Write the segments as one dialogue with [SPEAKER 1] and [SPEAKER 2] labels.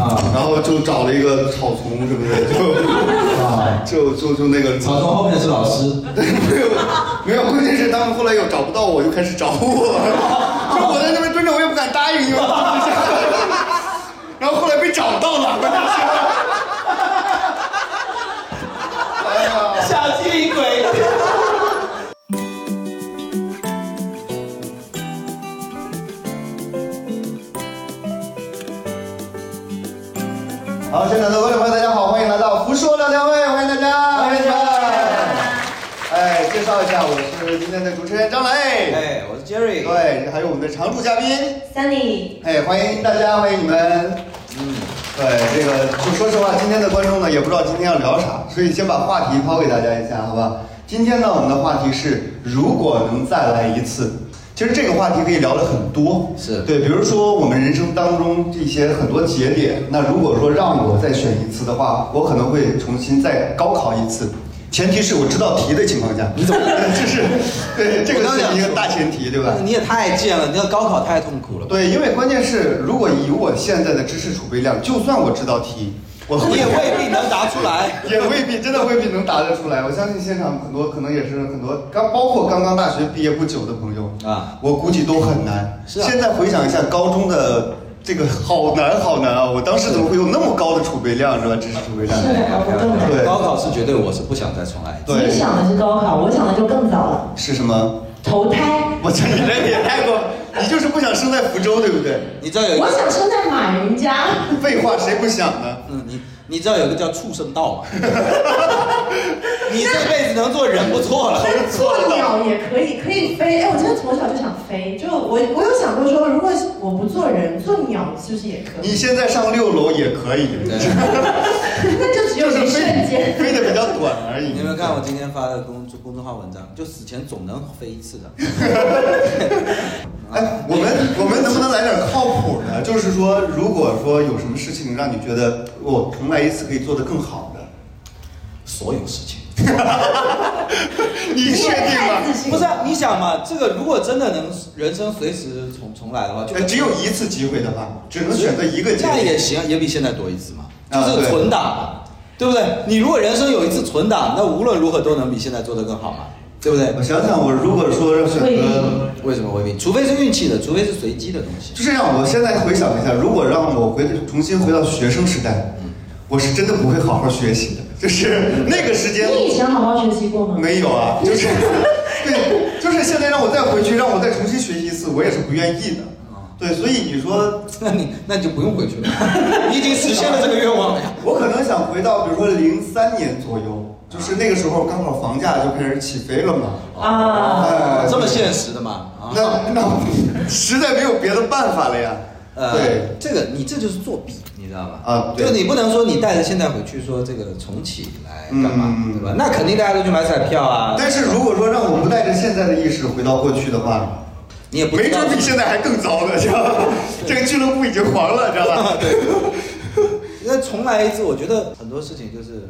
[SPEAKER 1] 然后就找了一个草丛什么的， 就
[SPEAKER 2] 啊，
[SPEAKER 1] 就就就那个
[SPEAKER 2] 草丛后面是老师，
[SPEAKER 1] 没有，关键是他们后来又找不到我，就开始 找我，就我在那边蹲着，我也不敢答应，因为 我蹲不下然后后来被找到了，关键是。哎呀，
[SPEAKER 2] 小气鬼。
[SPEAKER 1] 好，现场的观众朋友，大家好，欢迎来到胡说聊天会，欢迎大家，欢迎大家。哎，介绍一下，我是今天的主持人张磊。
[SPEAKER 2] 哎，我是 Jerry。
[SPEAKER 1] 对，还有我们的常驻嘉宾，
[SPEAKER 3] Sunny，
[SPEAKER 1] 哎，欢迎大家，欢迎你们。
[SPEAKER 2] 嗯，
[SPEAKER 1] 对，这个就说实话，今天的观众呢也不知道今天要聊啥，所以先把话题抛给大家一下，好吧？今天呢，我们的话题是如果能再来一次。其实这个话题可以聊得很多，
[SPEAKER 2] 是
[SPEAKER 1] 对，比如说我们人生当中这些很多节点，那如果说让我再选一次的话，我可能会重新再高考一次，前提是我知道题的情况下，你怎么 就是对这个是一个大前提，对吧？
[SPEAKER 2] 你也太贱了，你这高考太痛苦了。
[SPEAKER 1] 对，因为关键是，如果以我现在的知识储备量，就算我知道题，我
[SPEAKER 2] 你
[SPEAKER 1] 会
[SPEAKER 2] 也未必能答出来。
[SPEAKER 1] 也未必真的未必能答得出来。我相信现场很多可能也是很多刚包括刚刚大学毕业不久的朋友
[SPEAKER 2] 啊，
[SPEAKER 1] 我估计都很难。
[SPEAKER 2] 是啊
[SPEAKER 1] 现在回想一下高中的这个好难好难啊！我当时怎么会有那么高的储备量是吧？知识储备量。
[SPEAKER 3] 是的，搞不动的。
[SPEAKER 1] 对
[SPEAKER 2] 高考是绝对，我是不想再重来一次。
[SPEAKER 1] 对
[SPEAKER 3] 你想的是高考，我想的就更早了，
[SPEAKER 1] 是什么？
[SPEAKER 3] 投胎。
[SPEAKER 1] 我操，你这也太过，你就是不想生在福州，对不对？
[SPEAKER 2] 你知道有一
[SPEAKER 3] 我
[SPEAKER 2] 个，
[SPEAKER 3] 想生在马云家，
[SPEAKER 1] 废话，谁不想呢？
[SPEAKER 2] 嗯，你你知道有一个叫畜生道吗？你这辈子能做人不错了。
[SPEAKER 3] 做鸟也可以，可以飞。哎，我真的从小就想飞，就我我有想过说，如果我不做人，做鸟是不是也可
[SPEAKER 1] 你
[SPEAKER 3] 以？
[SPEAKER 1] 现在上六楼也可以，
[SPEAKER 2] 对
[SPEAKER 3] 那就只有
[SPEAKER 1] 就是飞
[SPEAKER 3] 一瞬间。
[SPEAKER 1] 飞得比较短而已。
[SPEAKER 2] 你有没有看我今天发的公公众号文章？就死前总能飞一次的。
[SPEAKER 1] 哎，我们我们能不能来点靠谱的？就是说，如果说有什么事情让你觉得我重来一次可以做得更好的，
[SPEAKER 2] 所有事情。
[SPEAKER 1] 你
[SPEAKER 3] 你
[SPEAKER 1] 确
[SPEAKER 3] 也
[SPEAKER 1] 定
[SPEAKER 3] 太自
[SPEAKER 1] 吗？
[SPEAKER 3] 信
[SPEAKER 2] 不
[SPEAKER 3] 了
[SPEAKER 2] 是、啊，你想嘛，这个如果真的能人生随时重重来的话，就
[SPEAKER 1] 哎，只有一次机会的话，只能选择一个节
[SPEAKER 2] 那也
[SPEAKER 1] 点。
[SPEAKER 2] 行，也比现在多一次嘛，就
[SPEAKER 1] 啊
[SPEAKER 2] 是
[SPEAKER 1] 对
[SPEAKER 2] 存档嘛，对不对？你如果人生有一次存档，那无论如何都能比现在做得更好嘛，对不对
[SPEAKER 1] 我？想想，我如果说要选
[SPEAKER 3] 未必
[SPEAKER 1] 择，
[SPEAKER 2] 为什么未必？除非是运气的，除非是随机的东西。
[SPEAKER 1] 就是让我现在回想一下，如果让我回重新回到学生时代，我是真的不会好好学习的，就是那个时间
[SPEAKER 3] 你以前好好学习过吗？
[SPEAKER 1] 没有啊，就是对，就是现在让我再回去，让我再重新学习一次，我也是不愿意的。对，所以你说
[SPEAKER 2] 那你那你就不用回去了， 你已经实现了这个愿望了呀。
[SPEAKER 1] 我可能想回到，比如说零三年左右，就是那个时候刚好房价就开始起飞了嘛。
[SPEAKER 3] 啊
[SPEAKER 1] 哎
[SPEAKER 2] 这么现实的嘛？啊，
[SPEAKER 1] 那那实在没有别的办法了呀。对，，
[SPEAKER 2] 呃这个你这就是作弊，你知道吧？
[SPEAKER 1] 啊对
[SPEAKER 2] 就你不能说你带着现在回去说这个重启来干嘛，
[SPEAKER 1] 嗯
[SPEAKER 2] 对吧？那肯定大家都去买彩票啊，
[SPEAKER 1] 但是如果说让我不带着现在的意识回到过去的话，
[SPEAKER 2] 你也不
[SPEAKER 1] 没
[SPEAKER 2] 知道
[SPEAKER 1] 准比现在还更糟呢，知道吧？这个俱乐部已经黄了，知道 吧？
[SPEAKER 2] 那重来一次，我觉得很多事情就是，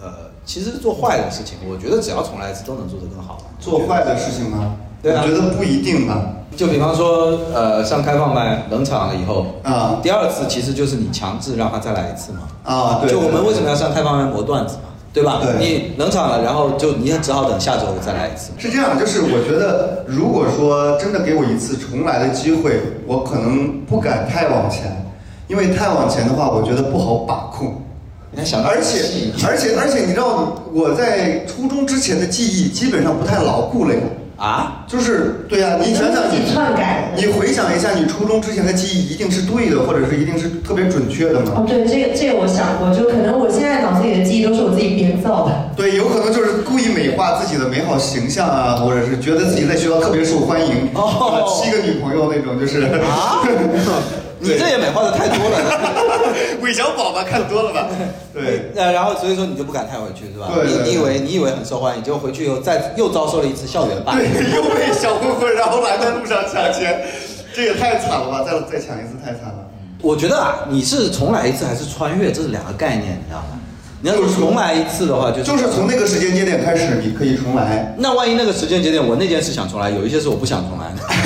[SPEAKER 2] 呃，其实做坏的事情，我觉得只要重来一次都能做得更好。
[SPEAKER 1] 做坏的事情吗？
[SPEAKER 2] 对啊
[SPEAKER 1] 我觉得不一定吧。
[SPEAKER 2] 就比方说，呃，上开放麦冷场了以后，
[SPEAKER 1] 啊
[SPEAKER 2] 第二次其实就是你强制让他再来一次嘛。
[SPEAKER 1] 啊，对。
[SPEAKER 2] 就我们为什么
[SPEAKER 1] 要？
[SPEAKER 2] 要上开放麦磨段子嘛，对吧？
[SPEAKER 1] 对
[SPEAKER 2] 你冷场了，然后就你也只好等下周再来一次。
[SPEAKER 1] 是这样，就是我觉得，如果说真的给我一次重来的机会，我可能不敢太往前，因为太往前的话，我觉得不好把控。
[SPEAKER 2] 你还想到
[SPEAKER 1] 而且而且而且，你知道我在初中之前的记忆基本上不太牢固了呀。
[SPEAKER 2] 啊，
[SPEAKER 1] 就是对呀、你想想
[SPEAKER 3] 自己
[SPEAKER 1] 你
[SPEAKER 3] 篡改
[SPEAKER 1] 你回想一下，你初中之前的记忆一定是对的，或者是一定是特别准确的嘛？
[SPEAKER 3] 哦，对，这个这个我想过，就可能我现在脑子里的记忆都是我自己编造的。
[SPEAKER 1] 对，有可能就是故意美化自己的美好形象啊，或者是觉得自己在学校特别受欢迎，
[SPEAKER 2] 哦
[SPEAKER 1] 啊七个女朋友那种，就是
[SPEAKER 2] 啊你这也美化的太多了。
[SPEAKER 1] 韦小宝吧，看多了 吧？ 对，
[SPEAKER 2] 那然后所以说你就不敢太回去是吧？
[SPEAKER 1] 对对
[SPEAKER 2] 你你以
[SPEAKER 1] 对
[SPEAKER 2] 为你以为很受欢迎，结果回去以后再又遭受了一次校园霸凌。
[SPEAKER 1] 对，又被小混混然后拦在路上抢劫，这也太惨了吧！再再抢一次太惨了。
[SPEAKER 2] 我觉得啊，你是重来一次还是穿越，这是两个概念，你知道吗？你要是重来一次的话，就是
[SPEAKER 1] 就是从那个时间节点开始，你可以重 来。
[SPEAKER 2] 那万一 那个时间节点，我那件事想重来，有一些是我不想重来的，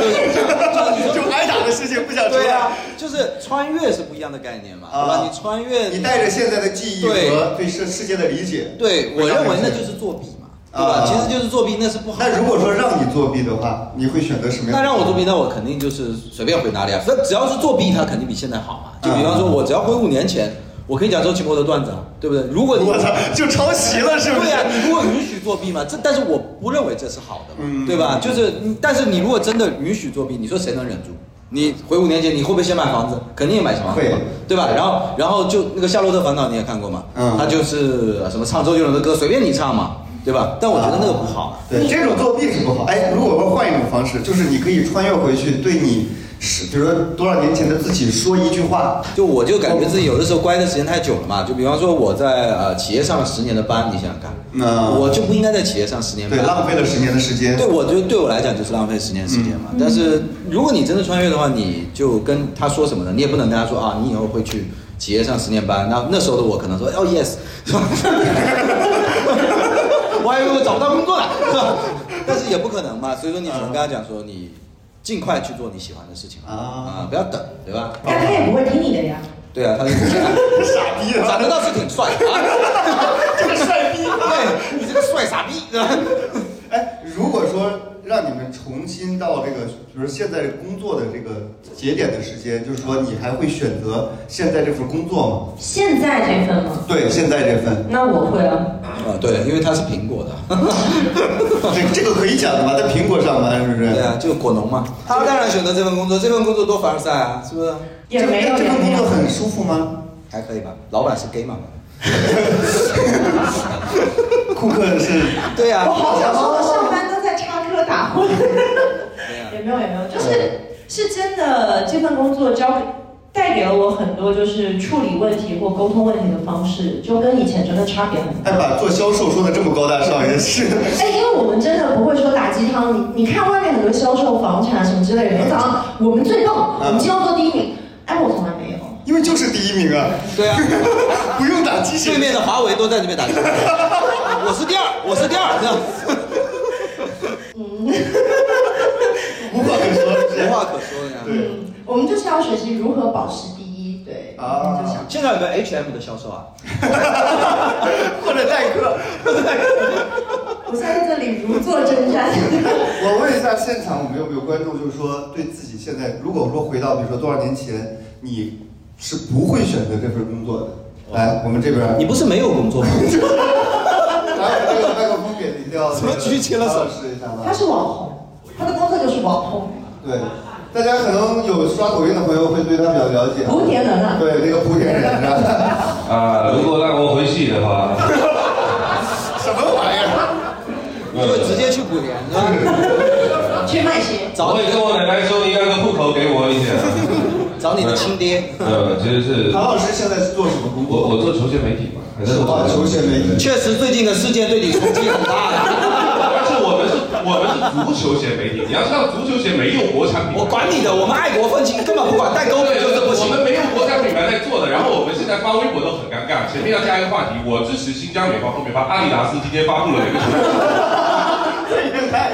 [SPEAKER 2] 对不对？就你说
[SPEAKER 1] 就挨打的事情不想出
[SPEAKER 2] 对啊
[SPEAKER 1] 来。，
[SPEAKER 2] 就是穿越是不一样的概念嘛，
[SPEAKER 1] 啊
[SPEAKER 2] 对吧？你穿越，
[SPEAKER 1] 你带着现在的记忆
[SPEAKER 2] 对
[SPEAKER 1] 和对世世界的理解，
[SPEAKER 2] 对我认为那就是作弊嘛，对
[SPEAKER 1] 啊
[SPEAKER 2] 吧？其实就是作弊，那是不好的。
[SPEAKER 1] 那如果说让你作弊的话，你会选择什么样？
[SPEAKER 2] 那让我作弊，，那我肯定就是随便回哪里啊。那只要是作弊，他肯定比现在好嘛。就比
[SPEAKER 1] 啊
[SPEAKER 2] 方说，我只要回五年前，我可以讲周奇墨的段子，啊，对不对？如果你
[SPEAKER 1] 我操，就抄 袭了是不是？
[SPEAKER 2] 对呀、啊你如果允许作弊嘛，这但是我不认为这是好的嘛，
[SPEAKER 1] 嗯
[SPEAKER 2] 对吧？就是，你，但是你如果真的允许作弊，你说谁能忍住？你回五年前，你会不会先买房子？肯定也买房子嘛
[SPEAKER 1] 会，
[SPEAKER 2] 对吧？然后，然后就那个《夏洛特烦恼》你也看过嘛？
[SPEAKER 1] 嗯
[SPEAKER 2] 他就是呃什么唱周杰伦的歌，随便你唱嘛，对吧？但我觉得那个不
[SPEAKER 1] 啊
[SPEAKER 2] 好。
[SPEAKER 1] 对，这种作弊是不好。哎，如果说换一种方式，就是你可以穿越回去，对你是，比如说多少年前的自己说一句话，
[SPEAKER 2] 就我就感觉自己有的时候乖的时间太久了嘛，就比方说我在呃企业上了十年的班，你想想看，
[SPEAKER 1] 那
[SPEAKER 2] 我就不应该在企业上十年
[SPEAKER 1] 嗯对，
[SPEAKER 2] 班，
[SPEAKER 1] 浪费了十年的时间。
[SPEAKER 2] 对，我就对我来讲就是浪费十年时间嘛。但是如果你真的穿越的话，你就跟他说什么呢？你也不能跟他说啊，你以后会去企业上十年班。那那时候的我可能说，哦 yes，是 吧我还以为我找不到工作了， 是吧？但是也不可能嘛。所以说你只能跟他讲说，你尽快去做你喜欢的事情
[SPEAKER 1] 啊
[SPEAKER 2] 啊，不要等，对吧？
[SPEAKER 3] 但他也不会听你的呀。
[SPEAKER 2] 对啊，他就不是啊
[SPEAKER 1] 傻逼
[SPEAKER 2] 长
[SPEAKER 1] 啊！
[SPEAKER 2] 得倒是挺帅的啊，
[SPEAKER 1] 这个帅逼。
[SPEAKER 2] 对你这个帅傻逼，对吧？
[SPEAKER 1] 哎，如果说让你们重新到这个，比如现在工作的这个节点的时间，就是说你还会选择现在这份工 作
[SPEAKER 3] 现在这份吗
[SPEAKER 1] 吗？？对，现在这份，
[SPEAKER 3] 那我会啊。
[SPEAKER 2] 啊，对，因为他是苹果的。
[SPEAKER 1] 这这个可以讲的吧？在苹果上班是不是？
[SPEAKER 2] 对啊，就是果农嘛。他当然选择这份工作，这份工作多凡尔赛啊，是不是？
[SPEAKER 3] 也没有，
[SPEAKER 1] 这
[SPEAKER 3] 也
[SPEAKER 1] 份
[SPEAKER 3] 没
[SPEAKER 1] 工
[SPEAKER 3] 有
[SPEAKER 1] 作。很舒服吗？
[SPEAKER 2] 还可以吧，老板是 gay 嘛。
[SPEAKER 1] 库克是
[SPEAKER 2] 对
[SPEAKER 3] 我
[SPEAKER 2] 啊，
[SPEAKER 3] 好想说，上班都在插科打 诨。
[SPEAKER 2] 对啊
[SPEAKER 3] 也没有，也没有，就是是真的，这份工作教给带给了我很多，就是处理问题或沟通问题的方式，就跟以前真的差别很
[SPEAKER 1] 哎，
[SPEAKER 3] 大。
[SPEAKER 1] 把做销售说的这么高大上，也是。
[SPEAKER 3] 哎，因为我们真的不会说打鸡汤，你你看外面很多销售房产什么之类的，每早上我们最棒，
[SPEAKER 1] 嗯
[SPEAKER 3] 我们今天要做第一名。哎，我从来没有。
[SPEAKER 1] 因为就是第一名啊，
[SPEAKER 2] 对啊，
[SPEAKER 1] 不用打鸡
[SPEAKER 2] 对
[SPEAKER 1] 血。
[SPEAKER 2] 面的华为都在那边打 球。我是第二，我是第二，这样
[SPEAKER 1] 无话可说，是不
[SPEAKER 2] 无
[SPEAKER 1] 是
[SPEAKER 2] 话可说的呀。
[SPEAKER 1] 对
[SPEAKER 3] 嗯，我们就是要学习如何保持第一。对，
[SPEAKER 1] 啊
[SPEAKER 3] 我们就想
[SPEAKER 2] 现在有没有 H&M 的销售啊？
[SPEAKER 1] 或者代课。
[SPEAKER 3] 我在这里如坐针毡。
[SPEAKER 1] 我问一下现场，我们有没有观众，就是说对自己现在，如果说回到比如说多少年前，你是不会选择这份工作的。来，我们这边，
[SPEAKER 2] 你不是没有工作吗？
[SPEAKER 1] 来，这个麦克风给掉。
[SPEAKER 2] 怎么举起了手
[SPEAKER 1] 试一下吧
[SPEAKER 3] 他。是网红，他的工作就是网红，
[SPEAKER 1] 对，大家可能有刷抖音的朋友会对他比较了解。
[SPEAKER 3] 莆田人啊。
[SPEAKER 1] 对，那个莆田人是吧？
[SPEAKER 4] 啊，如果让我回去的话，
[SPEAKER 1] 什么玩意儿？
[SPEAKER 2] 你就直接去莆田是吧？
[SPEAKER 3] 去卖鞋。
[SPEAKER 4] 我
[SPEAKER 2] 找
[SPEAKER 4] 会跟我奶奶说，你让个户口给我一下。
[SPEAKER 2] 找你的亲爹。
[SPEAKER 4] 呃，其实是
[SPEAKER 1] 唐老师现在是做什么工作？
[SPEAKER 4] 我我做球鞋媒体嘛，还是
[SPEAKER 1] 啊球鞋媒体
[SPEAKER 2] 确实，最近的事件对你冲击很大啊呀。
[SPEAKER 4] 但是我们是，我们是足球鞋媒体。你要知道，足球鞋没有国产品牌，
[SPEAKER 2] 我管你的，我们爱国愤青根本不管代沟的
[SPEAKER 4] 对，
[SPEAKER 2] 就是不行
[SPEAKER 4] 我。们没有国产品牌在做的。然后我们现在发微博都很尴尬，前面要加一个话题，我支持新疆美方，后面发阿迪达斯今天发布了哪个球鞋。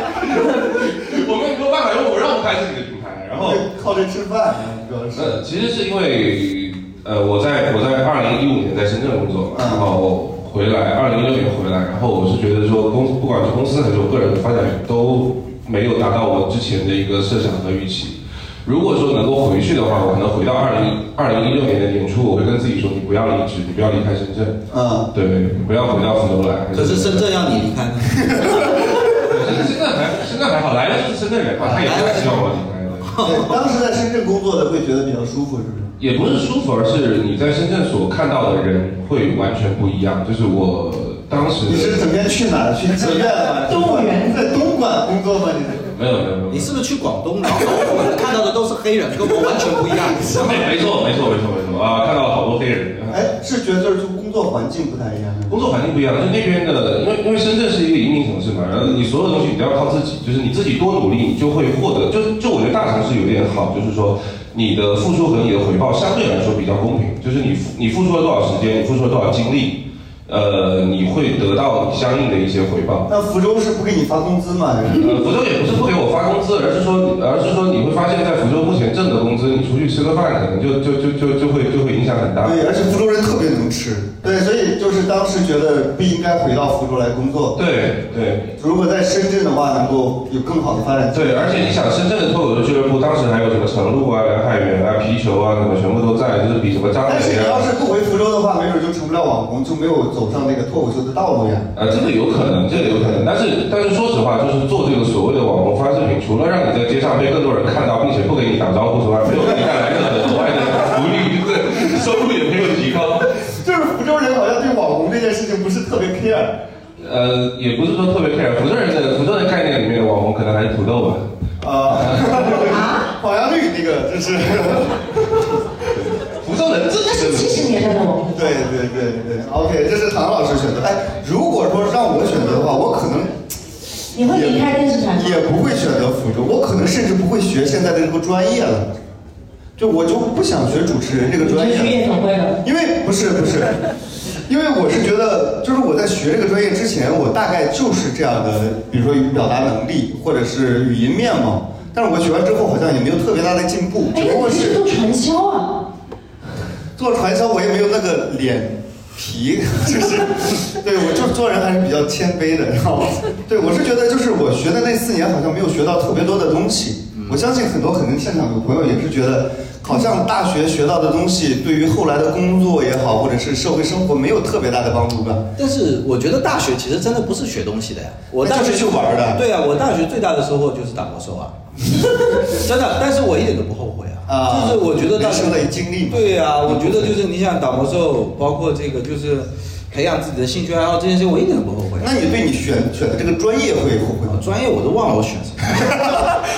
[SPEAKER 4] 我们没有办法，因为我让我开始你的品牌，然后。
[SPEAKER 1] 靠这吃饭，主要是。
[SPEAKER 4] 呃，其实是因为呃，我在我在二零一五年在深圳工作嘛，
[SPEAKER 1] 嗯
[SPEAKER 4] 然后回来二零一六年回来，然后我是觉得说公不管是公司还是我个人的发展都没有达到我之前的一个设想和预期。如果说能够回去的话，我可能回到二零二零一六年的年初，我会跟自己说，你不要离职，你不要离开深圳，
[SPEAKER 1] 嗯，
[SPEAKER 4] 对，不要回到福州来。还
[SPEAKER 2] 可是深圳要你离开呢，
[SPEAKER 4] 深圳，深圳还深圳还好，来了就是深圳人嘛，他也不太希望我离开的。
[SPEAKER 1] 对，当时在深圳工作的会觉得比较舒服，是不是？
[SPEAKER 4] 也不是舒服，而是你在深圳所看到的人会完全不一样。就是我当时
[SPEAKER 1] 你是整天去哪儿？去妓院吗？
[SPEAKER 3] 动物园
[SPEAKER 1] 在东莞工作吗？你是？
[SPEAKER 4] 没有没有没有，
[SPEAKER 2] 你是不是去广东了？ 我们看到的都是黑人，跟我完全不一样。
[SPEAKER 4] 没没错没错没错没错啊！看到了好多黑人，
[SPEAKER 1] 哎，是觉得就是工作环境不太一样。
[SPEAKER 4] 工作环境不一样，就是那边的，因为因为深圳是一个移民城市嘛，然后你所有东西你都要靠自己，就是你自己多努力，你就会获得。就就我觉得大城市有点好，就是说你的付出和你的回报相对来说比较公平，就是你付你付出了多少时间，你付出了多少精力，呃，你会得到相应的一些回报。
[SPEAKER 1] 那福州是不给你发工资吗？还 是
[SPEAKER 4] 呃，福州也不是不给我发工资，而是说，而是说你会发现，在福州目前挣的工资，你出去吃个饭，可能就就就就就会就会影响很大。
[SPEAKER 1] 对，而且福州人特别能吃，对，所以就是当时觉得不应该回到福州来工作。
[SPEAKER 4] 对对
[SPEAKER 1] 如果在深圳的话，能够有更好的发展。
[SPEAKER 4] 对，而且你想，深圳的脱口秀俱乐部当时还有什么程璐啊、梁海源啊、皮球啊，什么全部都在，就是比什么张
[SPEAKER 1] 但
[SPEAKER 4] 磊
[SPEAKER 1] 是你要
[SPEAKER 4] 啊。
[SPEAKER 1] 是不回福州的话，没准就成不了网红，就没有走上那个脱口秀的道路呀。
[SPEAKER 4] 呃，这个有可能，这个有可能，但是但是说实话，就是做这个所谓的网红发视频，除了让你在街上被更多人看到，并且不给你打招呼之外，没有给你带来任何额外的福利，就是收入也没有提高。
[SPEAKER 1] 就是福州人好像对网红这件事情不是特别 care
[SPEAKER 4] 呃，也不是说特别 care，福州人的福州人概念里面的网红可能还是土豆吧。
[SPEAKER 1] 啊，
[SPEAKER 3] 啊
[SPEAKER 1] 网阳绿那个就是，
[SPEAKER 4] 福州人自
[SPEAKER 3] 那
[SPEAKER 4] 己
[SPEAKER 3] 是七十年代的我们。
[SPEAKER 1] 对对对对，OK，这是唐老师选择。哎，如果说让我选择的话，我可能
[SPEAKER 3] 你会离开电视台吗？
[SPEAKER 1] 也不会选择福州，我可能甚至不会学现在的这个专业了，就我就不想学主持人这个
[SPEAKER 3] 你
[SPEAKER 1] 专
[SPEAKER 3] 就
[SPEAKER 1] 业
[SPEAKER 3] 去
[SPEAKER 1] 了，
[SPEAKER 3] 夜总会了。
[SPEAKER 1] 因为不是不是，因为我是觉得，就是我在学这个专业之前，我大概就是这样的，比如说表达能力或者是语音面貌，但是我学完之后好像也没有特别大的进步，
[SPEAKER 3] 哎，
[SPEAKER 1] 只不
[SPEAKER 3] 那
[SPEAKER 1] 过
[SPEAKER 3] 你是
[SPEAKER 1] 是
[SPEAKER 3] 做传销啊？
[SPEAKER 1] 做传销我也没有那个脸皮，就是， 对我就是做人还是比较谦卑的，然后，对我是觉得就是我学的那四年好像没有学到特别多的东西，我相信很多可能现场有朋友也是觉得，好像大学学到的东西对于后来的工作也好，或者是社会生活没有特别大的帮助吧。
[SPEAKER 2] 但是我觉得大学其实真的不是学东西的呀，我大学
[SPEAKER 1] 哎就是去玩儿的
[SPEAKER 2] 对啊，我大学最大的收获就是打魔兽啊， 真的，但是我一点都不后悔啊。
[SPEAKER 1] 啊
[SPEAKER 2] 就是我觉得大学
[SPEAKER 1] 人生的经历嘛
[SPEAKER 2] 对呀、我觉得就是你想打魔兽，包括这个就是培养自己的兴趣爱好这件事，我一点都不后悔、啊
[SPEAKER 1] 那你对你选选的这个专业会后悔吗？
[SPEAKER 2] 专业我都忘了我选 什么。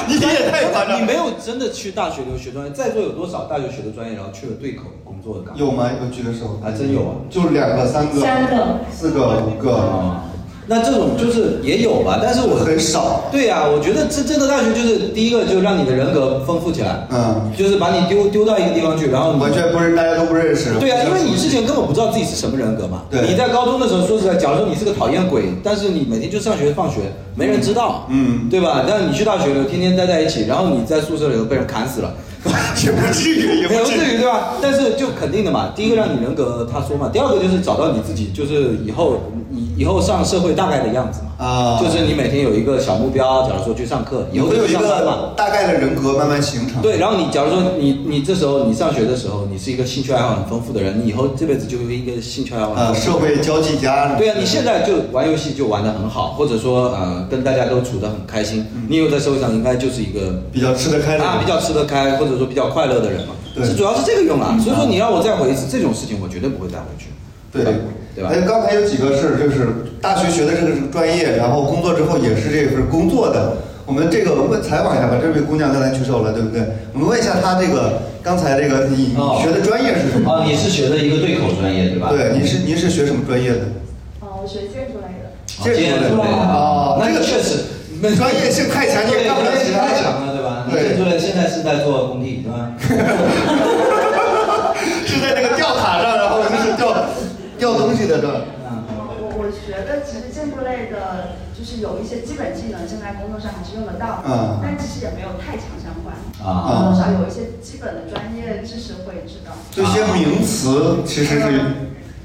[SPEAKER 1] 你也太夸张
[SPEAKER 2] 你没
[SPEAKER 1] 了。
[SPEAKER 2] 有真的去大学留学专业，在座有多少大学学的专业，然后去了对口工作的岗位？
[SPEAKER 1] 有吗？有举个手。
[SPEAKER 2] 还真有啊。
[SPEAKER 1] 就两个、三个、
[SPEAKER 3] 三个
[SPEAKER 1] 四个、五个，
[SPEAKER 2] 啊，那这种就是也有吧，但是我
[SPEAKER 1] 很少。
[SPEAKER 2] 对呀、我觉得真正的大学就是第一个就让你的人格丰富起来，
[SPEAKER 1] 嗯，
[SPEAKER 2] 就是把你丢丢到一个地方去，然后
[SPEAKER 1] 完
[SPEAKER 2] 你。
[SPEAKER 1] 全不是大家都不认识。
[SPEAKER 2] 对呀、啊因为你之前根本不知道自己是什么人格嘛。
[SPEAKER 1] 对
[SPEAKER 2] 你在高中的时候，说实在，假如说你是个讨厌鬼，但是你每天就上学放学，没人知道，
[SPEAKER 1] 嗯
[SPEAKER 2] 对吧？但你去大学了，天天待在一起，然后你在宿舍里头被人砍死了，
[SPEAKER 1] 也不至于， 也
[SPEAKER 2] 也
[SPEAKER 1] 不
[SPEAKER 2] 不
[SPEAKER 1] 至于。
[SPEAKER 2] 至于对吧？但是就肯定的嘛，第一个让你人格塌缩嘛，第二个就是找到你自己，就是以后你以后上社会大概的样子嘛。
[SPEAKER 1] 啊
[SPEAKER 2] 就是你每天有一个小目标，假如说去上课，以
[SPEAKER 1] 你
[SPEAKER 2] 后
[SPEAKER 1] 会
[SPEAKER 2] 就
[SPEAKER 1] 有
[SPEAKER 2] 去
[SPEAKER 1] 一
[SPEAKER 2] 上班嘛。
[SPEAKER 1] 个大概的人格慢慢形成。
[SPEAKER 2] 对，然后你假如说你你这时候你上学的时候，你是一个兴趣爱好很丰富的人，你以后这辈子就会一个兴趣爱好很丰
[SPEAKER 1] 呃，
[SPEAKER 2] 富。
[SPEAKER 1] 社会交际家。
[SPEAKER 2] 对啊，你现在就玩游戏就玩得很好，或者说呃跟大家都处得很开心，你以后在社会上应该就是一个
[SPEAKER 1] 嗯比较吃得开的人。
[SPEAKER 2] 啊比较吃得开或者说比较快乐的人嘛。
[SPEAKER 1] 对嗯
[SPEAKER 2] 是主要是这个用啦。所以说你让我再回一次这种事情，我绝对不会再回去。
[SPEAKER 1] 对
[SPEAKER 2] 对吧
[SPEAKER 1] 哎，刚才有几个是就是大学学的这个专业，然后工作之后也是这份工作的。我们这个问采访一下吧，这位姑娘刚才举手了，对不对？我们问一下她这个刚才这个你
[SPEAKER 5] 哦
[SPEAKER 1] 学的专业是什么？
[SPEAKER 5] 哦，你是学的一个对口专业对吧？
[SPEAKER 1] 对，你是您是学什么专业的？
[SPEAKER 6] 啊，我学建筑类的。
[SPEAKER 5] 哦，今天出来的
[SPEAKER 1] 哦
[SPEAKER 5] 那
[SPEAKER 1] 这个
[SPEAKER 5] 个确实，
[SPEAKER 1] 专业性太强，你也
[SPEAKER 5] 对，
[SPEAKER 1] 干不了其他
[SPEAKER 5] 太
[SPEAKER 1] 的。
[SPEAKER 5] 强了对吧？你
[SPEAKER 1] 对
[SPEAKER 5] 建筑类现在是在做工地对吧？
[SPEAKER 1] 是在那个吊塔上，然后就是吊吊东西的这儿。
[SPEAKER 5] 嗯
[SPEAKER 6] 我我学的其实建筑类的，就是有一些基本技能，现在工作上还是用得到的，
[SPEAKER 1] 嗯
[SPEAKER 6] 但其实也没有太强相关，
[SPEAKER 5] 啊，
[SPEAKER 6] 多少有一些基本的专业知识会知道。
[SPEAKER 1] 这些名词其实是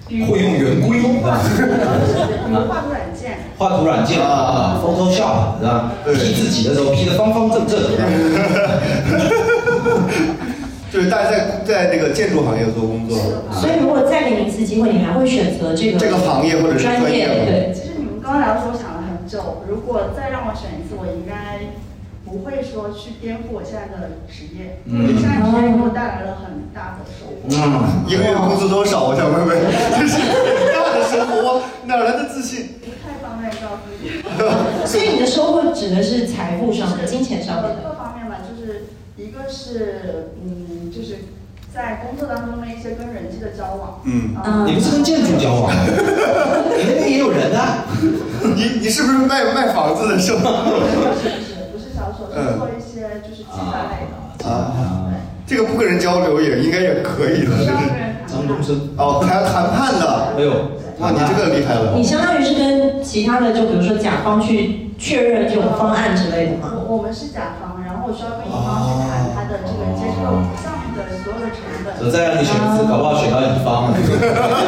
[SPEAKER 6] 比如
[SPEAKER 5] 会用圆规
[SPEAKER 6] 比如 画图，比如画图软件，
[SPEAKER 5] 画图软件
[SPEAKER 1] 啊
[SPEAKER 5] 啊，Photoshop 是吧？
[SPEAKER 1] 对
[SPEAKER 5] 批自己的时候批的方方正正，
[SPEAKER 1] 就是大家在在这个建筑行业做工作，
[SPEAKER 3] 所以如果再给你一次机会，你还会选择这个
[SPEAKER 1] 这个行业或者是专业
[SPEAKER 3] 专业？对，
[SPEAKER 6] 其实你们刚聊的时候我想了很久，如果再让我选一次，我应该不会说去颠覆我现在的职业，因为现在职业给我带来了很大的收获。
[SPEAKER 5] 嗯，
[SPEAKER 1] 一个月工资多少？我想问问，这是很大的生活，哪来的自信？
[SPEAKER 6] 不太方便告诉你。
[SPEAKER 3] 所以你的收获指的是财富上的、金钱上面的。
[SPEAKER 6] 各方面吧，就是一个是嗯，就是在工作当中的一些跟人际的交往。
[SPEAKER 1] 嗯
[SPEAKER 6] 啊
[SPEAKER 5] 你不是跟建筑交往吗？ 你那边也有人啊。
[SPEAKER 1] 你你是不是卖卖房子的是吧？
[SPEAKER 6] 不是不是销售，是做一些就是计算类
[SPEAKER 5] 啊
[SPEAKER 6] 的。
[SPEAKER 5] 啊，
[SPEAKER 1] 这个不跟人交流也应该也可以的，
[SPEAKER 6] 需
[SPEAKER 1] 就
[SPEAKER 6] 要
[SPEAKER 1] 是
[SPEAKER 6] 跟人谈
[SPEAKER 5] 张东
[SPEAKER 6] 判。
[SPEAKER 5] 升，
[SPEAKER 1] 哦，还要谈判的，
[SPEAKER 5] 哎呦，
[SPEAKER 1] 哇，你这个厉害了。
[SPEAKER 3] 你相当于是跟其他的，就比如说甲方去确认这种方案之类的吗？
[SPEAKER 6] 我我们是甲方，然后我需要跟乙方去谈他的这个接受项目的所有的成
[SPEAKER 5] 我
[SPEAKER 6] 本。
[SPEAKER 5] 再让你选一次，搞不好选到乙方了。啊，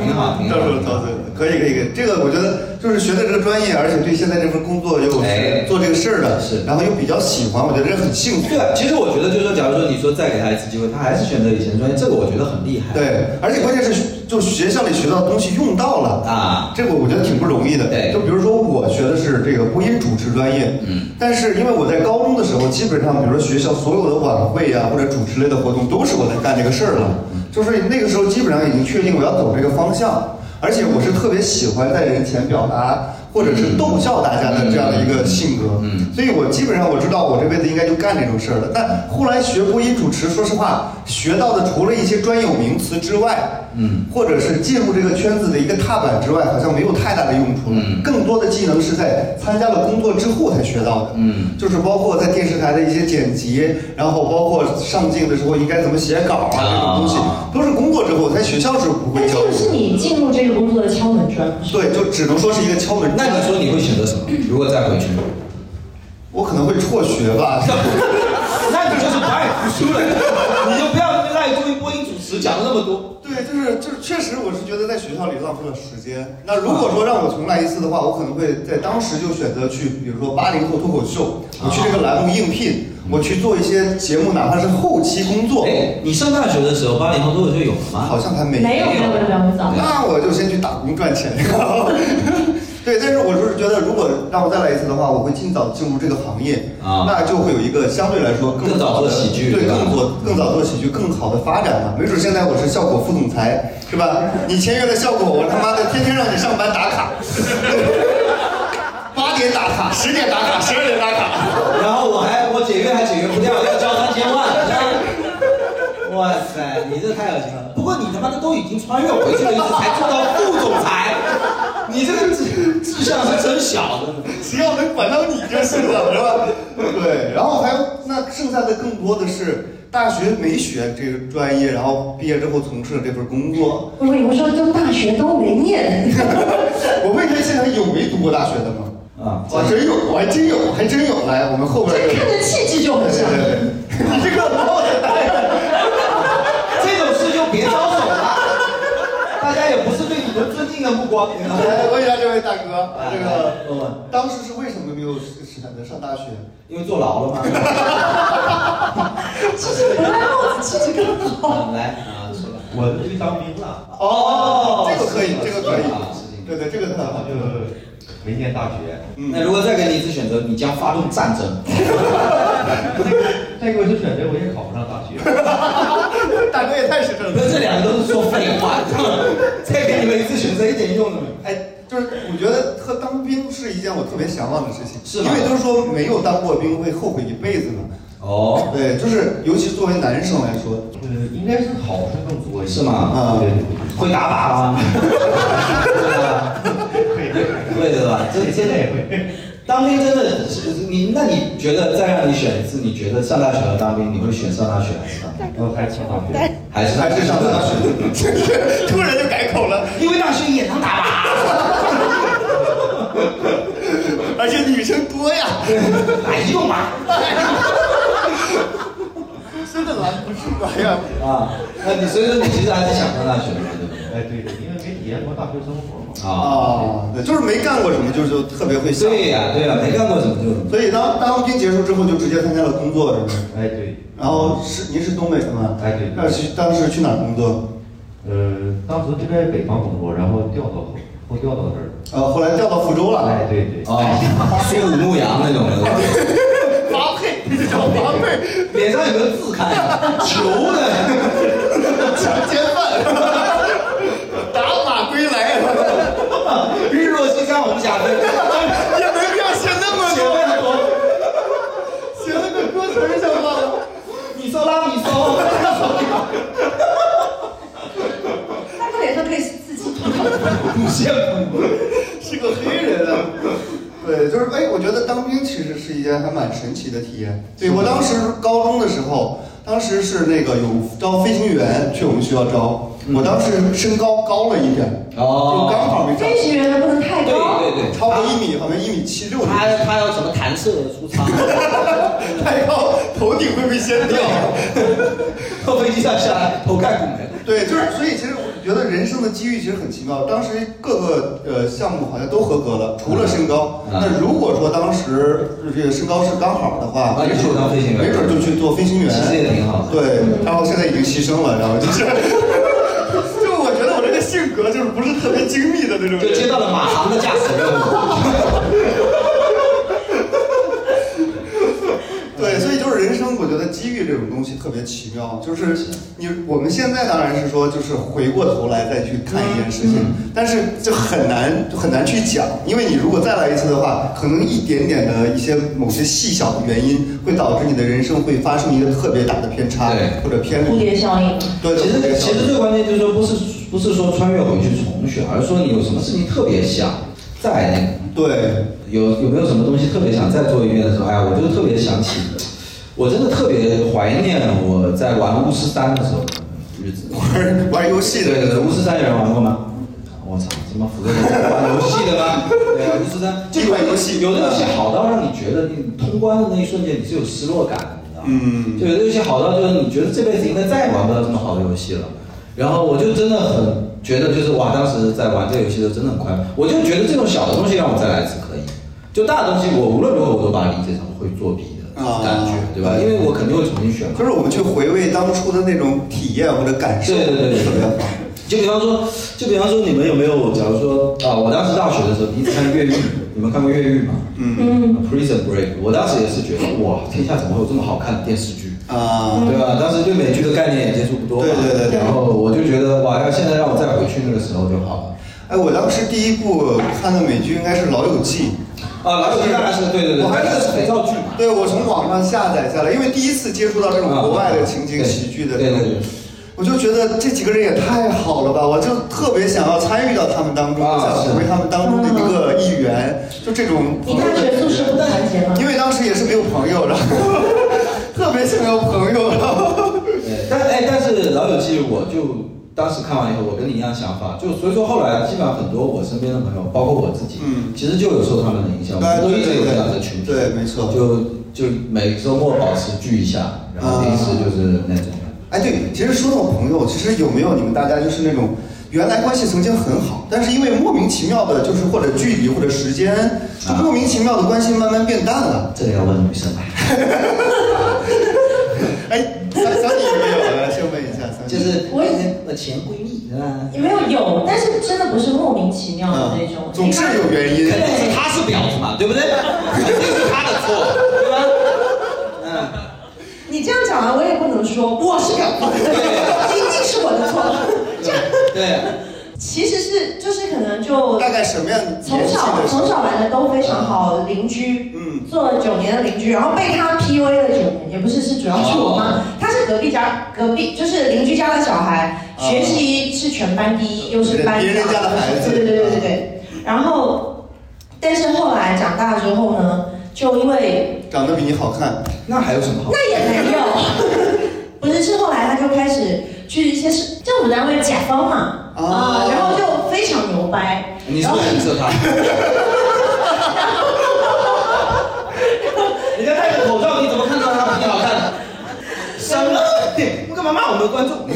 [SPEAKER 5] 挺好，挺
[SPEAKER 1] 到时候
[SPEAKER 5] 好。
[SPEAKER 1] 投资可以可以可以，这个我觉得就是学的这个专业，而且对现在这份工作又
[SPEAKER 5] 哎
[SPEAKER 1] 是做这个事儿的，
[SPEAKER 5] 是
[SPEAKER 1] 然后又比较喜欢，我觉得这很幸福
[SPEAKER 5] 对。啊，其实我觉得就是说，假如说你说再给他一次机会，他还是选择以前的专业，这个我觉得很厉害。
[SPEAKER 1] 对，而且关键是就学校里学到的东西用到了
[SPEAKER 5] 啊
[SPEAKER 1] 这个我觉得挺不容易的。
[SPEAKER 5] 对
[SPEAKER 1] 就比如说我学的是这个播音主持专业，嗯，但是因为我在高中的时候，基本上比如说学校所有的晚会啊或者主持类的活动，都是我在干这个事儿了，
[SPEAKER 5] 嗯
[SPEAKER 1] 就是那个时候基本上已经确定我要走这个方向，而且我是特别喜欢在人前表达。或者是逗笑大家的这样的一个性格，
[SPEAKER 5] 嗯
[SPEAKER 1] 所以我基本上我知道我这辈子应该就干这种事儿了。但后来学播音主持，说实话，学到的除了一些专有名词之外，
[SPEAKER 5] 嗯，
[SPEAKER 1] 或者是进入这个圈子的一个踏板之外，好像没有太大的用处了。
[SPEAKER 5] 嗯
[SPEAKER 1] 更多的技能是在参加了工作之后才学到的。
[SPEAKER 5] 嗯，
[SPEAKER 1] 就是包括在电视台的一些剪辑，然后包括上镜的时候应该怎么写稿啊，这种东西
[SPEAKER 5] 啊哎
[SPEAKER 1] 都是工作之后在学校是不会
[SPEAKER 3] 但
[SPEAKER 1] 教
[SPEAKER 3] 这个是
[SPEAKER 1] 的。
[SPEAKER 3] 你进入这个工作的敲门砖，
[SPEAKER 1] 对，就只能说是一个敲门砖。
[SPEAKER 5] 那你说你会选择什么？如果再回去，
[SPEAKER 1] 我可能会辍学吧。
[SPEAKER 5] 那你就是不爱读书了，你就不要赖作为播音主持讲了那么多。
[SPEAKER 1] 对，就是就是，确实我是觉得在学校里浪费了时间。那如果说让我重来一次的话，我可能会在当时就选择去，比如说八零后脱口秀，我去这个栏目应聘，
[SPEAKER 3] 啊
[SPEAKER 1] 我去做一些节目，哪怕是后期工作，
[SPEAKER 5] 哎，你上大学的时候，八零后脱口秀有了吗
[SPEAKER 1] 好？像还没
[SPEAKER 3] 没有没有没有没有很早。
[SPEAKER 1] 那
[SPEAKER 5] 啊
[SPEAKER 1] 我就先去打工赚钱。 对，但是我就是觉得，如果让我再来一次的话，我会尽早进入这个行业，
[SPEAKER 5] 啊
[SPEAKER 1] 那就会有一个相对来说
[SPEAKER 5] 更早
[SPEAKER 1] 好的
[SPEAKER 5] 做喜剧
[SPEAKER 1] 对，
[SPEAKER 5] 对吧
[SPEAKER 1] 更做更早做喜剧更好的发展嘛。没准现在我是效果副总裁，是吧？你签约的效果，我他妈的天天让你上班打卡， 八点打卡，十点打卡，十二点打卡。
[SPEAKER 5] 然后我还我解约还解约不掉，要交三千万。哇塞，你这太恶心了！不过你他妈的都已经穿越回去了，你才做到副总裁，你这个志志向是真小的。
[SPEAKER 1] 只要能管到你就是了，是吧？对，然后还有那剩下的更多的是大学没学这个专业，然后毕业之后从事了这份工作。
[SPEAKER 3] 我以为说就大学都没念，
[SPEAKER 1] 我问一下现场有没读过大学的吗？
[SPEAKER 5] 啊
[SPEAKER 1] 我真有，我还真有，还真有。来，我们后边
[SPEAKER 3] 这
[SPEAKER 1] 有。
[SPEAKER 3] 看着气质就
[SPEAKER 1] 对
[SPEAKER 3] 很像。
[SPEAKER 1] 对对， 你这个把我的答 案。
[SPEAKER 5] 这种事就别招手了，大家也不是对你们尊敬的目光。
[SPEAKER 1] 来问一下这位大哥，这
[SPEAKER 5] 来问问
[SPEAKER 1] 个当时是为什么没有选择上大学？
[SPEAKER 5] 呃因为坐牢了嘛。
[SPEAKER 3] 其实不戴帽子气质更好。
[SPEAKER 5] 来啊，说吧。
[SPEAKER 7] 我去当兵了，
[SPEAKER 5] 哦
[SPEAKER 1] 这个可以，这个可以
[SPEAKER 5] 啊是这。个
[SPEAKER 1] 对对，这个很好
[SPEAKER 7] 然后。就没念大学。
[SPEAKER 1] 嗯
[SPEAKER 5] 那如果再给你一次选择，你将发动战争。
[SPEAKER 7] 再给我一次选择，我也考不上大学。
[SPEAKER 1] 大哥也太实诚了。
[SPEAKER 5] 不 是，这两个都是说废话， 再给你们一次选择一点用都没有。
[SPEAKER 1] 哎，就是我觉得和当兵是一件我特别向往的事情，
[SPEAKER 5] 是
[SPEAKER 1] 因
[SPEAKER 5] 吗
[SPEAKER 1] 为都是说没有当过兵会后悔一辈子嘛。
[SPEAKER 5] 哦，
[SPEAKER 1] 对，就是尤其作为男生来说，
[SPEAKER 7] 呃，应该是好处更多一些。
[SPEAKER 5] 是吗？
[SPEAKER 1] 啊、
[SPEAKER 7] 对，
[SPEAKER 5] 会打靶吗？
[SPEAKER 7] 对对
[SPEAKER 5] 会的吧？这
[SPEAKER 7] 对，
[SPEAKER 5] 真
[SPEAKER 7] 现在
[SPEAKER 5] 的，
[SPEAKER 7] 也会。
[SPEAKER 5] 当兵真的是你，那你觉得再让你选一次，你觉得上大学和当兵，你会选上大学还是当兵？
[SPEAKER 7] 我还上大学。
[SPEAKER 5] 还是
[SPEAKER 1] 还是上大？学， 突然就改口了，
[SPEAKER 5] 因为大学也能打靶。
[SPEAKER 1] 而且女生多呀，
[SPEAKER 5] 来用吧。
[SPEAKER 1] 真的拦不住哎呀。
[SPEAKER 5] 啊，那你所以说你其实还是想上大学的嘛，对不对？
[SPEAKER 7] 哎，对，因为没体验过大学生活嘛。
[SPEAKER 1] 啊，对，就是没干过什么，就就特别会想。
[SPEAKER 5] 对呀、啊对呀、没干过什么就什么。
[SPEAKER 1] 所以当当兵结束之后，就直接参加了工作，是不是？
[SPEAKER 7] 哎，对。
[SPEAKER 1] 然后是您是东北的吗？
[SPEAKER 7] 哎对
[SPEAKER 1] 那去当时去哪儿工作？
[SPEAKER 7] 呃，当时就在北方工作，然后调到后调到这儿了。
[SPEAKER 1] 呃，后来调到福州了。
[SPEAKER 7] 哎，对对。
[SPEAKER 5] 哦，苏武牧羊那种的，
[SPEAKER 1] 发配，找发配。
[SPEAKER 5] 脸上有个字看，球的。
[SPEAKER 1] 强奸犯， 打马归来，
[SPEAKER 5] 日落西山红霞飞，
[SPEAKER 1] 也没必要写那么
[SPEAKER 5] 写
[SPEAKER 1] 多，
[SPEAKER 5] 那么多，
[SPEAKER 1] 写了个歌词儿像话吗？
[SPEAKER 5] 你说拉你说，
[SPEAKER 3] 大哥脸上可以自己
[SPEAKER 5] 不羡慕。
[SPEAKER 1] 是个黑人啊。对，就是哎，我觉得当兵其实是一件还蛮神奇的体验。对我当时高中的时候，当时是那个有招飞行员去我们学校招，我当时身高高了一点，
[SPEAKER 5] 哦
[SPEAKER 1] 就刚好没长
[SPEAKER 3] 飞行员的不能太
[SPEAKER 5] 对
[SPEAKER 3] 高，
[SPEAKER 5] 对对，
[SPEAKER 1] 超过一米，好像一米七六的，
[SPEAKER 5] 他他要什么弹射出舱？
[SPEAKER 1] 太高头顶会被掀掉。
[SPEAKER 5] 坐飞机上下来头盖骨没了。
[SPEAKER 1] 对，就是所以其实我觉得人生的机遇其实很奇妙。当时各个呃项目好像都合格了，除了身高。
[SPEAKER 5] 嗯
[SPEAKER 1] 那如果说当时这个身高是刚好的话，
[SPEAKER 5] 啊
[SPEAKER 1] 没
[SPEAKER 5] 你
[SPEAKER 1] 准
[SPEAKER 5] 就当飞行员
[SPEAKER 1] 没准就去做飞行员，
[SPEAKER 5] 其实也挺好
[SPEAKER 1] 对，然后现在已经牺牲了，然后就是， 就我觉得我这个性格就是不是特别精密的那种人。
[SPEAKER 5] 就接到了马航的驾驶任务。嗯
[SPEAKER 1] 对，所以就是人生，我觉得机遇这种东西特别奇妙。就是
[SPEAKER 5] 嗯
[SPEAKER 1] 你，我们现在当然是说，就是回过头来再去看一件事情，
[SPEAKER 5] 嗯
[SPEAKER 1] 但是就很难就很难去讲，因为你如果再来一次的话，可能一点点的一些某些细小的原因，会导致你的人生会发生一个特别大的偏差
[SPEAKER 5] 对嗯
[SPEAKER 1] 或者偏
[SPEAKER 3] 蝴
[SPEAKER 1] 离。
[SPEAKER 3] 蝶效应。
[SPEAKER 1] 对，
[SPEAKER 5] 其
[SPEAKER 1] 就
[SPEAKER 5] 实
[SPEAKER 1] 是
[SPEAKER 5] 其实最关键就是说，不是不是说穿越回去重选，而是说你有什么事情特别想在那个
[SPEAKER 1] 对，
[SPEAKER 5] 有有没有什么东西特别想再做一遍的时候，哎呀，我就特别想起，我真的特别怀念我在玩巫师三的时候的日子。
[SPEAKER 1] 玩玩游戏的
[SPEAKER 5] 对
[SPEAKER 1] 那
[SPEAKER 5] 对，
[SPEAKER 1] 种
[SPEAKER 5] 巫师三有人玩过吗？我操，他妈福哥玩游戏的吗？对，啊巫师三
[SPEAKER 1] 一款游戏嗯
[SPEAKER 5] 有的游戏好到让你觉得你通关的那一瞬间你是有失落感的，你知道吗？
[SPEAKER 1] 嗯
[SPEAKER 5] 就有的游戏好到就是你觉得这辈子应该再也玩不到这么好的游戏了。然后我就真的很觉得就是哇，当时在玩这个游戏的时候真的很快乐。我就觉得这种小的东西让我再来一次可以，就大的东西我无论如何我都把它理解成会作弊的感觉，
[SPEAKER 1] 啊
[SPEAKER 5] 对吧？因为我肯定会重新选嘛。
[SPEAKER 1] 就是我们去回味当初的那种体验或者感受，
[SPEAKER 5] 对对对对
[SPEAKER 1] 特别好。
[SPEAKER 5] 就比方说，就比方说，你们有没有，假如说啊，我当时大学的时候第一次看越狱，你们看过越狱吗？
[SPEAKER 3] 嗯，
[SPEAKER 5] Prison Break，我当时也是觉得哇，天下怎么会有这么好看的电视剧？
[SPEAKER 1] 啊，
[SPEAKER 5] 对吧？当时对美剧的概念也接触不多嘛，
[SPEAKER 1] 对对对对
[SPEAKER 5] 然后我就觉得哇，要现在让我再回去那个时候就好了。
[SPEAKER 1] 哎，我当时第一部看的美剧应该是《老友记》。
[SPEAKER 5] 啊，老友记当然是对对对，
[SPEAKER 1] 我还
[SPEAKER 5] 那
[SPEAKER 1] 是
[SPEAKER 5] 个是肥皂剧嘛。
[SPEAKER 1] 对，我从网上下载下来，因为第一次接触到这种国外
[SPEAKER 5] 啊
[SPEAKER 1] 的情景喜剧的
[SPEAKER 5] 对
[SPEAKER 1] 这种
[SPEAKER 5] 对对对，
[SPEAKER 1] 我就觉得这几个人也太好了吧！我就特别想要参与到他们当中，
[SPEAKER 5] 啊
[SPEAKER 1] 想成为他们当中的一个一员，就这种。
[SPEAKER 3] 你大学宿舍不团结吗？
[SPEAKER 1] 因为当时也是没有朋友，然后 特别想要朋友，然后
[SPEAKER 5] 对但哎，但是老友记，我就当时看完以后，我跟你一样想法，就所以说后来啊基本上很多我身边的朋友，包括我自己，
[SPEAKER 1] 嗯
[SPEAKER 5] 其实就有受他们的影响，我
[SPEAKER 1] 哎
[SPEAKER 5] 们都一直
[SPEAKER 1] 对
[SPEAKER 5] 有
[SPEAKER 1] 对对
[SPEAKER 5] 这样的群体，
[SPEAKER 1] 对没错
[SPEAKER 5] 就就每周末保持聚一下，然
[SPEAKER 1] 啊
[SPEAKER 5] 后平时就是那种。
[SPEAKER 1] 哎，对，其实说到朋友，其实有没有你们大家就是那种原来关系曾经很好，但是因为莫名其妙的，就是或者距离或者时间，就
[SPEAKER 5] 啊
[SPEAKER 1] 莫名其妙的关系慢慢变淡了。
[SPEAKER 5] 这个要问女生吧，
[SPEAKER 1] 哎， 小小李有没有？来先问一下，小李
[SPEAKER 5] 就是
[SPEAKER 3] 我以
[SPEAKER 5] 我前闺蜜对吧？
[SPEAKER 3] 有没有有？但是真的不是莫名其妙的那种
[SPEAKER 1] 嗯，，总是有原因
[SPEAKER 5] 肯。定是他是婊子嘛，对不对？肯定是他的错，对吧？嗯，
[SPEAKER 3] 你这样讲完，我也不能说我是婊子，一定是我的错。这样
[SPEAKER 5] 对，
[SPEAKER 3] 其实是就是可能就
[SPEAKER 1] 大概什么样年纪
[SPEAKER 3] 从
[SPEAKER 1] 的时
[SPEAKER 3] 小
[SPEAKER 1] 候？
[SPEAKER 3] 从小玩的都非常好，邻居，
[SPEAKER 1] 嗯
[SPEAKER 3] 做了九年的邻居，然后被他 PUA 了九年，也不是是主要是我
[SPEAKER 1] 哦
[SPEAKER 3] 妈，她是隔壁家隔壁就是邻居家的小孩，
[SPEAKER 1] 哦
[SPEAKER 3] 学习是全班第一，又是班
[SPEAKER 1] 别人
[SPEAKER 3] 长，
[SPEAKER 1] 家的孩子
[SPEAKER 3] 对对对对对，然后但是后来长大之后呢，就因为
[SPEAKER 1] 长得比你好看，
[SPEAKER 5] 那还有什么好？
[SPEAKER 3] 那也没有， 不是，是后来他就开始去一些是政府单位甲方嘛，啊、
[SPEAKER 1] 哦
[SPEAKER 3] 然后就非常牛掰，
[SPEAKER 5] 你是
[SPEAKER 3] 然
[SPEAKER 5] 不
[SPEAKER 3] 后
[SPEAKER 5] 是影射他？人家戴着口罩，你怎么看到他比你好看？什么？你干嘛骂我们观众？
[SPEAKER 3] 不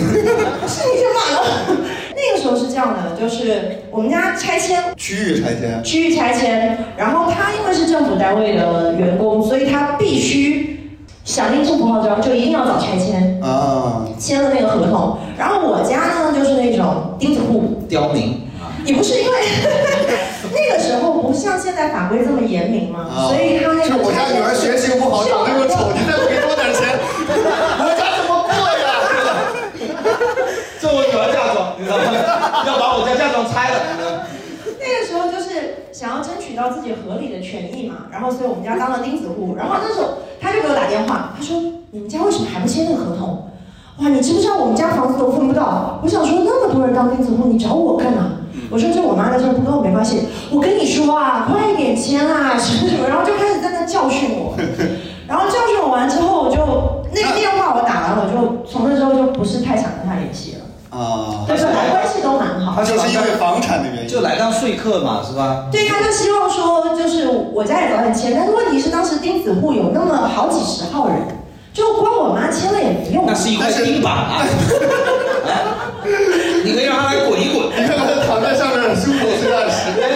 [SPEAKER 3] 是你先骂了。 那个时候是这样的，就是我们家拆迁。
[SPEAKER 1] 区域拆迁，啊
[SPEAKER 3] 区域拆迁，然后他因为是政府单位的员工，所以他必须响应政府号召，就一定要找拆迁，
[SPEAKER 1] 啊，
[SPEAKER 3] 签了那个合同。然后我家呢，就是那种钉子户，
[SPEAKER 5] 刁民啊！
[SPEAKER 3] 也不是因为 那个时候不像现在法规这么严明嘛，
[SPEAKER 1] 啊
[SPEAKER 3] 所以他那
[SPEAKER 1] 是
[SPEAKER 3] 个啊
[SPEAKER 1] 我家女儿学习不好，长得又丑，你再不给多点钱， 我家怎么过呀？
[SPEAKER 5] 这我女儿嫁妆，你知道吗？要把我家嫁妆拆了。
[SPEAKER 3] 那个时候就是想要争取到自己合理的权益嘛，然后所以我们家当了钉子户，然后那时候他就给我打电话，他说你们家为什么还不签那个合同？哇，你知不知道我们家房子都分不到？我想说那么多人当钉子户，你找我干嘛？我说这我妈的事儿不跟我没关系。我跟你说啊，快一点签啊，什么什么，然后就开始在那教训我。然后教训我完之后，我就那个电话我打完，我就从那之后就不是太想跟他联系了。
[SPEAKER 1] 啊，
[SPEAKER 3] 对，本来关系都蛮好。
[SPEAKER 1] 他就是因为房产的原因，
[SPEAKER 5] 就来当说客嘛，是吧？
[SPEAKER 3] 对，他就希望说，就是我家里老很签，但是问题是当时钉子户有那么好几十号人，就光我妈签了也没用。
[SPEAKER 2] 那是一块钉板啊！你可以让他来滚一滚。
[SPEAKER 1] 你看 他躺在上面舒服吃饭时间。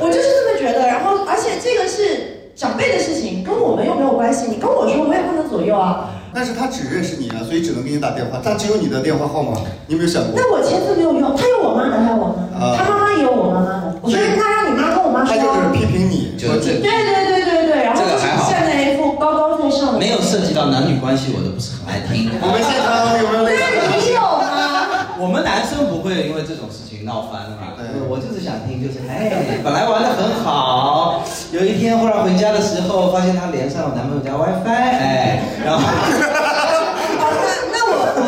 [SPEAKER 3] 我就是这么觉得。然后，而且这个是长辈的事情，跟我们又没有关系。你跟我说，我也不能左右啊。
[SPEAKER 1] 但是他只认识你啊，所以只能给你打电话，他只有你的电话号码，你有没有 想过？
[SPEAKER 3] 那我签字没有用，他有我妈的，他有我妈的，
[SPEAKER 1] 啊
[SPEAKER 3] 他妈妈也有我妈妈的。我说
[SPEAKER 1] 对
[SPEAKER 3] 那让你妈跟我妈
[SPEAKER 1] 他
[SPEAKER 3] 说
[SPEAKER 1] 就是
[SPEAKER 3] 啊。
[SPEAKER 1] 批评你，
[SPEAKER 5] 就是这
[SPEAKER 3] 对对对对对，然后
[SPEAKER 5] 这
[SPEAKER 3] 就
[SPEAKER 5] 个
[SPEAKER 3] 是
[SPEAKER 5] 还好
[SPEAKER 3] 站在一副高高在上的。
[SPEAKER 5] 没有涉及到男女关系，我都不是很爱听。
[SPEAKER 1] 我们现场有没有
[SPEAKER 3] 那
[SPEAKER 1] 类似的？
[SPEAKER 3] 你有吗？
[SPEAKER 5] 我们男生不会因为这种事情闹翻的嘛
[SPEAKER 1] 对？
[SPEAKER 5] 我就是想听，就是哎，本来玩的很好，有一天忽然回家的时候，发现他连上我男朋友家 WiFi，哎，然后
[SPEAKER 3] 好，那那我我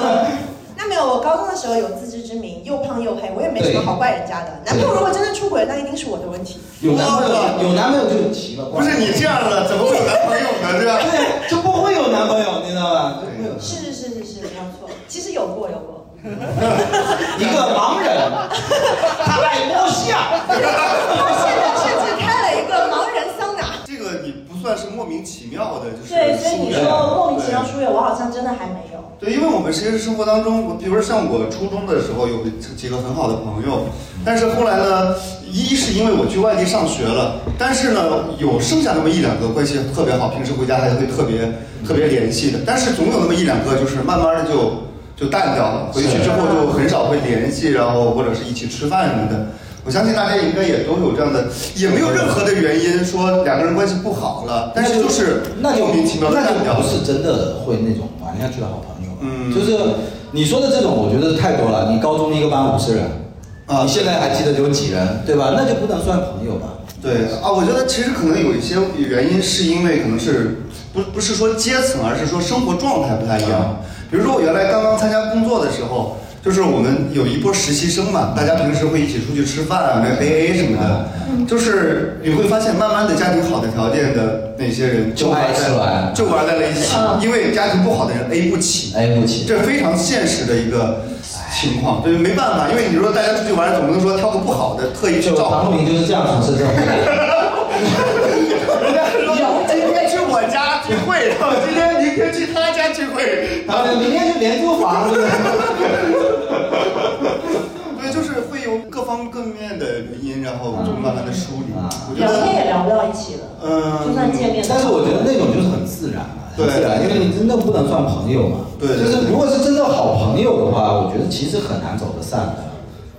[SPEAKER 3] 那没有，我高中的时候有自知之明，又胖又黑，我也没什么好怪人家的。男朋友如果真的出轨，那一定是我的问题。
[SPEAKER 5] 有男朋友有男朋友就有奇了，
[SPEAKER 1] 不是你这样的，怎么会有男朋友呢？对吧？
[SPEAKER 5] 对，就不会有男朋友，你知道吧？就不会有
[SPEAKER 3] 是是是是是，没有错。其实有过有过，
[SPEAKER 5] 一个盲人，他爱摸象，
[SPEAKER 3] 他现在甚至开了一个盲人桑拿。
[SPEAKER 1] 这个你不算是莫名其妙的，就是
[SPEAKER 3] 对，所以你
[SPEAKER 1] 疏远
[SPEAKER 3] 说莫名其妙疏远，我好像真的还没有。
[SPEAKER 1] 对，因为我们实际上生活当中，我比如说像我初中的时候有几个很好的朋友，
[SPEAKER 5] 嗯
[SPEAKER 1] 但是后来呢，一是因为我去外地上学了，但是呢，有剩下那么一两个关系特别好，平时回家还会特别
[SPEAKER 5] 嗯
[SPEAKER 1] 特别联系的，但是总有那么一两个就是慢慢的就就淡掉了，回去之后就很少会联系，然后或者是一起吃饭什么的。我相信大家应该也都有这样的，也没有任何的原因说两个人关系不好了，但是就是
[SPEAKER 5] 那就
[SPEAKER 1] 莫名其妙的
[SPEAKER 5] 那就
[SPEAKER 1] 淡掉了
[SPEAKER 5] 不。是真的会那种玩下去的好朋友了。
[SPEAKER 1] 嗯
[SPEAKER 5] 就是你说的这种，我觉得太多了。你高中一个班五十人，
[SPEAKER 1] 啊
[SPEAKER 5] 你现在还记得有几人，对吧？那就不能算朋友吧？
[SPEAKER 1] 对啊，我觉得其实可能有一些原因，是因为可能是不不是说阶层，而是说生活状态不太一样。
[SPEAKER 5] 嗯
[SPEAKER 1] 比如说我原来刚刚参加工作的时候，就是我们有一波实习生嘛，大家平时会一起出去吃饭、啊买杯 AA 什么的，
[SPEAKER 5] 嗯
[SPEAKER 1] 就是你会发现，慢慢的家庭好的条件的那些人
[SPEAKER 5] 就爱吃软
[SPEAKER 1] 就玩在了一起，
[SPEAKER 5] 嗯
[SPEAKER 1] 因为家庭不好的人 A 不起。
[SPEAKER 5] 哎，不起，
[SPEAKER 1] 这非常现实的一个情况，对，没办法，因为你说大家出去玩，总不能说挑个不好的，特意去
[SPEAKER 5] 就
[SPEAKER 1] 照顾。
[SPEAKER 5] 唐明就是这样主持这种会。
[SPEAKER 1] 人家说今天去我家聚会，然后今天明天去他家聚会，然
[SPEAKER 5] 他
[SPEAKER 1] 后
[SPEAKER 5] 们明天就连租房子。
[SPEAKER 1] 对，就是会有各方各面的原因，然后就慢慢的梳理
[SPEAKER 5] 啊。
[SPEAKER 1] 我觉
[SPEAKER 3] 聊天也
[SPEAKER 1] 得，
[SPEAKER 3] 聊不到一起了，就算见
[SPEAKER 1] 嗯，
[SPEAKER 3] 面。
[SPEAKER 5] 但是我觉得那种就是很自然嘛，很
[SPEAKER 1] 对
[SPEAKER 5] 自然，因为你真的不能算朋友嘛。
[SPEAKER 1] 对对
[SPEAKER 5] 就是
[SPEAKER 1] 对
[SPEAKER 5] 如果是真的好朋友的话，我觉得其实很难走得散的。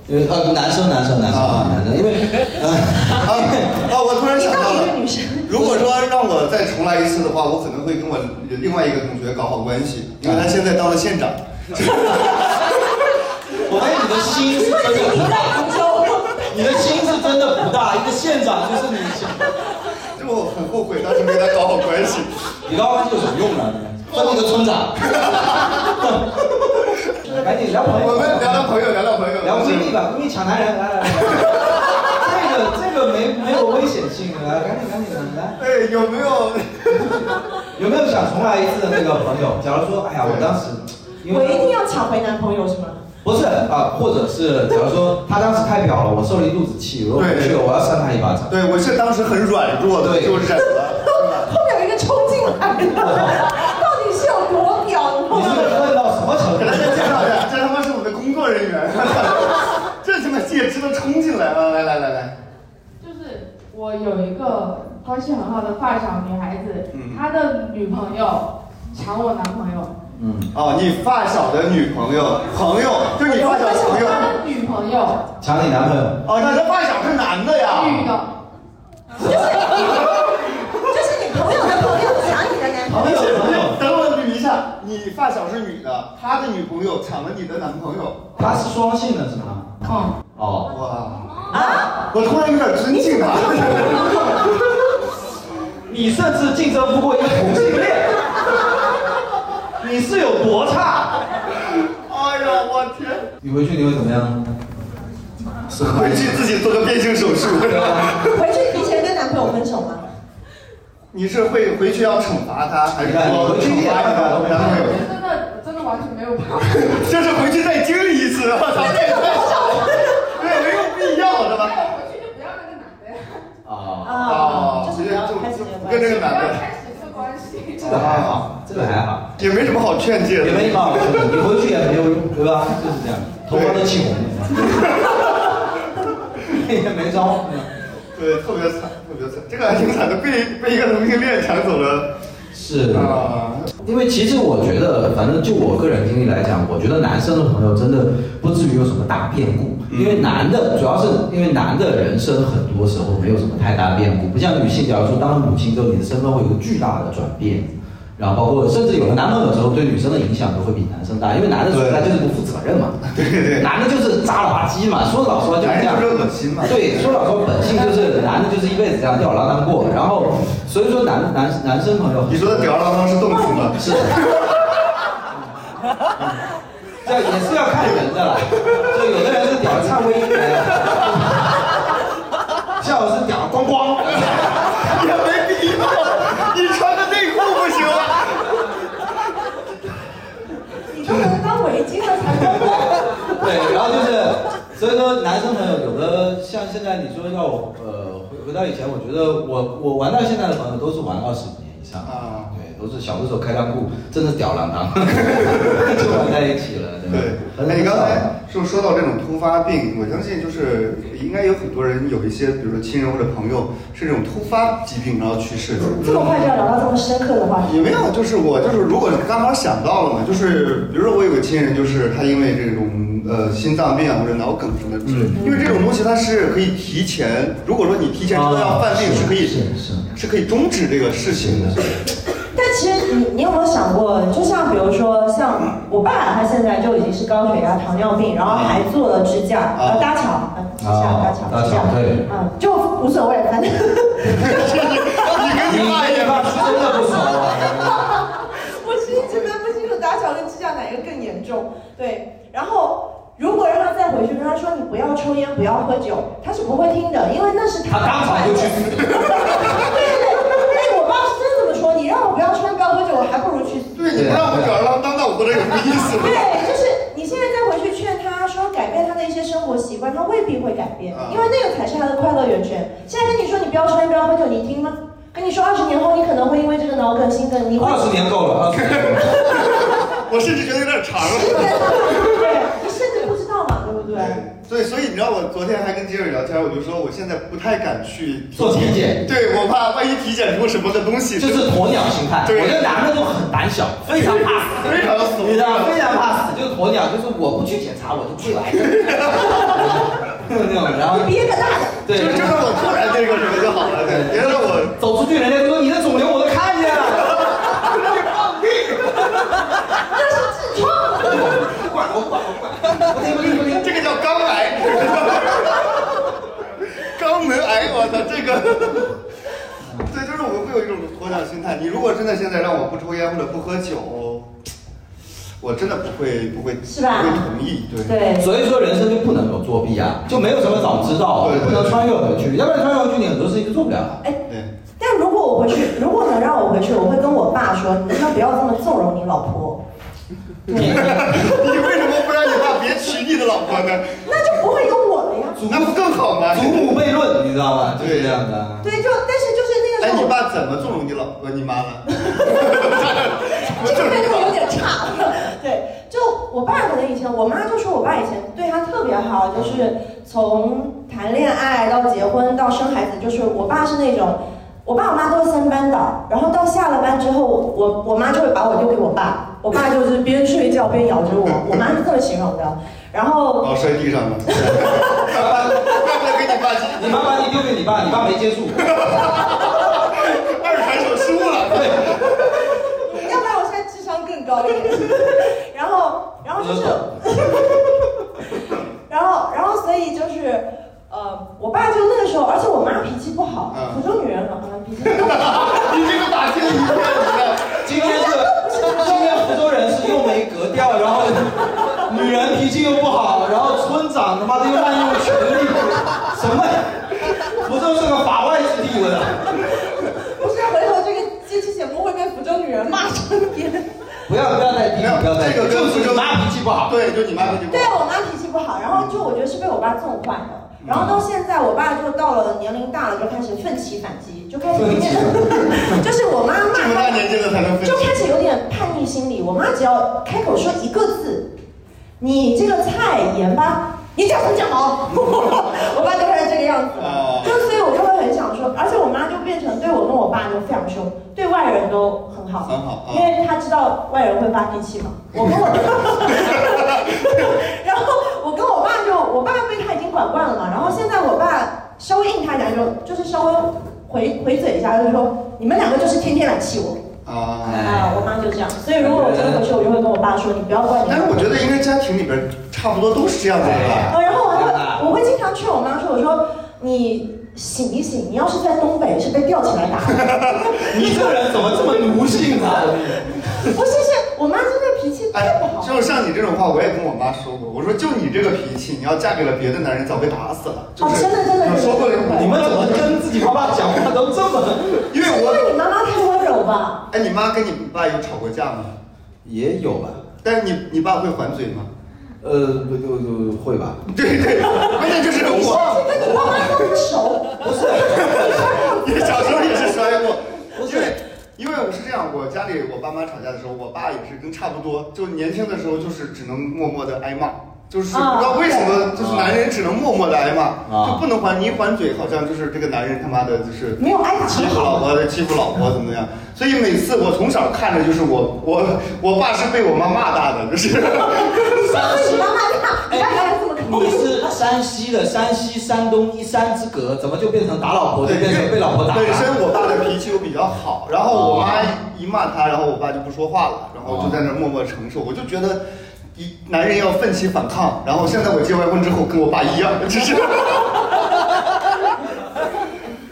[SPEAKER 5] 因为呃，男生男生男生
[SPEAKER 1] 啊
[SPEAKER 5] 男生，因为
[SPEAKER 1] 啊
[SPEAKER 5] 呃，
[SPEAKER 1] 啊，我突然想到
[SPEAKER 3] 到
[SPEAKER 1] 了
[SPEAKER 3] 底是。女生。
[SPEAKER 1] 如果说让我再重来一次的话，我可能会跟我另外一个同学搞好关系，因为他现在当了县长。
[SPEAKER 5] 我觉得你的心是真的不大，你的心是真的不大，一个县长就是你想，
[SPEAKER 1] 这我很后悔当时没跟他搞好关 系。
[SPEAKER 5] 你高官有什么用啊？你换一个村长，赶紧聊朋友，
[SPEAKER 1] 我们聊聊朋友，聊聊朋友，
[SPEAKER 5] 聊闺蜜吧，闺蜜抢男人，来来来，这个这个没没有危险性，来赶紧赶紧的来，
[SPEAKER 1] 哎，有没有？
[SPEAKER 5] 有没有想重来一次的那个朋友？假如说，哎呀，我当时因
[SPEAKER 3] 我一
[SPEAKER 5] 为
[SPEAKER 3] 定要抢回男朋友是吗？
[SPEAKER 5] 不是啊，或者是假如说他当时太表了，我受了一肚子气，如果我去了，我要扇他一巴掌。
[SPEAKER 1] 对我是当时很软弱的，
[SPEAKER 5] 对
[SPEAKER 1] 就忍了。是吧
[SPEAKER 3] 后面有一个冲进来的，
[SPEAKER 5] 啊
[SPEAKER 3] 到底是有多屌？你知道
[SPEAKER 5] 你这
[SPEAKER 3] 吗
[SPEAKER 5] 个问到什么程
[SPEAKER 1] 给大？
[SPEAKER 5] 度
[SPEAKER 1] 家介绍一下，这他妈是我们的工作人员， 这他妈也值得冲进来啊！来来来来，
[SPEAKER 6] 就是我有一个关系很好的发小女孩子
[SPEAKER 1] 嗯，
[SPEAKER 6] 她的女朋友抢我男朋友，
[SPEAKER 5] 嗯，
[SPEAKER 1] 哦，你发小的女朋友，朋友，就是你发小的朋友。
[SPEAKER 6] 她的女朋友
[SPEAKER 5] 抢你男朋友，
[SPEAKER 1] 哦，那他发小是男的呀？
[SPEAKER 6] 女的，
[SPEAKER 3] 就是你朋友的朋友抢你的男朋
[SPEAKER 5] 朋
[SPEAKER 1] 不
[SPEAKER 5] 友
[SPEAKER 1] 是
[SPEAKER 5] 朋友，
[SPEAKER 1] 等我捋一下，你发小是女的，她的女朋友抢了你的男朋友。
[SPEAKER 5] 他是双性的是吗？
[SPEAKER 6] 嗯，
[SPEAKER 5] 哦，
[SPEAKER 1] 哇，
[SPEAKER 3] 友啊？
[SPEAKER 1] 我突然有点尊敬 他。
[SPEAKER 5] 你甚至竞争不过一个同性恋，你是有多差？
[SPEAKER 1] 哎呀，我天！
[SPEAKER 5] 你回去你会怎么样？
[SPEAKER 1] 回去自己做个变性手术。
[SPEAKER 3] 回去提前跟男朋友分手吗？
[SPEAKER 1] 你是会回去要惩罚他，还是说
[SPEAKER 5] 你看你回去
[SPEAKER 1] 惩罚你的男朋友？
[SPEAKER 6] 真的真的完全没有办法。
[SPEAKER 1] 就是回去再经历一次。
[SPEAKER 3] 啊
[SPEAKER 1] 劝诫
[SPEAKER 5] 也
[SPEAKER 1] 的。
[SPEAKER 5] 没嘛，你回去也没有用，对吧？就是这样，头发都气红 了，也没招。
[SPEAKER 1] 对，特别惨，特别惨，这个还挺惨的，被被一个同性恋抢走了
[SPEAKER 5] 是，
[SPEAKER 1] 啊！
[SPEAKER 2] 因为其实我觉得，反正就我个人经历来讲，我觉得男生的朋友真的不至于有什么大变故，因为男的主要是因为男的人生很多时候没有什么太大变故，不像女性，假如说当了女性之后，你的身份会有一个巨大的转变，然后包括甚至有了男朋友之后，对女生的影响都会比男生大，因为男的说他就是不负责任嘛，对对对，男的就是渣了吧唧嘛，说老实话就是
[SPEAKER 1] 男
[SPEAKER 2] 这
[SPEAKER 1] 人哎
[SPEAKER 2] 样，
[SPEAKER 1] 就是恶心嘛。
[SPEAKER 2] 对，说老实话，本性就是男的就是一辈子这样吊儿郎当过，然后所以说男男男生朋友很多，
[SPEAKER 1] 你说的吊儿郎当是动词吗？
[SPEAKER 2] 是，这也是要看人的啦。就有的人是屌得颤巍巍的，像我是屌得光光。
[SPEAKER 1] 也没必要，你穿个内裤不行啊吗？
[SPEAKER 3] 你都能当围巾了才光光。
[SPEAKER 2] 对，然后就是，所以说男生朋友有的像现在你说要我呃回回到以前，我觉得我我玩到现在的朋友都是玩二十年以上的
[SPEAKER 1] 啊
[SPEAKER 2] 对，都是小的时候开裆裤，真的吊儿郎当， 就玩在一起了，对吧
[SPEAKER 1] 对，？
[SPEAKER 2] 很
[SPEAKER 1] 那
[SPEAKER 2] 很
[SPEAKER 1] 你刚
[SPEAKER 2] 少
[SPEAKER 1] 才说说到这种突发病，我相信就是应该有很多人有一些，比如说亲人或者朋友是这种突发疾病然后去世的。
[SPEAKER 3] 这么快就要聊到这么深刻的话题，
[SPEAKER 1] 也没有，就是我就是如果刚好想到了嘛，就是比如说我有个亲人，就是他因为这种呃心脏病啊或者脑梗什么之类的，因为这种东西它是可以提前，如果说你提前知道要犯病是可以
[SPEAKER 2] 啊是
[SPEAKER 1] 是
[SPEAKER 2] 是
[SPEAKER 1] 可以终止这个事情的。
[SPEAKER 3] 但其实你你有没有想过，就像比如说像我爸，他现在就已经是高血压、糖尿病，然后还做了支架、
[SPEAKER 1] 啊
[SPEAKER 3] 呃搭桥、呃支架、
[SPEAKER 2] 啊
[SPEAKER 3] 搭桥、
[SPEAKER 2] 搭
[SPEAKER 3] 支架
[SPEAKER 2] 桥对，
[SPEAKER 3] 嗯，就无所谓，反正
[SPEAKER 1] 你跟啊你爸一样。
[SPEAKER 5] 真的不熟啊。
[SPEAKER 3] 我其实真的不清楚搭桥跟支架哪个更严重。对，然后如果让他再回去跟他说你不要抽烟、不要喝酒，他是不会听的，因为那是
[SPEAKER 5] 他
[SPEAKER 3] 他
[SPEAKER 5] 当场就去死
[SPEAKER 3] 对对对，哎，我爸是真这么说，你让我不要抽烟、不要喝酒，我还不如去死。
[SPEAKER 1] 对，你不让我吊儿郎当，那我活着有什么意思呢？
[SPEAKER 3] 对，就是你现在再回去劝他说改变他的一些生活习惯，他未必会改变，因为那个才是他的快乐源泉。现在跟你说你不要抽烟不要喝酒，你听吗？跟你说二十年后你可能会因为这个脑梗、心梗，你会
[SPEAKER 5] 二十年够了，二十年够 了。
[SPEAKER 1] 我甚至觉得有点长了。
[SPEAKER 3] 对，你甚至不知道嘛，对不对？
[SPEAKER 1] 对，所以你知道我昨天还跟杰瑞聊天，我就说我现在不太敢去
[SPEAKER 5] 做体检
[SPEAKER 1] 对我怕万一体检出什么个东西，
[SPEAKER 5] 就是鸵鸟心态。
[SPEAKER 1] 对
[SPEAKER 5] 我觉得男的都很胆小，非常怕死，
[SPEAKER 1] 非常怂
[SPEAKER 5] 你知道吗？非常怕死，就是鸵鸟，就是我不去检查我就 不来，那种，然后
[SPEAKER 3] 憋个大的，
[SPEAKER 5] 对，
[SPEAKER 1] 就是让我突然那个什么就好了，对，别让我
[SPEAKER 5] 走出去，人家说你的肿瘤我都看 见了，
[SPEAKER 3] 那是痔疮。
[SPEAKER 5] 不管我管我管，不听不听不听。
[SPEAKER 1] 这个叫肛 癌，肛门癌，我操，这个。对，就是我会有一种鸵鸟心态。你如果真的现在让我不抽烟或者不喝酒，我真的不会不会
[SPEAKER 3] 是吧
[SPEAKER 1] 不会同意。对
[SPEAKER 3] 对，
[SPEAKER 2] 所以说人生就不能够作弊啊，就没有什么早知
[SPEAKER 5] 啊
[SPEAKER 2] 道
[SPEAKER 1] 对，对
[SPEAKER 2] 不能穿越回去，要不然穿越回去你很多事情就做不了了。
[SPEAKER 3] 哎，
[SPEAKER 1] 对，
[SPEAKER 3] 但如果我回去，如果能让我回去，我会跟我爸说，你能不能不要这么纵容你老婆？对，
[SPEAKER 1] 你为什么不让你爸别娶你的老婆呢？
[SPEAKER 3] 那就不会有我了呀。
[SPEAKER 1] 那不更好吗？
[SPEAKER 5] 祖母悖论，你知道吗？就是
[SPEAKER 1] 对
[SPEAKER 5] 这样的啊。
[SPEAKER 3] 对，就但是就是那个
[SPEAKER 1] 哎，
[SPEAKER 3] 时
[SPEAKER 1] 你
[SPEAKER 3] 候，
[SPEAKER 1] 爸怎么纵容你老婆、你妈了？
[SPEAKER 3] 这个态度有点差。对，就我爸可能以前，我妈就说我爸以前对她特别好，就是从谈恋爱到结婚到生孩子，就是我爸是那种。我爸我妈都是三班倒，然后到下了班之后，我我妈就会把我丢给我爸，我爸就是边睡觉边咬着我，我妈是这么形容的。然后
[SPEAKER 1] 哦，摔地上了。怪不得给你爸讲
[SPEAKER 5] 你妈把你丢给你爸，你爸没接住，
[SPEAKER 1] 二传手输了。
[SPEAKER 3] 要不然我现在智商更高一点。 然后，然后就是， 然后，然后所以就是，呃，我爸就那个时候，而且我妈脾气不好，
[SPEAKER 1] 嗯
[SPEAKER 3] 福州女人嘛，啊，脾气不好。
[SPEAKER 1] 你这个打击的一片一样。
[SPEAKER 5] 今天是，今天福州人是又没格调，然后女人脾气又不好，然后村长他妈的又滥用权力，什么？福州是个法外之地，我的，
[SPEAKER 3] 不是，回头这个这期节目会被福州女人骂成天。
[SPEAKER 5] 不要不要再低，
[SPEAKER 1] 没有
[SPEAKER 5] 不要再低
[SPEAKER 1] 这，个
[SPEAKER 5] 就
[SPEAKER 1] 跟福
[SPEAKER 5] 是
[SPEAKER 1] 州
[SPEAKER 5] 你妈脾气不好，
[SPEAKER 1] 对，就你妈脾气不
[SPEAKER 3] 对啊
[SPEAKER 1] 好。
[SPEAKER 3] 我妈脾气不好，然后就我觉得是被我爸纵坏的。然后
[SPEAKER 1] 嗯
[SPEAKER 3] 到现在，我爸就到了年龄大了，就开始奋起反击，就开始变得， 就是我妈骂
[SPEAKER 1] 这么大年纪了才能分
[SPEAKER 3] 就开始有点叛逆心理。我妈只要开口说一个字，你这个菜盐吧，你讲什么讲好，我爸就开始这个样子了。就所以，我就会很想说，而且我妈就变成对我跟我爸就非常凶，对外人都很好，
[SPEAKER 1] 很好啊
[SPEAKER 3] 因为她知道外人会发脾气嘛。我跟我，然后我跟我爸就，我爸被他已经管惯了嘛，然后现在我爸稍微硬他两句，就是稍微回回嘴一下，就说你们两个就是天天来气我。
[SPEAKER 1] 啊。
[SPEAKER 3] 啊，我妈就这样，所以如果我真的回去，我就会跟我爸说，你不要怪你
[SPEAKER 1] 但是
[SPEAKER 3] 妈。
[SPEAKER 1] 我觉得应该家庭里边差不多都是这样的吧。
[SPEAKER 3] 呃，然后我还会，我会经常劝我妈说，我说你醒一醒，你要是在东北是被吊起来打的。
[SPEAKER 5] 你这个人怎么这么奴性啊？
[SPEAKER 3] 不是，是我妈真的脾气太
[SPEAKER 1] 哎
[SPEAKER 3] 不好，了。
[SPEAKER 1] 就像你这种话，我也跟我妈说过。我说，就你这个脾气，你要嫁给了别的男人，早被打死了。就
[SPEAKER 3] 哦
[SPEAKER 1] 是
[SPEAKER 3] 真的真的
[SPEAKER 1] 有说过这种话。
[SPEAKER 5] 你们怎么跟自己爸爸讲话都这么？啊
[SPEAKER 1] 因为
[SPEAKER 3] 是因
[SPEAKER 1] 我，
[SPEAKER 3] 为你妈妈太温柔吧？
[SPEAKER 1] 哎，你妈跟你爸有吵过架吗？
[SPEAKER 2] 也有吧，
[SPEAKER 1] 但是你你爸会还嘴吗？
[SPEAKER 2] 呃，不就就会吧，
[SPEAKER 1] 对对，关键就是
[SPEAKER 3] 你上次
[SPEAKER 1] 我，
[SPEAKER 3] 跟你爸妈那么熟，不是？
[SPEAKER 1] 你
[SPEAKER 3] 你说那样子
[SPEAKER 1] 小时候也是摔过，因为因为我是这样，我家里我爸妈吵架的时候，我爸也是跟差不多，就年轻的时候就是只能默默的挨骂。就是不知道为什么，就是男人只能默默的挨骂，
[SPEAKER 2] 啊
[SPEAKER 1] 就不能还。你一还嘴，好像就是这个男人他妈的，就是
[SPEAKER 3] 没有挨打
[SPEAKER 1] 欺负老婆的，欺负老婆怎么样？所以每次我从小看着就是我我我爸是被我妈骂大的，就是。
[SPEAKER 3] 对你妈妈大，你爸还这么疼
[SPEAKER 5] 你是山西的，山西、山东一山之隔，怎么就变成打老婆，就
[SPEAKER 1] 对，
[SPEAKER 5] 变成被老婆打
[SPEAKER 1] 本？身我爸的脾气又比较好，然后我妈一骂他，然后我爸就不说话了，然后就在那儿默默承受。我就觉得，一男人要奋起反抗。然后现在我结完婚之后，跟我爸一样，只是，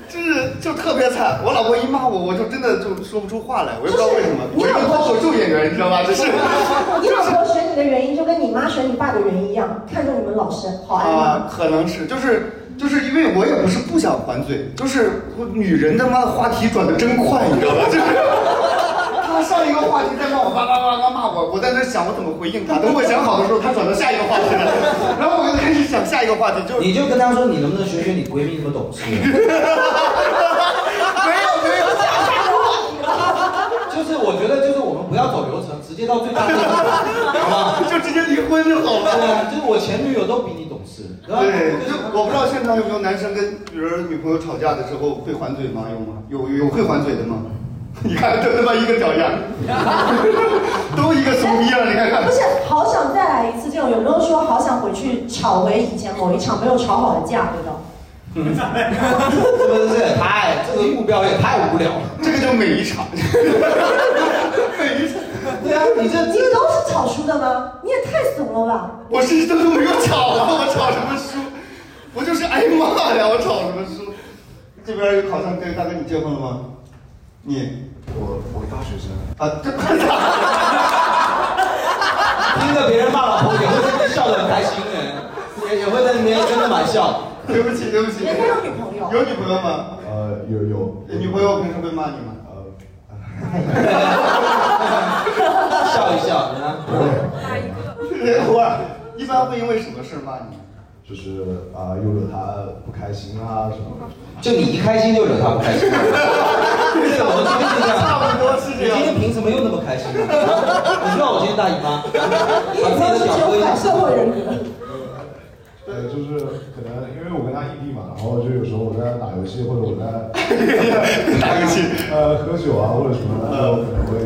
[SPEAKER 1] 就是就特别惨。我老婆一骂我，我就真的就说不出话来，我也不知道为什么。我
[SPEAKER 3] 就是
[SPEAKER 1] 一个脱口秀演员，你知道吧？就是。
[SPEAKER 3] 你老婆选你的原因就跟你妈选你爸的原因一样，看中你们老师，好爱
[SPEAKER 1] 啊
[SPEAKER 3] 吗？，
[SPEAKER 1] 可能是，就是就是因为我也不是不想还嘴，就是我女人他妈的话题转的真快，你知道吧？就是她上一个话题在骂我，叭叭叭叭骂我，我在那想我怎么回应她。等我想好的时候，她转到下一个话题了，然后我就开始想下一个话题，就
[SPEAKER 2] 你就跟他说，你能不能学学你闺蜜这么 懂事？
[SPEAKER 1] 没有没有。
[SPEAKER 5] 就是我觉得，就是我们不要走流程，直接到最大的， 好吗？
[SPEAKER 1] 就直接离婚就好
[SPEAKER 5] 对
[SPEAKER 1] 了。
[SPEAKER 5] 啊，就是我前女友都比你懂事，对吧？
[SPEAKER 1] 对，就
[SPEAKER 5] 就是
[SPEAKER 1] 我不知道现场有没有男生跟女人女朋友吵架的时候会还嘴吗？有吗？有有会还嘴的吗？ 你看，这他妈一个脚丫， 都一个怂逼啊样，你看看
[SPEAKER 3] 不。是，好想再来一次这种，有没有说好想回去吵回以前某一场没有吵好的架那种？
[SPEAKER 5] 是不是太这个目标也太无聊了？
[SPEAKER 1] 这个叫每一场， 每一场，
[SPEAKER 5] 对啊，你这
[SPEAKER 3] 你都是吵输的吗？你也太怂了吧！
[SPEAKER 1] 我甚至都没有吵啊，我吵什么输？我就是挨骂呀，我吵什么输？这边好像跟大哥你结婚了吗？你
[SPEAKER 8] 我我大学生，
[SPEAKER 1] 啊， 这快点
[SPEAKER 5] 听着别人骂老婆，也会在那边笑得很开心的， 也也会在那边跟着蛮笑。
[SPEAKER 1] 对不起对不
[SPEAKER 3] 你
[SPEAKER 1] 起，
[SPEAKER 3] 也没有女朋友，
[SPEAKER 1] 有女朋友吗？
[SPEAKER 8] 呃，有有
[SPEAKER 1] 女朋友平时会骂你吗？
[SPEAKER 8] 呃，
[SPEAKER 5] 笑一笑，啊，
[SPEAKER 1] 偶尔，一般会因为什么事骂你？
[SPEAKER 8] 就是啊、又惹他不开心啊什么的。
[SPEAKER 2] 就你一开心就惹他不开心，
[SPEAKER 5] 这个逻辑就是这样。
[SPEAKER 1] 差不多是
[SPEAKER 5] 你
[SPEAKER 1] 这
[SPEAKER 5] 今
[SPEAKER 1] 样。
[SPEAKER 5] 天凭什么又那么开心、啊？你知道我今天大姨妈，把
[SPEAKER 3] 你女朋友
[SPEAKER 5] 自
[SPEAKER 3] 是
[SPEAKER 5] 己的脚
[SPEAKER 3] 只
[SPEAKER 5] 割
[SPEAKER 3] 有
[SPEAKER 5] 一
[SPEAKER 3] 反社
[SPEAKER 5] 下。
[SPEAKER 3] 会人格。
[SPEAKER 8] 对，就是可能因为我跟他异地嘛，然后就有时候我在那打游戏或者我在
[SPEAKER 1] 打游戏，
[SPEAKER 8] 呃喝酒啊或者什么的，他可能会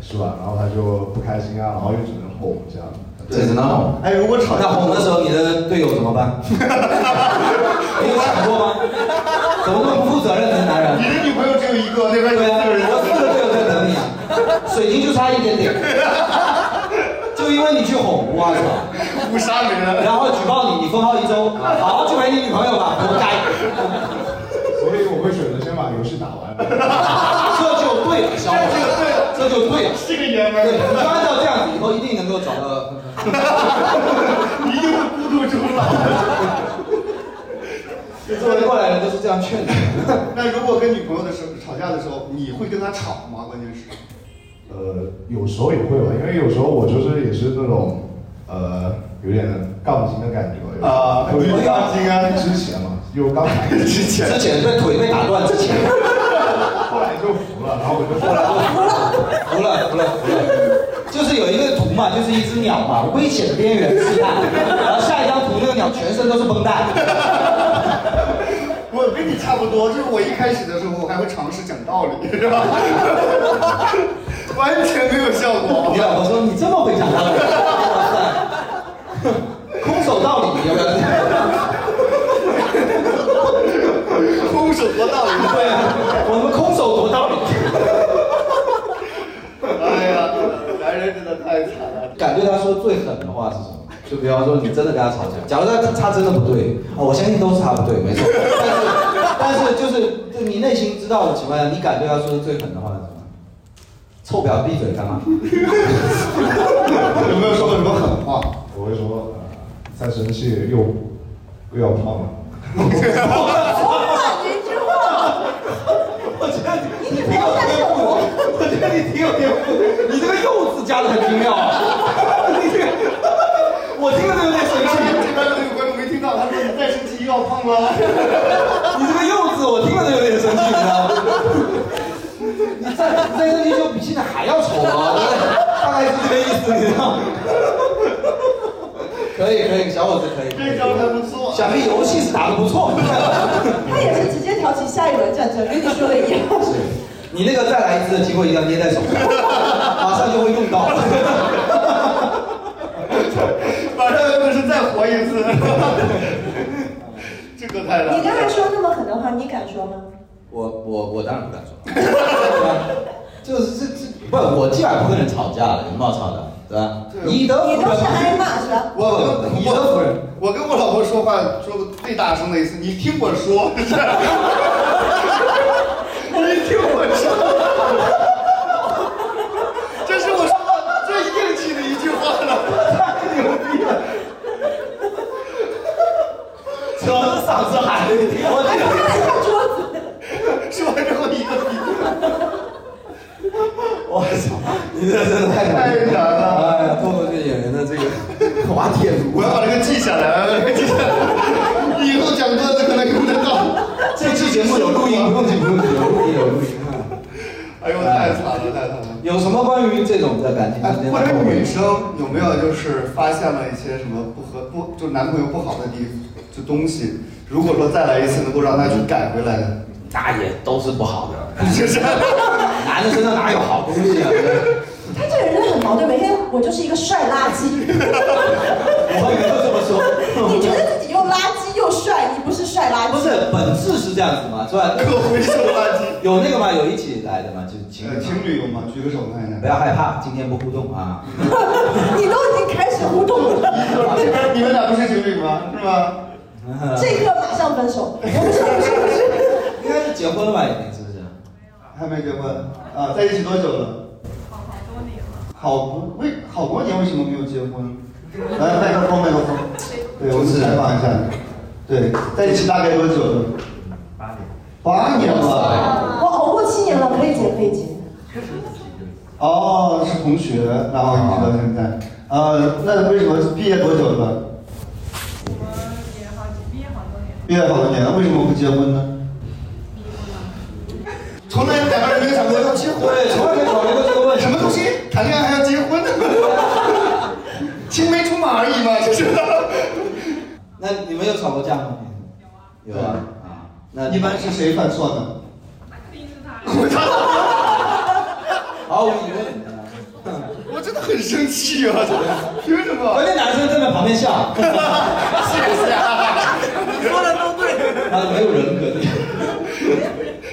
[SPEAKER 8] 是吧，然后他就不开心啊，然后又只能哄这样。
[SPEAKER 2] 这只能哄。
[SPEAKER 1] 哎，如果吵架
[SPEAKER 5] 那哄的时候，你的队友怎么办？你有想过吗？怎么那么不负责任的男
[SPEAKER 1] 你
[SPEAKER 5] 人？
[SPEAKER 1] 的女朋友只有一个，那边有
[SPEAKER 5] 对啊，
[SPEAKER 1] 四个人。
[SPEAKER 5] 我四个队友在等你啊，水晶就差一点点，就因为你去哄，我操！
[SPEAKER 1] 五杀没了。
[SPEAKER 5] 然后举报你，你封号一周，啊好好去陪你女朋友吧，活该。
[SPEAKER 8] 所以我会选择先把游戏打 完。
[SPEAKER 5] 这就对了，小伙子，这就对了。
[SPEAKER 1] 是个爷们
[SPEAKER 5] 对，你就
[SPEAKER 1] 儿，
[SPEAKER 5] 按照这样子，以后一定能够找到。
[SPEAKER 1] 一定会孤独终老。
[SPEAKER 5] 作为过来人都是这样劝的。
[SPEAKER 1] 那如果跟女朋友的时候吵架的时候，你会跟她吵吗？关键是，
[SPEAKER 8] 呃，有时候也会吧，因为有时候我就是也是那种，呃，有点杠精的感觉
[SPEAKER 1] 啊
[SPEAKER 8] 有点
[SPEAKER 1] 有点
[SPEAKER 8] 杠精啊，之前嘛，就刚来
[SPEAKER 1] 之前
[SPEAKER 5] 之前被腿被打断，之前
[SPEAKER 8] 后来就服了，然后我就后来
[SPEAKER 5] 服了服了服了，就是有一个图嘛，就是一只鸟嘛，危险边缘试探，然后下一张图那个鸟全身都是绷带，
[SPEAKER 1] 我跟你差不多，就是我一开始的时候，我还会尝试讲道理，是吧？完全没有效果
[SPEAKER 5] 你。老婆说你这么会讲道理，哇塞，空手道理要不要？
[SPEAKER 1] 空手夺道理。
[SPEAKER 5] 对啊，我们空手夺道理。
[SPEAKER 1] 哎呀，男人真的太惨了。
[SPEAKER 5] 敢对他说最狠的话是什么？就比方说你真的跟他吵架，假如他他真的不对，哦，我相信都是他不对，没错。但是但是就是就你内心知道的情况下，你敢对他说最狠的话是什么？臭婊子闭嘴干嘛？
[SPEAKER 1] 有没有说过什么狠话？
[SPEAKER 8] 我会说，呃再生气又又要 胖了，
[SPEAKER 5] 我觉得你你挺有天赋，我觉得你挺有天赋，你这个“又”字加的很精妙啊！你这个，我听了都有点生
[SPEAKER 1] 这
[SPEAKER 5] 气。
[SPEAKER 1] 边这边的有观众没听到，他说你再生气又要胖了。
[SPEAKER 5] 你这个“幼稚”，我听了都有点生气，你知道吗？你再再生气就比现在还要丑啊！大概是这个意思，你知道吗？可以可以，小伙子可以。
[SPEAKER 1] 这招还不错。
[SPEAKER 5] 想必游戏是打得不错。
[SPEAKER 3] 他也是直接挑起下一轮战争，跟你说的 一样。
[SPEAKER 5] 是你那个再来一次的机会一定要捏在手上，马上就会用到。
[SPEAKER 1] 马上就是再活一次。这个太难
[SPEAKER 3] 你刚才
[SPEAKER 1] 了。
[SPEAKER 3] 说那么狠的话，你敢说吗？
[SPEAKER 5] 我我我当然不敢说， 对吧就是这这不，我既然不跟人吵架了，你冒吵的，对吧？
[SPEAKER 1] 对
[SPEAKER 5] 以德
[SPEAKER 3] 你
[SPEAKER 5] 服
[SPEAKER 3] 都是
[SPEAKER 5] 人。
[SPEAKER 3] 挨骂是吧？
[SPEAKER 1] 我
[SPEAKER 5] 不
[SPEAKER 1] 我
[SPEAKER 5] 以德服人。
[SPEAKER 1] 我跟我老婆说话说过最大声的一次，你听我说，你听我说，这是我说过最硬气的一句话了。
[SPEAKER 5] 主要是嗓子喊，我这个
[SPEAKER 3] 看一下桌子，
[SPEAKER 1] 说完之后一个比一个
[SPEAKER 5] 我操，你这真的太
[SPEAKER 1] 太 难了，
[SPEAKER 5] 哎呀，脱口秀演员的这个 滑铁卢啊
[SPEAKER 1] 我要把这个记下来，把这个记下来，以后讲段子可能用得到。
[SPEAKER 5] 这期节目有录音，不用紧，不用紧，有录音，有录音。啊
[SPEAKER 1] 哎呦，太惨了，太惨了。
[SPEAKER 5] 有什么关于这种在感情
[SPEAKER 1] 哎
[SPEAKER 5] 之间
[SPEAKER 1] 或
[SPEAKER 5] 的
[SPEAKER 1] 者
[SPEAKER 5] 后
[SPEAKER 1] 女
[SPEAKER 5] 悔？
[SPEAKER 1] 生有没有就是发现了一些什么不合不就男朋友不好的地就东西？如果说再来一次，能够让他去改回来的，
[SPEAKER 5] 那也都是不好的，
[SPEAKER 1] 就是
[SPEAKER 5] 男的身上哪有好东西啊？对不对
[SPEAKER 3] 他这个人真的很矛盾。每天我就是一个帅垃圾，
[SPEAKER 5] 我也没有这么说。
[SPEAKER 3] 你觉得自己又垃圾又帅，你不是帅垃圾。
[SPEAKER 5] 不是，本质是这样子嘛，是 吧？
[SPEAKER 1] 可回收垃圾。
[SPEAKER 5] 有那个嘛，有一起来的嘛，就是情
[SPEAKER 1] 呃，
[SPEAKER 5] 侣
[SPEAKER 1] 情
[SPEAKER 5] 嘛。
[SPEAKER 1] 侣有吗？举个手看一下
[SPEAKER 5] 不。要害怕，今天不互动啊。
[SPEAKER 3] 你都已经开始互动了，
[SPEAKER 1] 这哎边你们俩不是情侣吗？是吧？
[SPEAKER 3] 这一刻马上分手。我不是，不是，不是。
[SPEAKER 5] 应该是结婚了吧，已经是不是？
[SPEAKER 1] 还没结婚啊，在一起多久了？好多年了。好不为好多年为什么没有结 婚？来，麦克风，麦克风。对，我们采访一下。对，在一起大概多久了？八年。八年了。
[SPEAKER 3] 我熬过七年了，可以结，可以结。
[SPEAKER 1] 哦，是同学，然后一直到现在。呃，那为什么毕业多久了？毕业好多年，为什么不结婚呢？从来两个人没有想过要结婚，
[SPEAKER 5] 对，从来没考虑过这个问题
[SPEAKER 1] 什。么东西谈恋爱还要结婚呢？ 青梅竹马而已嘛，就是。
[SPEAKER 5] 那你们有吵过架吗？有啊。啊，那
[SPEAKER 1] 一般是谁犯错呢？
[SPEAKER 5] 毫无疑问的。
[SPEAKER 1] 我真的很生气啊！凭什么
[SPEAKER 5] 关？键男生站在旁边笑，
[SPEAKER 1] 谢谢啊！
[SPEAKER 5] 他没有人格的，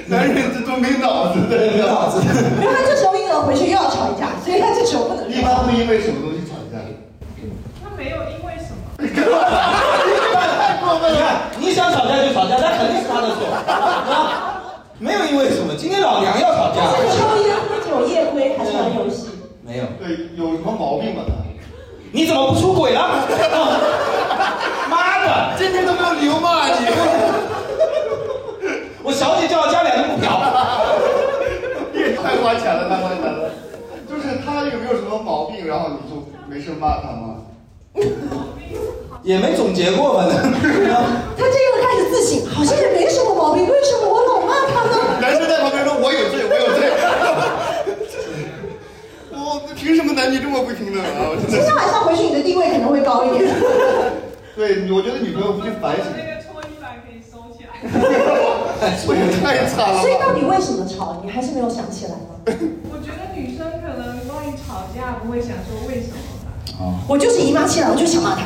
[SPEAKER 1] 男人这都没脑子的。
[SPEAKER 5] 没有脑子。
[SPEAKER 3] 然后他这时候婴儿回去又要吵一架，所以他这时候不能
[SPEAKER 1] 一
[SPEAKER 3] 说。
[SPEAKER 1] 般会因为什么东西吵架？
[SPEAKER 9] 他没有因为什么，
[SPEAKER 5] 你看，你想吵架就吵架，那肯定是他的错，啊没有因为什么，今天老娘要吵架，
[SPEAKER 3] 是抽烟喝酒夜归还是玩游戏？
[SPEAKER 5] 没有。
[SPEAKER 1] 对，有什么毛病 吗？他
[SPEAKER 5] 你怎么不出轨了？妈的！
[SPEAKER 1] 今天都没有理由骂你，
[SPEAKER 5] 我小姐叫我加两个木瓢，
[SPEAKER 1] 你也太花钱了，太花钱了。就是他有没有什么毛病，然后你就没事骂他吗？
[SPEAKER 5] 也没总结过， 反正。
[SPEAKER 3] 他这又开始自省，好像也没什么毛病，为什么我老骂他呢？
[SPEAKER 1] 男生在旁边说：“我有罪，我有罪。” 我凭什么男女这么不平等啊？我真
[SPEAKER 3] 今
[SPEAKER 1] 的
[SPEAKER 3] 天
[SPEAKER 1] 是。
[SPEAKER 3] 晚上回去你的地位可能会高一点。
[SPEAKER 1] 对，我觉得女朋友不去反省，
[SPEAKER 10] 个搓衣板可以收起来。
[SPEAKER 1] 我也太惨了
[SPEAKER 3] 所以
[SPEAKER 1] 吧。
[SPEAKER 3] 到底为什么吵？你还是没有想起来吗？
[SPEAKER 10] 我觉得女生可能关于吵架不会想说为什么吧。
[SPEAKER 3] 我就是姨妈气了，我就想骂他。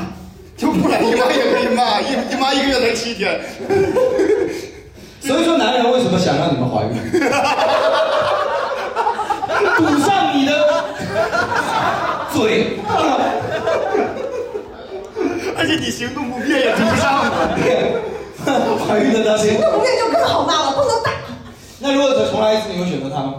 [SPEAKER 1] 就不然姨妈也可以骂，一姨妈一个月才七天。
[SPEAKER 5] 所以说，男人为什么想让你们怀孕？ 堵上你的嘴，啊
[SPEAKER 1] 而且你行动不便也追不上我。
[SPEAKER 5] 怀孕的担心。
[SPEAKER 3] 那不愿就更好骂了，不能打。
[SPEAKER 5] 那如果再重来一次，你会选择他吗？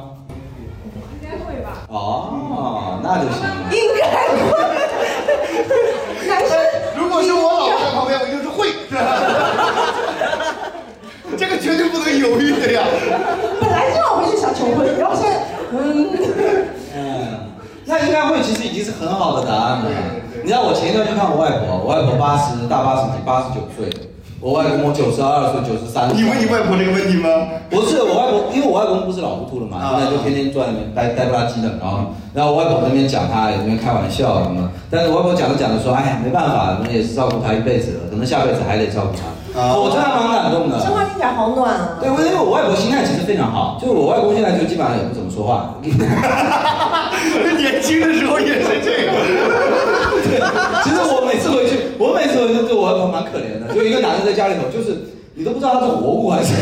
[SPEAKER 10] 应该会吧。
[SPEAKER 5] 哦，那就行了。
[SPEAKER 3] 应该会。男生，
[SPEAKER 1] 如果是我老婆在旁边，我一定是会。 这个绝对不能犹豫的呀！
[SPEAKER 3] 本来就要回去想求婚，然后现在，嗯，
[SPEAKER 5] 嗯，那应该会，其实已经是很好的答案了。你知道我前一段去看我外婆，我外婆八十大八十几，八十九岁，我外公我九十二岁，九十三岁。
[SPEAKER 1] 你问你外婆这个问题吗？
[SPEAKER 5] 不是我外婆，因为我外公不是老糊涂了嘛，
[SPEAKER 1] 啊
[SPEAKER 5] 现在就天天坐在那边呆呆不拉几的，然后然后我外婆在那边讲他，也在那边开玩笑什么，但是我外婆讲着讲着说，哎呀没办法，我们也是照顾他一辈子了，可能下辈子还得照顾他。
[SPEAKER 1] 啊
[SPEAKER 5] 我真的蛮感动的。
[SPEAKER 3] 这话听起来好暖啊。
[SPEAKER 5] 对，因为我外婆心态其实非常好，就是我外公现在就基本上也不怎么说话，
[SPEAKER 1] 年轻的时候也是这个。
[SPEAKER 5] 其实我每次回去，我每次回去对我外婆蛮可怜的，就一个男的在家里头，就是你都不知道他是活物还是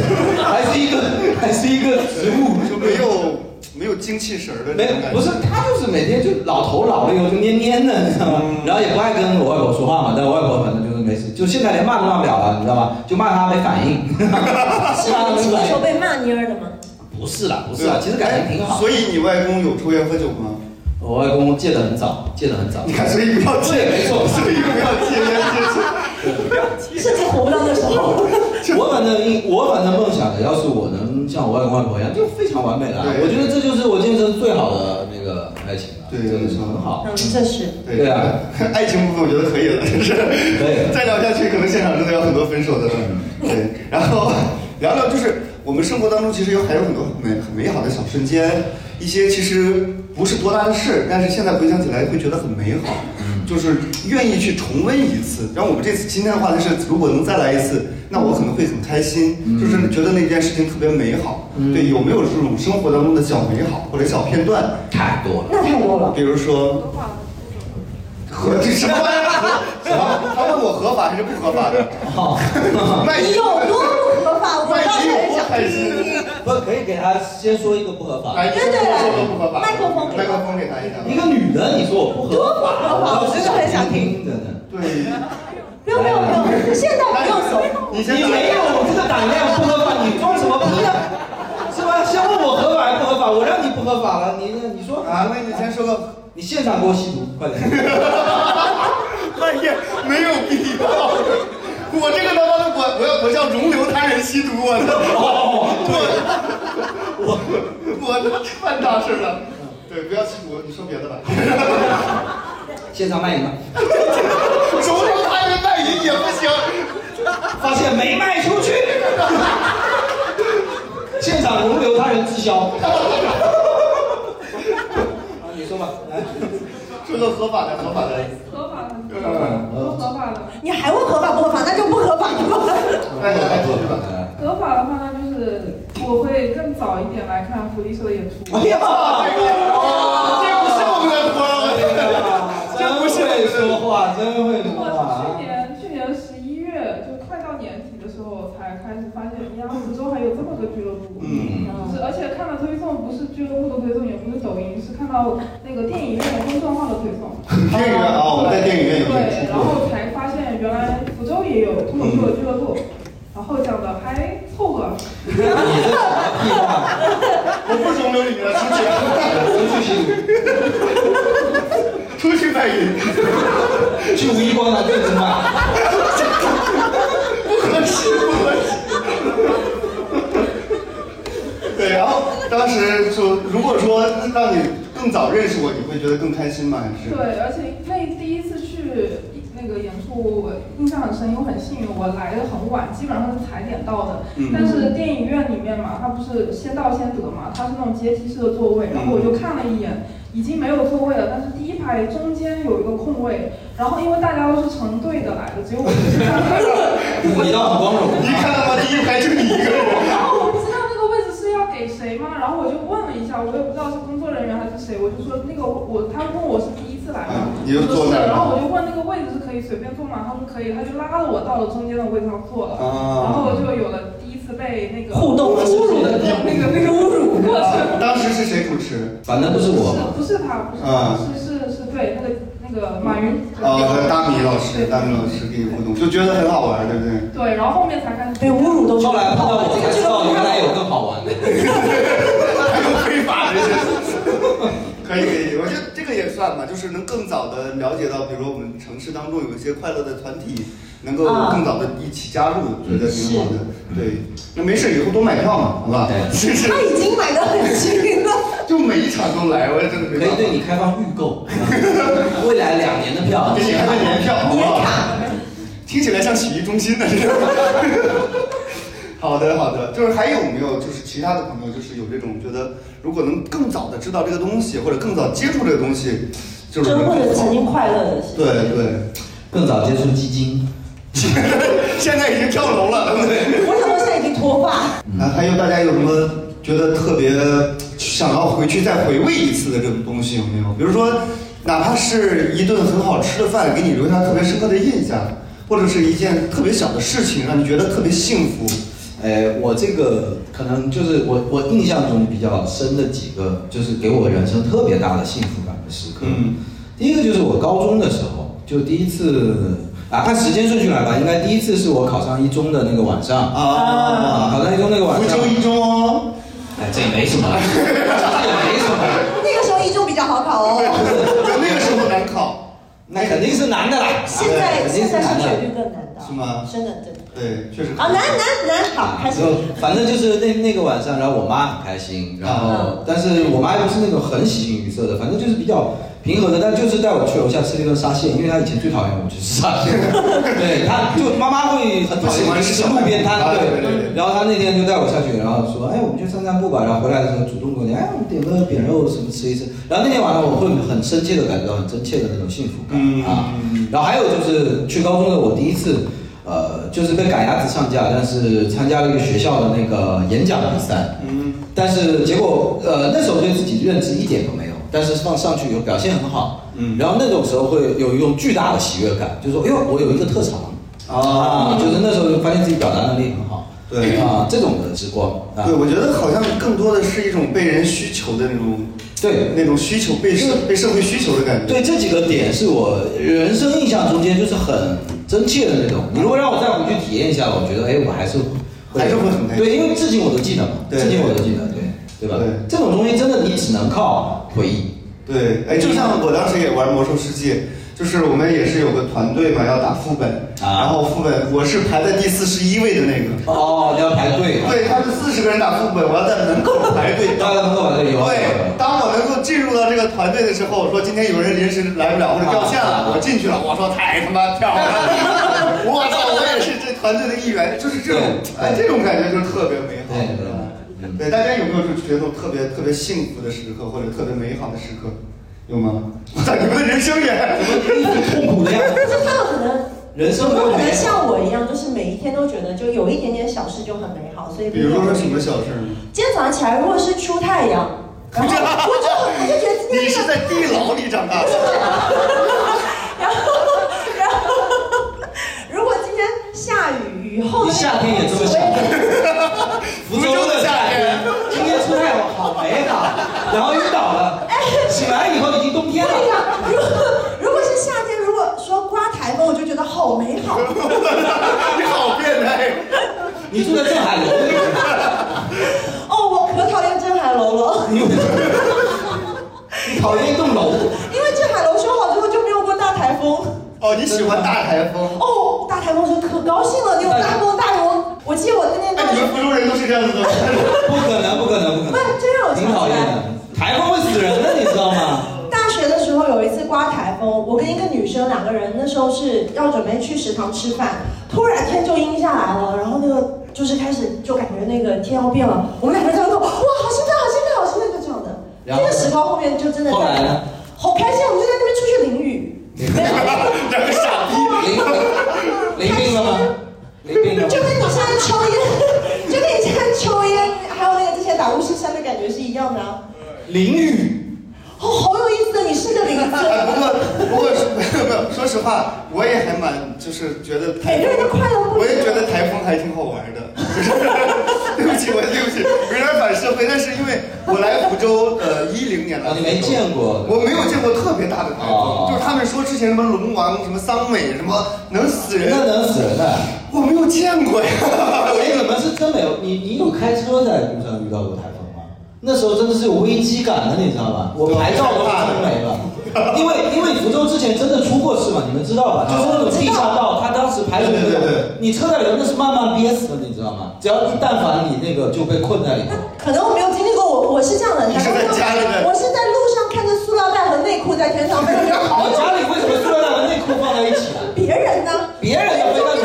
[SPEAKER 5] 还是一个还是一个植物，
[SPEAKER 1] 就没有没有精气神儿的
[SPEAKER 5] 没
[SPEAKER 1] 那
[SPEAKER 5] 有
[SPEAKER 1] 种感觉。
[SPEAKER 5] 不是他就是每天就老头老了以后就蔫蔫的，你知道吗？然后也不爱跟我外婆说话嘛，但我外婆反正就是没事，就现在连骂都骂不了了，你知道吗？就骂他没反 应，
[SPEAKER 3] 是
[SPEAKER 5] 骂他没
[SPEAKER 3] 年轻的
[SPEAKER 5] 反
[SPEAKER 3] 时候
[SPEAKER 5] 应，
[SPEAKER 3] 被骂蔫儿的吗？
[SPEAKER 5] 不是啦，不
[SPEAKER 1] 不
[SPEAKER 5] 是啊啦，其实感情挺好
[SPEAKER 1] 哎所。以你外公有抽烟喝酒 吗？
[SPEAKER 5] 我外公戒得很早，戒得很早
[SPEAKER 1] 你。看，所以不 要戒，
[SPEAKER 5] 对没错
[SPEAKER 1] 所以不要戒烟戒酒。
[SPEAKER 3] 甚至活不到那时候。
[SPEAKER 5] 我反正一我反正梦想的，要是我能像我外公外婆一样，就非常完美了。
[SPEAKER 1] 对
[SPEAKER 5] 我觉得这就是我今生最好的那个爱情了，
[SPEAKER 1] 对
[SPEAKER 5] 真的
[SPEAKER 1] 没
[SPEAKER 5] 是
[SPEAKER 1] 错
[SPEAKER 5] 很好。
[SPEAKER 3] 嗯，这是。
[SPEAKER 5] 对啊，
[SPEAKER 1] 爱情部分我觉得可以了，就是
[SPEAKER 5] 以了
[SPEAKER 1] 再聊下去，可能现场真的有很多分手的了。
[SPEAKER 5] 嗯
[SPEAKER 1] 对，然后 聊聊就是我们生活当中其实有还有很多美很美好的小瞬间，一些其实不是多大的事，但是现在回想起来会觉得很美好，
[SPEAKER 5] 嗯
[SPEAKER 1] 就是愿意去重温一次。然后我们这次今天的话题是，如果能再来一次，那我可能会很开心，
[SPEAKER 5] 嗯
[SPEAKER 1] 就是觉得那件事情特别美好。对，有没有这种生活当中的小美好或者小片段？
[SPEAKER 5] 太多了，
[SPEAKER 3] 那太多了。
[SPEAKER 1] 比如说，合这 什么玩意儿？什么？他问我合法还是不合法的？卖
[SPEAKER 3] 你
[SPEAKER 1] 淫
[SPEAKER 3] 有多不合法？我
[SPEAKER 1] 卖
[SPEAKER 3] 倒是
[SPEAKER 1] 淫有
[SPEAKER 3] 很
[SPEAKER 1] 多
[SPEAKER 3] 想
[SPEAKER 1] 开心？
[SPEAKER 3] 听。
[SPEAKER 5] 不可以给他先说一个不合法。
[SPEAKER 1] 来，你说说不合法？
[SPEAKER 3] 麦克风给他
[SPEAKER 1] 麦克风给他一下。
[SPEAKER 5] 一个女人，你说我不合法，
[SPEAKER 3] 不合法
[SPEAKER 5] 我
[SPEAKER 3] 真的很想听
[SPEAKER 5] 真的。
[SPEAKER 1] 对，
[SPEAKER 3] 不用不用不用，现在不用走。
[SPEAKER 1] 你先
[SPEAKER 5] 你没有我这个胆量不合法，你装什么逼啊？是吧？先问我合法还不合法，我让你不合法了，你你说
[SPEAKER 1] 啊，那你先说个
[SPEAKER 5] 你现场给我吸毒，快点！
[SPEAKER 1] 半夜没有必要。我这个他妈的，我我要我要容留他人吸毒，我的，
[SPEAKER 3] 哦
[SPEAKER 1] 我我我犯大事了。对，不要吸毒，你说别的吧。
[SPEAKER 5] 现场卖淫吗？
[SPEAKER 1] 容留他人卖淫也不行。
[SPEAKER 5] 发现没卖出 去，现场容留他人滞销。啊，你说吧，来，
[SPEAKER 1] 说个合法的，合法的。
[SPEAKER 10] 合法的，
[SPEAKER 1] 嗯，
[SPEAKER 10] 都合法的。
[SPEAKER 3] 你还问合法不合法？那就不合法了。
[SPEAKER 1] 来来来，继续吧。
[SPEAKER 5] 来
[SPEAKER 10] 合法的话，那就是我会更早一点来看福利社的演出。
[SPEAKER 5] 哎呀，
[SPEAKER 1] 这不是我们的活儿。
[SPEAKER 5] 真会说话，真会说话
[SPEAKER 10] 我去。年去年十一月就快到年底的时候才开始发现，呀，福州还有这么个俱乐部。
[SPEAKER 1] 嗯，
[SPEAKER 10] 就是，而且看了推送，不是俱乐部的推送，也不是抖音，是看到那个电影院公众号的推送。
[SPEAKER 1] 电影院啊，我们在电影院有演
[SPEAKER 10] 对，然
[SPEAKER 1] 出过。
[SPEAKER 10] 后才发现原来福州也有脱口秀的俱乐部，然后讲的还凑合。
[SPEAKER 1] 我不容留你们了，出去，出去卖淫，
[SPEAKER 5] 去五一广场店子卖，
[SPEAKER 1] 不合适，不合适。对，然后当时说，如果说让你更早认识我，你会觉得更开心吗？还是？
[SPEAKER 10] 对，而且那第一次去那个演出部我印象很深，因为我很幸运，我来的很晚，基本上是踩点到的。
[SPEAKER 11] 嗯
[SPEAKER 10] 但是电影院里面嘛，它不是先到先得嘛，它是那种阶梯式的座位，然后我就看了一眼，已经没有座位了，但是第一排中间有一个空位，然后因为大家都是成对的来的，只有我是站队的。
[SPEAKER 12] 你倒很光荣。
[SPEAKER 1] 你看到吗？第一排就你一个人。
[SPEAKER 10] 然后哦我不知道那个位置是要给谁吗？然后我就问了一下，我也不知道是工作人员还是谁，我就说那个我我他问我是第一次来
[SPEAKER 1] 啊
[SPEAKER 10] 嘛，
[SPEAKER 1] 你就
[SPEAKER 10] 我
[SPEAKER 1] 坐
[SPEAKER 10] 说是
[SPEAKER 1] 那儿
[SPEAKER 10] 然后我就问那个位置是可以随便坐吗？他说可以，他就拉着我到了中间的位置上坐了，
[SPEAKER 1] 啊
[SPEAKER 10] 然后我就有了第一次被那个
[SPEAKER 1] 互动了是不
[SPEAKER 10] 侮
[SPEAKER 1] 是
[SPEAKER 10] 辱的那个那个侮辱过程。
[SPEAKER 1] 当时是谁主持？
[SPEAKER 5] 反正不是我嘛。
[SPEAKER 10] 不是他，不是他，
[SPEAKER 1] 啊
[SPEAKER 10] 是是是对那个那个马云。
[SPEAKER 1] 呃，大米老师，大米老师给你互动，就觉得很好玩，对不对？哎
[SPEAKER 10] 对，然后后面才开始
[SPEAKER 2] 哎
[SPEAKER 3] 被侮辱都
[SPEAKER 12] 后来碰到我才知道，原来有更好玩的。
[SPEAKER 1] 还有非法的，可以可以，我觉得这个也算吧，就是能更早的了解到，比如说我们城市当中有一些快乐的团体，能够
[SPEAKER 3] 啊
[SPEAKER 1] 更早的一起加入，觉得挺好的。对，那没事，以后多买票嘛，好吧？ 是是，
[SPEAKER 3] 他已经买的很近了，
[SPEAKER 1] 就每一场都来，我也真的没
[SPEAKER 5] 可
[SPEAKER 1] 办
[SPEAKER 5] 以
[SPEAKER 1] 法。
[SPEAKER 5] 对你开放预 购，未来两年的票，
[SPEAKER 1] 给你开个年票，好不好？听起来像洗浴中心 的。好的，好的，就是还有没有就是其他的朋友，就是有这种觉得，如果能更早的知道这个东西，或者更早接触这个东西，就是
[SPEAKER 3] 就是
[SPEAKER 1] 能
[SPEAKER 3] 或者
[SPEAKER 1] 更好
[SPEAKER 3] 曾经快乐的事。
[SPEAKER 1] 对对，
[SPEAKER 5] 更早接触基金。
[SPEAKER 1] 现在已经跳楼了，对不对？
[SPEAKER 3] 我想到现在已经脱发，
[SPEAKER 1] 啊，还有大家有什么觉得特别想要回去再回味一次的这种东西有没有？比如说，哪怕是一顿很好吃的饭，给你留下特别深刻的印象，或者是一件特别小的事情，让你觉得特别幸福。
[SPEAKER 5] 哎，我这个可能就是我我印象中比较深的几个，就是给我人生特别大的幸福感的时刻。
[SPEAKER 1] 嗯，
[SPEAKER 5] 第一个就是我高中的时候，就第一次啊，按时间顺序来吧，应该第一次是我考上一中的那个晚上啊，
[SPEAKER 1] 啊，
[SPEAKER 5] 考上一中那个晚
[SPEAKER 1] 福
[SPEAKER 5] 上
[SPEAKER 1] 州，一中哦，
[SPEAKER 5] 哎，这也没什么， 这也没什么。
[SPEAKER 3] 那个时候一中比较好考哦，
[SPEAKER 1] 那个时候难考，
[SPEAKER 5] 那肯定是男的啦，
[SPEAKER 3] 现在
[SPEAKER 5] 肯定
[SPEAKER 3] 现
[SPEAKER 5] 是
[SPEAKER 3] 在
[SPEAKER 5] 男
[SPEAKER 3] 升学
[SPEAKER 5] 的。
[SPEAKER 3] 率更难的，
[SPEAKER 1] 是吗
[SPEAKER 3] 真的真的。
[SPEAKER 1] 对，确实
[SPEAKER 3] 啊，难难难，好，开始
[SPEAKER 5] 就。啊反正就是那那个晚上，然后我妈很开心，然后
[SPEAKER 3] 啊
[SPEAKER 5] 但是我妈又不是那种很喜形于色的，反正就是比较平和的，但就是带我去楼下吃了一顿沙县，因为她以前最讨厌我去吃沙县，对，她就妈妈会很讨厌我去吃路边摊，
[SPEAKER 1] 啊对对对
[SPEAKER 5] 对。然后她那天就带我下去，然后说，哎，我们去散散步吧。然后回来的时候主动跟我讲，哎，我们点个扁肉什么吃一吃。然后那天晚呃上我会很深切的感觉到很真切的那种幸福感
[SPEAKER 1] 嗯
[SPEAKER 5] 啊。然后还有就是去高中的我第一次，呃，就是被赶鸭子上架，但是参加了一个学校的那个演讲比赛，
[SPEAKER 1] 嗯，
[SPEAKER 5] 但是结果呃那时候对自己认知一点都没有，但是放上去以后表现很好，
[SPEAKER 1] 嗯
[SPEAKER 5] 然后那种时候会有一种巨大的喜悦感，就是说，哎呦，我有一个特长。
[SPEAKER 1] 啊
[SPEAKER 5] 啊，就是那时候就发现自己表达能力很好，
[SPEAKER 1] 对
[SPEAKER 5] 啊，这种的之光啊
[SPEAKER 1] 对，，我觉得好像更多的是一种被人需求的那种，
[SPEAKER 5] 对，
[SPEAKER 1] 那种需求被社被社会需求的感觉。
[SPEAKER 5] 对这几个点是我人生印象中间就是很真切的那种。你如果让我再回去体验一下，我觉得哎，我还是
[SPEAKER 1] 还是会很开心
[SPEAKER 5] 对，因为至今我都记得嘛，
[SPEAKER 1] 对
[SPEAKER 5] 至今我都记得，对对吧？
[SPEAKER 1] 对
[SPEAKER 5] 这种东西真的你只能靠回忆。
[SPEAKER 1] 对，哎，就像我当时也玩魔兽世界，就是我们也是有个团队嘛，要打副本，
[SPEAKER 5] 啊
[SPEAKER 1] 然后副本我是排在第四十一位的那个，
[SPEAKER 5] 哦，你要排队。
[SPEAKER 1] 对，他们四十个人打副本，我要在门口排队。
[SPEAKER 5] 大家门口排队有。
[SPEAKER 1] 对，当我能够进入到这个团队的时候，说今天有人临时来不了或者掉线
[SPEAKER 5] 啊
[SPEAKER 1] 了，我进去了，我说太他妈漂亮 了，我操，我也是这团队的一员，就是这种，
[SPEAKER 5] 对
[SPEAKER 1] 哎，这种感觉就是特别美好
[SPEAKER 5] 对对对。嗯
[SPEAKER 1] 对，大家有没有就觉得特别特别幸福的时刻，或者特别美好的时刻，有吗？ 我操，你们的人生也
[SPEAKER 5] 痛苦的样子，
[SPEAKER 3] 就是他们可能，
[SPEAKER 5] 人生
[SPEAKER 3] 他
[SPEAKER 5] 没
[SPEAKER 3] 们
[SPEAKER 5] 有
[SPEAKER 3] 可
[SPEAKER 5] 美
[SPEAKER 3] 能
[SPEAKER 5] 好。
[SPEAKER 3] 像我一样，就是每一天都觉得就有一点点小事就很美好，所以
[SPEAKER 1] 比如说什么小事儿呢？
[SPEAKER 3] 今天早上起来，如果是出太阳，然后我就我就觉得今
[SPEAKER 1] 你
[SPEAKER 3] 天
[SPEAKER 1] 是
[SPEAKER 3] 这个，
[SPEAKER 1] 在地牢里长大的，
[SPEAKER 3] 然后然后如果今天下雨雨后的
[SPEAKER 5] 你
[SPEAKER 3] 那个
[SPEAKER 5] 夏天也这么想
[SPEAKER 3] 我也
[SPEAKER 5] 福州的夏天，今天出太阳好美好，然后晕倒了，醒来以后已经冬天了。
[SPEAKER 3] 对呀，如果如果是夏天，如果说刮台风，我就觉得好美好。
[SPEAKER 1] 你好变态。
[SPEAKER 5] 你住在镇海楼，
[SPEAKER 3] 哦，我可讨厌镇海楼了，
[SPEAKER 5] 你 你讨厌一栋楼，
[SPEAKER 3] 因为镇海楼修好之后就没有过大台风。
[SPEAKER 1] 哦，你喜欢大台 风？
[SPEAKER 3] 哦，大台风时候可高兴了，有大风大风。我记得我那天
[SPEAKER 1] 哎，
[SPEAKER 3] 大
[SPEAKER 1] 你
[SPEAKER 3] 学
[SPEAKER 1] 们，福州人都是这样子的吗？
[SPEAKER 5] 不可能，不可能，不可
[SPEAKER 3] 不
[SPEAKER 5] 能，
[SPEAKER 3] 哎是，这让我
[SPEAKER 5] 挺
[SPEAKER 3] 想
[SPEAKER 5] 讨厌
[SPEAKER 3] 起来，
[SPEAKER 5] 的，台风会死人的，你知道吗？
[SPEAKER 3] 大学的时时候有一次刮台风，我跟一个女生两个人，那时候是要准备去食堂吃饭，突然天就阴下来了，然后那个就是开始就感觉那个天要变了，我们两个这样说，哇，好兴奋，好兴奋，好兴奋，就这样的。
[SPEAKER 5] 然后
[SPEAKER 3] 那个时光后面就真的
[SPEAKER 5] 后来呢
[SPEAKER 3] 好开心，我们就在那边出去淋雨，
[SPEAKER 5] 两个傻逼，淋淋病了吗？淋病了吗
[SPEAKER 3] 就？跟你现在抽烟， 就跟你现在抽烟，还有那个之前打巫师三的感觉是一样的、啊。
[SPEAKER 5] 淋雨，
[SPEAKER 3] 哦，好有意思，你是个零
[SPEAKER 1] 哎不
[SPEAKER 3] 子，
[SPEAKER 1] 过不过是不不，说实话，我也还蛮就是觉得台
[SPEAKER 3] 每个人都快乐不
[SPEAKER 1] 我也
[SPEAKER 3] 一
[SPEAKER 1] 觉
[SPEAKER 3] 样。
[SPEAKER 1] 得台风还挺好玩的。 就是对不起，我对不起，有点反社会，但是因为我来福州呃一零年来
[SPEAKER 5] 啊
[SPEAKER 1] 的，
[SPEAKER 5] 你没见过？
[SPEAKER 1] 我没有见过特别大的台
[SPEAKER 5] 哦
[SPEAKER 1] 风，就是他们说之前什么龙王、什么桑美、什么能死人，
[SPEAKER 5] 那能死人的。
[SPEAKER 1] 我没有见过呀。
[SPEAKER 5] 哎，你们是真没有？你你有开车在路上遇到过台风吗？那时候真的是有危机感的，你知道吧？我牌照都冲没了。因为因为福州之前真的出过事嘛，你们知道吧？就是那种地下道，它当时排水
[SPEAKER 1] 啊对对对对
[SPEAKER 5] 你车在里头那是慢慢憋死的，你知道吗？只要一但凡你那个就被困在里头。
[SPEAKER 3] 可能我没有经历过，我我是这样的，
[SPEAKER 1] 你是在家里面
[SPEAKER 3] 我是在路上看着塑料袋和内裤在 天上飞，我觉得好
[SPEAKER 5] 我
[SPEAKER 3] 丑。
[SPEAKER 5] 家里为什么塑料袋和内裤放在一起啊？
[SPEAKER 3] 别人呢？
[SPEAKER 5] 别人也会那种。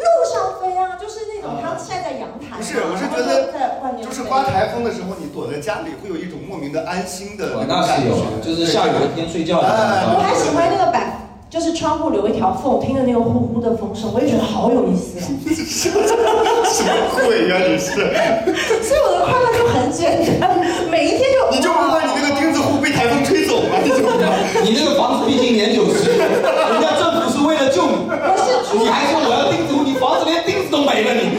[SPEAKER 3] 路上飞啊，就是那种他晒在阳台啊。
[SPEAKER 1] 不是我是觉得
[SPEAKER 3] 然后在外面
[SPEAKER 1] 就
[SPEAKER 3] 飞
[SPEAKER 1] 是刮台风的时候，你躲在家里会有一种莫名的安心的
[SPEAKER 5] 我
[SPEAKER 1] 种
[SPEAKER 5] 那
[SPEAKER 1] 感
[SPEAKER 5] 是有啊
[SPEAKER 1] 觉，，
[SPEAKER 5] 就是下 雨的天睡觉的时
[SPEAKER 1] 哎
[SPEAKER 5] 候。
[SPEAKER 3] 我还喜欢那个板，就是窗户留一条缝，听着那个呼呼的风声，我也觉得好有意思啊。
[SPEAKER 1] 什么鬼呀、你是？
[SPEAKER 3] 所以我的快乐就很简单，每一天就
[SPEAKER 1] 你就不怕你那个钉子户被台风吹走吗？你就 不怕？
[SPEAKER 5] 你这个房子毕竟年久失修，人家政府是为了救你，
[SPEAKER 3] 我是猪
[SPEAKER 5] 你还说我要钉子户，你房子连钉子都没了，你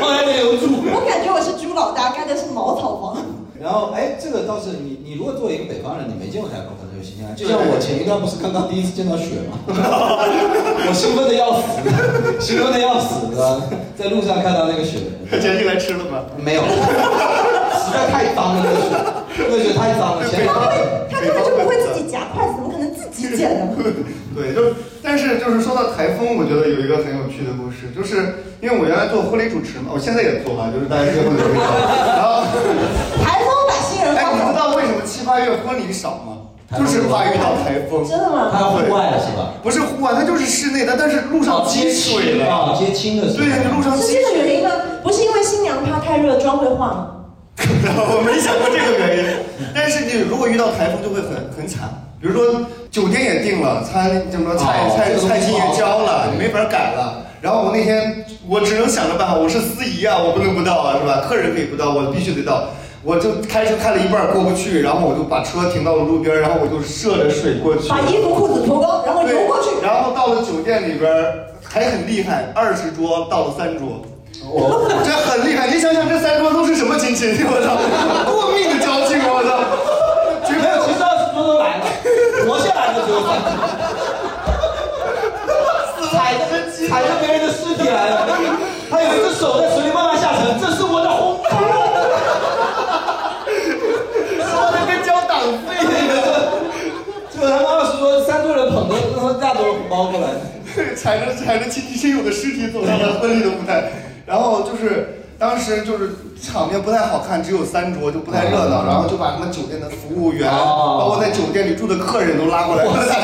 [SPEAKER 5] 放在那留住。
[SPEAKER 3] 我感觉我是猪老大，盖的是茅草房。
[SPEAKER 5] 然后，哎，这个倒是你，你如果作为一个北方人，你没见过台风，可能有新鲜感。就像我前一段不是刚刚第一次见到雪 吗？我兴奋的要死，兴奋的要死，是吧？在路上看到那个雪，
[SPEAKER 1] 捡起来吃了吗？
[SPEAKER 5] 没有，实在太脏了，那个雪，那雪太脏了。前两天
[SPEAKER 3] 他根本就不会自己夹筷子，怎么可能自己捡呢？
[SPEAKER 1] 对，就但是就是说到台风，我觉得有一个很有趣的故事，就是因为我原来做婚礼主持嘛，我现在也做啊，就是大家结婚的时候， 然后
[SPEAKER 3] 台风把新人
[SPEAKER 1] 哎，
[SPEAKER 3] 放
[SPEAKER 1] 你知
[SPEAKER 3] 走，
[SPEAKER 1] 道为什么七八月婚礼少吗？就是怕遇到台风，
[SPEAKER 3] 真的吗？
[SPEAKER 5] 它户外了是吧？
[SPEAKER 1] 不是户外，它就是室内的，但是路上积水
[SPEAKER 5] 啊，
[SPEAKER 1] 了，
[SPEAKER 5] 接亲的时候。
[SPEAKER 1] 对，路上
[SPEAKER 3] 是
[SPEAKER 1] 积
[SPEAKER 3] 这个
[SPEAKER 1] 水
[SPEAKER 3] 原因吗？不是因为新娘怕太热妆会化吗？
[SPEAKER 1] 我没想过这个原因。但是你如果遇到台风，就会很很惨。比如说酒店也订了，餐什么菜
[SPEAKER 5] 哦
[SPEAKER 1] 菜
[SPEAKER 5] 这个东西
[SPEAKER 1] 菜金也交了，
[SPEAKER 5] 对
[SPEAKER 1] 没法改了。然后我那天我只能想着办法，我是司仪啊，我不能不到啊，是吧？客人可以不到，我必须得到。我就开车开了一半过不去，然后我就把车停到了路边，然后我就涉着水过去。
[SPEAKER 3] 把衣服裤子脱光，然后游过去。
[SPEAKER 1] 然后到了酒店里边儿还很厉害，二十桌到了三桌，
[SPEAKER 3] 哦
[SPEAKER 5] 我
[SPEAKER 1] 这很厉害。你想想这三桌都是什么亲戚？我操，过命的交情，我操，绝
[SPEAKER 5] 没有，其实二十多都来了，活下来的只有三十多。踩着踩着别人的尸体来了，他有一只手在水里慢慢下沉，这是我的红 包。
[SPEAKER 1] 说的跟交党费一样，
[SPEAKER 5] 结果他们二十多三多人捧着那么大摞红包过来，
[SPEAKER 1] 踩着踩着亲戚亲友的尸体走上了婚礼的舞台，然后就是。当时就是场面不太好看，只有三桌就不太热
[SPEAKER 5] 啊
[SPEAKER 1] 闹，然后就把他们酒店的服务员，
[SPEAKER 5] 哦
[SPEAKER 1] 包括在酒店里住的客人都拉过来， 大家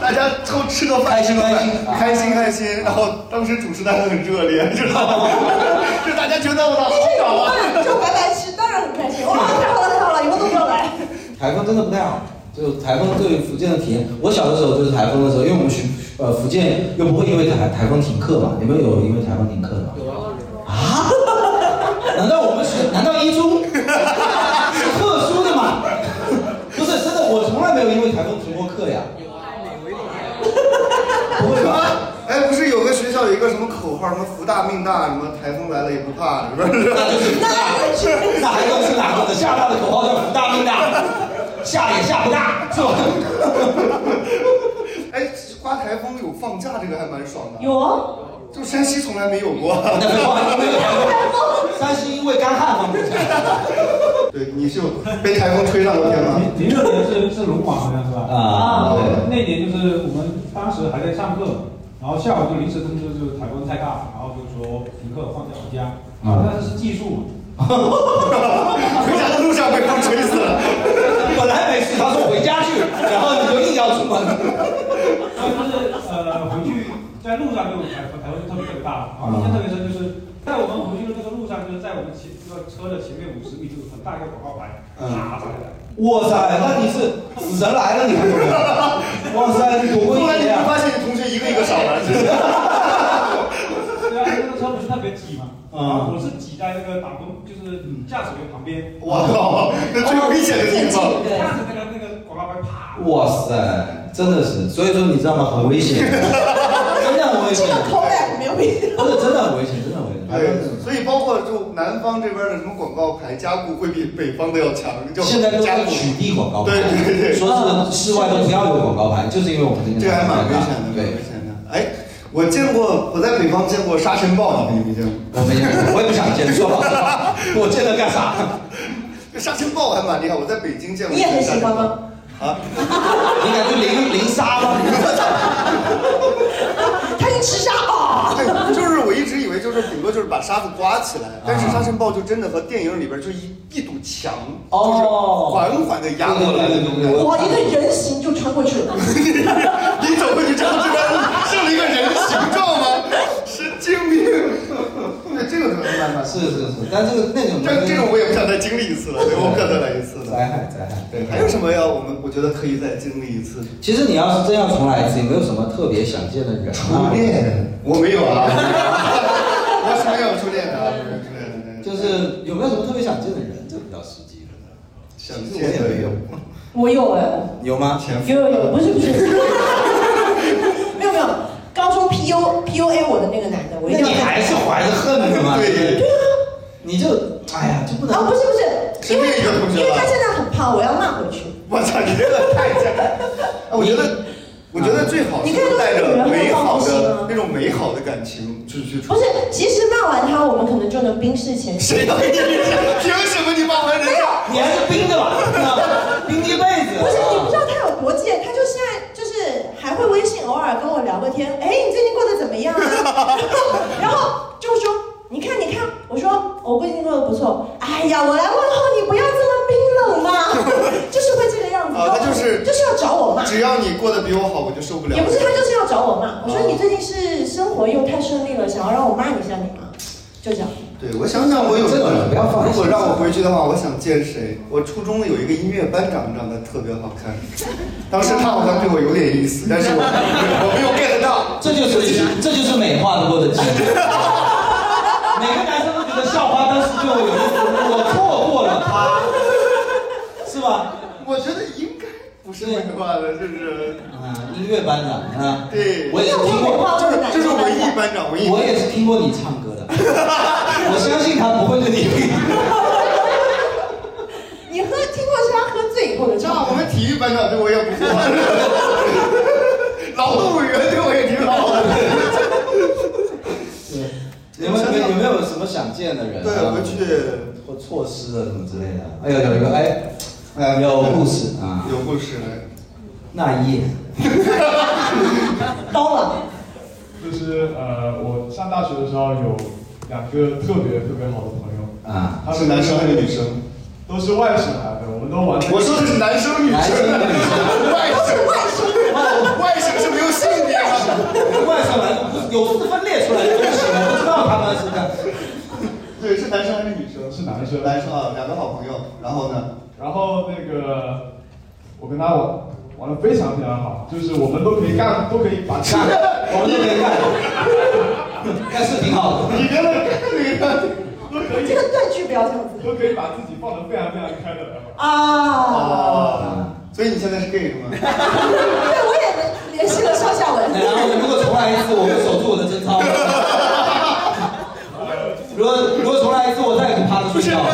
[SPEAKER 1] 大家都吃个饭，
[SPEAKER 5] 开心
[SPEAKER 1] 吃个饭
[SPEAKER 5] 开心啊
[SPEAKER 1] 开心开心。然后当时主持大家很热烈，知道吗？ 就大家觉得我
[SPEAKER 3] 哎
[SPEAKER 1] 操，好搞啊！
[SPEAKER 3] 就白白吃，当然很开心。哇，太好了，太好了，以后都不要来。
[SPEAKER 5] 台风真的不太好。就台风对于福建的体验，我小的时候就是台风的时候，因为我们学呃福建又不会因为台台风停课嘛，你们有因为台风停课吗？有啊。 难道我们学？难道一中 是特殊的吗？不是真的，我从来没有因为台风停过课呀。不会吧？
[SPEAKER 1] 哎，不是有个学校有一个什么口号，什么福大命大，什么台风来了也不怕，是不是？
[SPEAKER 5] 那就是那还能是哪个的？厦大的口号叫福大命大，下也下不大，是吧？
[SPEAKER 1] 哎，刮台风有放假，这个还蛮爽的。
[SPEAKER 3] 有啊，
[SPEAKER 1] 就山西从来没有过。
[SPEAKER 5] 那没有没有台风，山西因为干旱放不下。
[SPEAKER 1] 对，你是有被台风吹上过天吗？
[SPEAKER 13] 零零六年是是龙王好像是吧？
[SPEAKER 5] 啊对
[SPEAKER 13] 那年就是我们当时还在上课，然后下午就临时通知，就是台风太大，然后就说停课放假回家。
[SPEAKER 5] 啊
[SPEAKER 13] 啊，但是是技术嘛，
[SPEAKER 1] 回家的路上被风吹死了。
[SPEAKER 5] 本来没事，他说回家去，
[SPEAKER 10] 然后你就硬要出门。
[SPEAKER 2] 然后就是呃，回去在路上就感感受特别特别大。然后印象特别深就是在我们回去的那个路上，就是在我们前这个车的前面五十米处，很大一个广告牌
[SPEAKER 1] 啊
[SPEAKER 10] 嗯
[SPEAKER 2] 啪下来。
[SPEAKER 10] 哇塞，那你是死神来了，你会不会？哇塞，你多会
[SPEAKER 1] 突然你
[SPEAKER 10] 呀！
[SPEAKER 1] 会发现同学一个一个少了，真是。
[SPEAKER 2] 对啊，那个车不是特别挤嘛，
[SPEAKER 1] 啊嗯
[SPEAKER 2] 我是挤在那个挡风，就是驾驶员旁边。
[SPEAKER 1] 哇靠那最危险的地方
[SPEAKER 2] 这样子那个那个广告牌啪。
[SPEAKER 5] 哇塞，真的是，所以说你知道吗？很危险，真的很危险。
[SPEAKER 3] 没有病。
[SPEAKER 5] 不是真的很危险，真的很危险。
[SPEAKER 1] 哎对，所以包括就南方这边的什么广告牌加固会比北方的要强，就
[SPEAKER 5] 现在都
[SPEAKER 1] 加
[SPEAKER 5] 在
[SPEAKER 1] 固
[SPEAKER 5] 取缔广告牌，
[SPEAKER 1] 对对对，
[SPEAKER 5] 说是室外都不要有广告牌，就是因为我们这边
[SPEAKER 1] 这个还蛮危险
[SPEAKER 5] 的，对，危
[SPEAKER 1] 险的。哎，我见过，我在北方见过沙尘暴，啊你们有没见过？
[SPEAKER 5] 我没见过，我也不想见。说老实话，我见了干啥？
[SPEAKER 1] 这沙尘暴还蛮厉害，我在北京见过。
[SPEAKER 3] 你也很喜欢吗？
[SPEAKER 1] 啊？
[SPEAKER 5] 你敢去淋淋沙吗？
[SPEAKER 3] 他去吃沙啊！
[SPEAKER 1] 对， 就是我一直以为就是顶多就是把沙子刮起来，但是沙尘暴就真的和电影里边就一一堵墙，就是缓缓的压过来的那种感觉。
[SPEAKER 3] 哇，一个人形就穿过去了。
[SPEAKER 1] 你走过去之后，这边剩了一个人形状吗？神经病！对，这个没办法。
[SPEAKER 5] 是是是，但这个那种
[SPEAKER 1] 这这种我也不想再经历一次了，对，我不想再来一次了。灾
[SPEAKER 5] 害，灾害。
[SPEAKER 1] 对，还有什么要我们？我觉得可以再经历一次。
[SPEAKER 5] 其实你要是真要重来一次，有没有什么特别想见的人？啊初
[SPEAKER 1] 恋，我没有啊， 我是没有初恋的啊，没有初恋的。
[SPEAKER 5] 就是有没有什么特别想见的人？这比较实际的。
[SPEAKER 1] 想
[SPEAKER 5] 见我也有，
[SPEAKER 3] 我有哎、
[SPEAKER 5] 有吗？
[SPEAKER 3] 有有有，不是不是， 没有没有，高中 P U P U A 我的那个男的，我一
[SPEAKER 5] 那
[SPEAKER 3] 定要
[SPEAKER 5] 你
[SPEAKER 3] 跟他
[SPEAKER 5] 还是怀着恨的嘛？
[SPEAKER 1] 对
[SPEAKER 5] 对你就哎呀，就不能
[SPEAKER 3] 啊，不是不是，因为
[SPEAKER 1] 是另一个同学吧
[SPEAKER 3] 因为他现在很胖，我要骂回去。
[SPEAKER 1] 我操，你这个太假！哎我觉得，我觉
[SPEAKER 3] 啊
[SPEAKER 1] 得最好是带着美好的那种美好的感情，就是去
[SPEAKER 3] 不是，其实骂完他，我们可能就能冰释前嫌。
[SPEAKER 1] 谁要跟你凭什么你骂完人家？
[SPEAKER 10] 你还是冰的吧，冰一辈子。
[SPEAKER 3] 不是，你不知道他有多贱，他就现在就是还会微信偶尔跟我聊个天，哎，你最近过得怎么样啊？然后然后就说，你看你看，我说我最近过得不错，哎呀，我来问候你，不要这么冰冷嘛，就是会这个样子。
[SPEAKER 1] 啊，他就是
[SPEAKER 3] 就是要找我骂，
[SPEAKER 1] 只要你过得比我好，我就受不了。
[SPEAKER 3] 也不是，他就是要找我骂。我说你最近是生活又太顺利了，想要让我骂你一下你吗？就这样。
[SPEAKER 1] 对，我想想，我有
[SPEAKER 5] 这个人不要放
[SPEAKER 1] 如果让我回去的话，我想见谁？我初中有一个音乐班长，长得特别好看，当时他好像对我有点意思，但是我我没有 get 到。
[SPEAKER 5] 这就是这就是美化的过的极致。每个男生都觉得校花当时对我有意思，我错过了她，是吧？
[SPEAKER 1] 我觉得应该不是美化的，是不是？
[SPEAKER 5] 啊，音乐班长啊，
[SPEAKER 1] 对，
[SPEAKER 5] 我也是听过，
[SPEAKER 1] 就是就是文艺班长，文艺。
[SPEAKER 5] 我也是听过你唱歌的，我相信他不会对你。
[SPEAKER 3] 你喝听过是他喝醉以后的
[SPEAKER 1] 知道我们体育班长对我也不错，劳动委员对我也挺好的。
[SPEAKER 5] 有没有有没有有没有什么想见的人？啊
[SPEAKER 1] 对回去
[SPEAKER 5] 或措施啊什么之类的。哎呀，有一个哎，哎有故事啊，
[SPEAKER 1] 有故事来。
[SPEAKER 5] 那一夜，
[SPEAKER 3] 刀了。
[SPEAKER 8] 就是呃，我上大学的时候有两个特别特别好的朋友
[SPEAKER 5] 啊
[SPEAKER 8] 他们
[SPEAKER 1] 是男生还是女生？
[SPEAKER 8] 都是外省来的，我们都玩。
[SPEAKER 1] 我说的是男生女生，外省外省是没有性别的，
[SPEAKER 5] 外省来有分裂出来的东西，我不知道他们是干。
[SPEAKER 1] 对，是男生还是女生？
[SPEAKER 8] 是男生，
[SPEAKER 1] 男生啊，两个好朋友。然后呢？
[SPEAKER 8] 然后那个，我跟他玩玩的非常非常好，就是我们都可以干，都可以 把干，
[SPEAKER 5] 我们都可以干，干是挺好的。
[SPEAKER 8] 你别乱干，你别乱干都可以，
[SPEAKER 3] 这个断句不要这样子，
[SPEAKER 8] 都可以把自己放的非常非常开的。
[SPEAKER 3] 啊。
[SPEAKER 1] 所以你现在是 gay 是吗？
[SPEAKER 3] 对，我也联系了邵夏文。
[SPEAKER 5] 然后如果重来一次，我会守住我的贞操。如果如果重来一次，我再也不趴着睡觉了。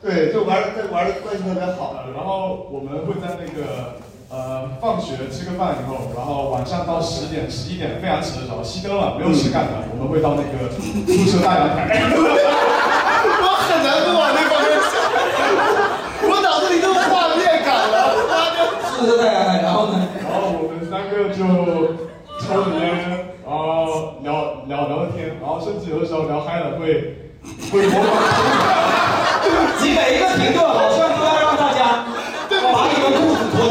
[SPEAKER 1] 对，就玩儿在玩的关系特别好。
[SPEAKER 8] 呃然后我们会在那个呃放学吃个饭以后，然后晚上到十点十一点非常迟的时候，熄灯了没有事干的，我们会到那个宿舍大阳台。
[SPEAKER 1] 我很难不往那方面想，我脑子里都有画面感了。
[SPEAKER 5] 宿舍太阳台，啊然后呢？
[SPEAKER 8] 然后我们三个就抽着烟，然后聊聊聊天，然后甚至有的时候聊嗨了会会模仿。
[SPEAKER 5] 你每一个停顿好像都要让大家把你们裤子脱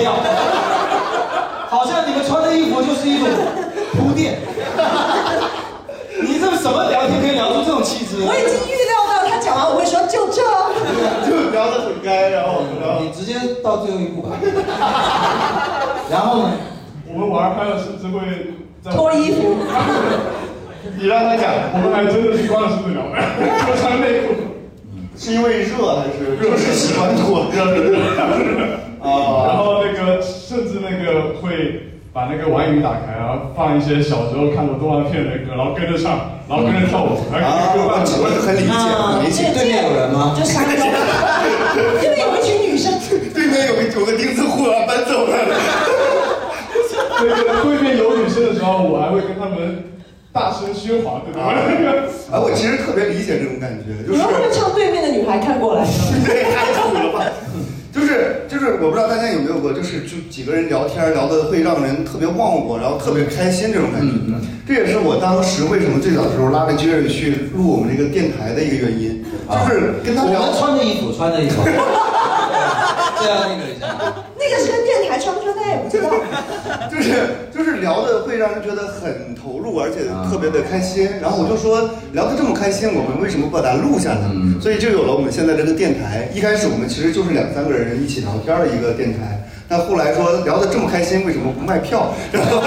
[SPEAKER 5] 到最后一步吧。然后呢？
[SPEAKER 8] 我们玩拍了是不是会在
[SPEAKER 3] 脱衣服？
[SPEAKER 8] 你让他讲，我们还真的是光着身子聊的，不穿内裤。
[SPEAKER 1] 是因为热还是就是喜欢脱？
[SPEAKER 8] 热热热啊！然后那个甚至那个会把那个玩语打开，然后放一些小时候看过动画片的歌，然后跟着唱，然后跟着跳舞，
[SPEAKER 1] 啊
[SPEAKER 8] 然后跟着伴舞。
[SPEAKER 1] 很理解，很理解。
[SPEAKER 5] 对面有人吗？
[SPEAKER 3] 就山东，对面有一群女生，
[SPEAKER 1] 对面有个有个钉子户啊，搬走了。
[SPEAKER 8] 那个对面有女生的时候，我还会跟他们大声喧哗，对吧？
[SPEAKER 1] 哎，我其实特别理解这种感觉，就
[SPEAKER 3] 你
[SPEAKER 1] 是
[SPEAKER 3] 们会不会唱对面的女孩看过来？
[SPEAKER 1] 对，太土了吧？ 就是就是，我不知道大家有没有过，就是就几个人聊天聊的会让人特别忘我，然后特别开心这种感觉。这也是我当时为什么最早的时候拉着 Jerry 去录我们这个电台的一个原因，就是跟他聊。
[SPEAKER 5] 我们穿的衣服，穿的衣服。这样那个一下。
[SPEAKER 3] 那个是跟电台穿不穿搭也不知道。
[SPEAKER 1] 就是就是聊的会让人觉得很投入，而且特别的开心。然后我就说聊得这么开心，我们为什么不把它录下来？所以就有了我们现在这个电台。一开始我们其实就是两三个人一起聊天的一个电台，但后来说聊得这么开心，为什么不卖票？ 然后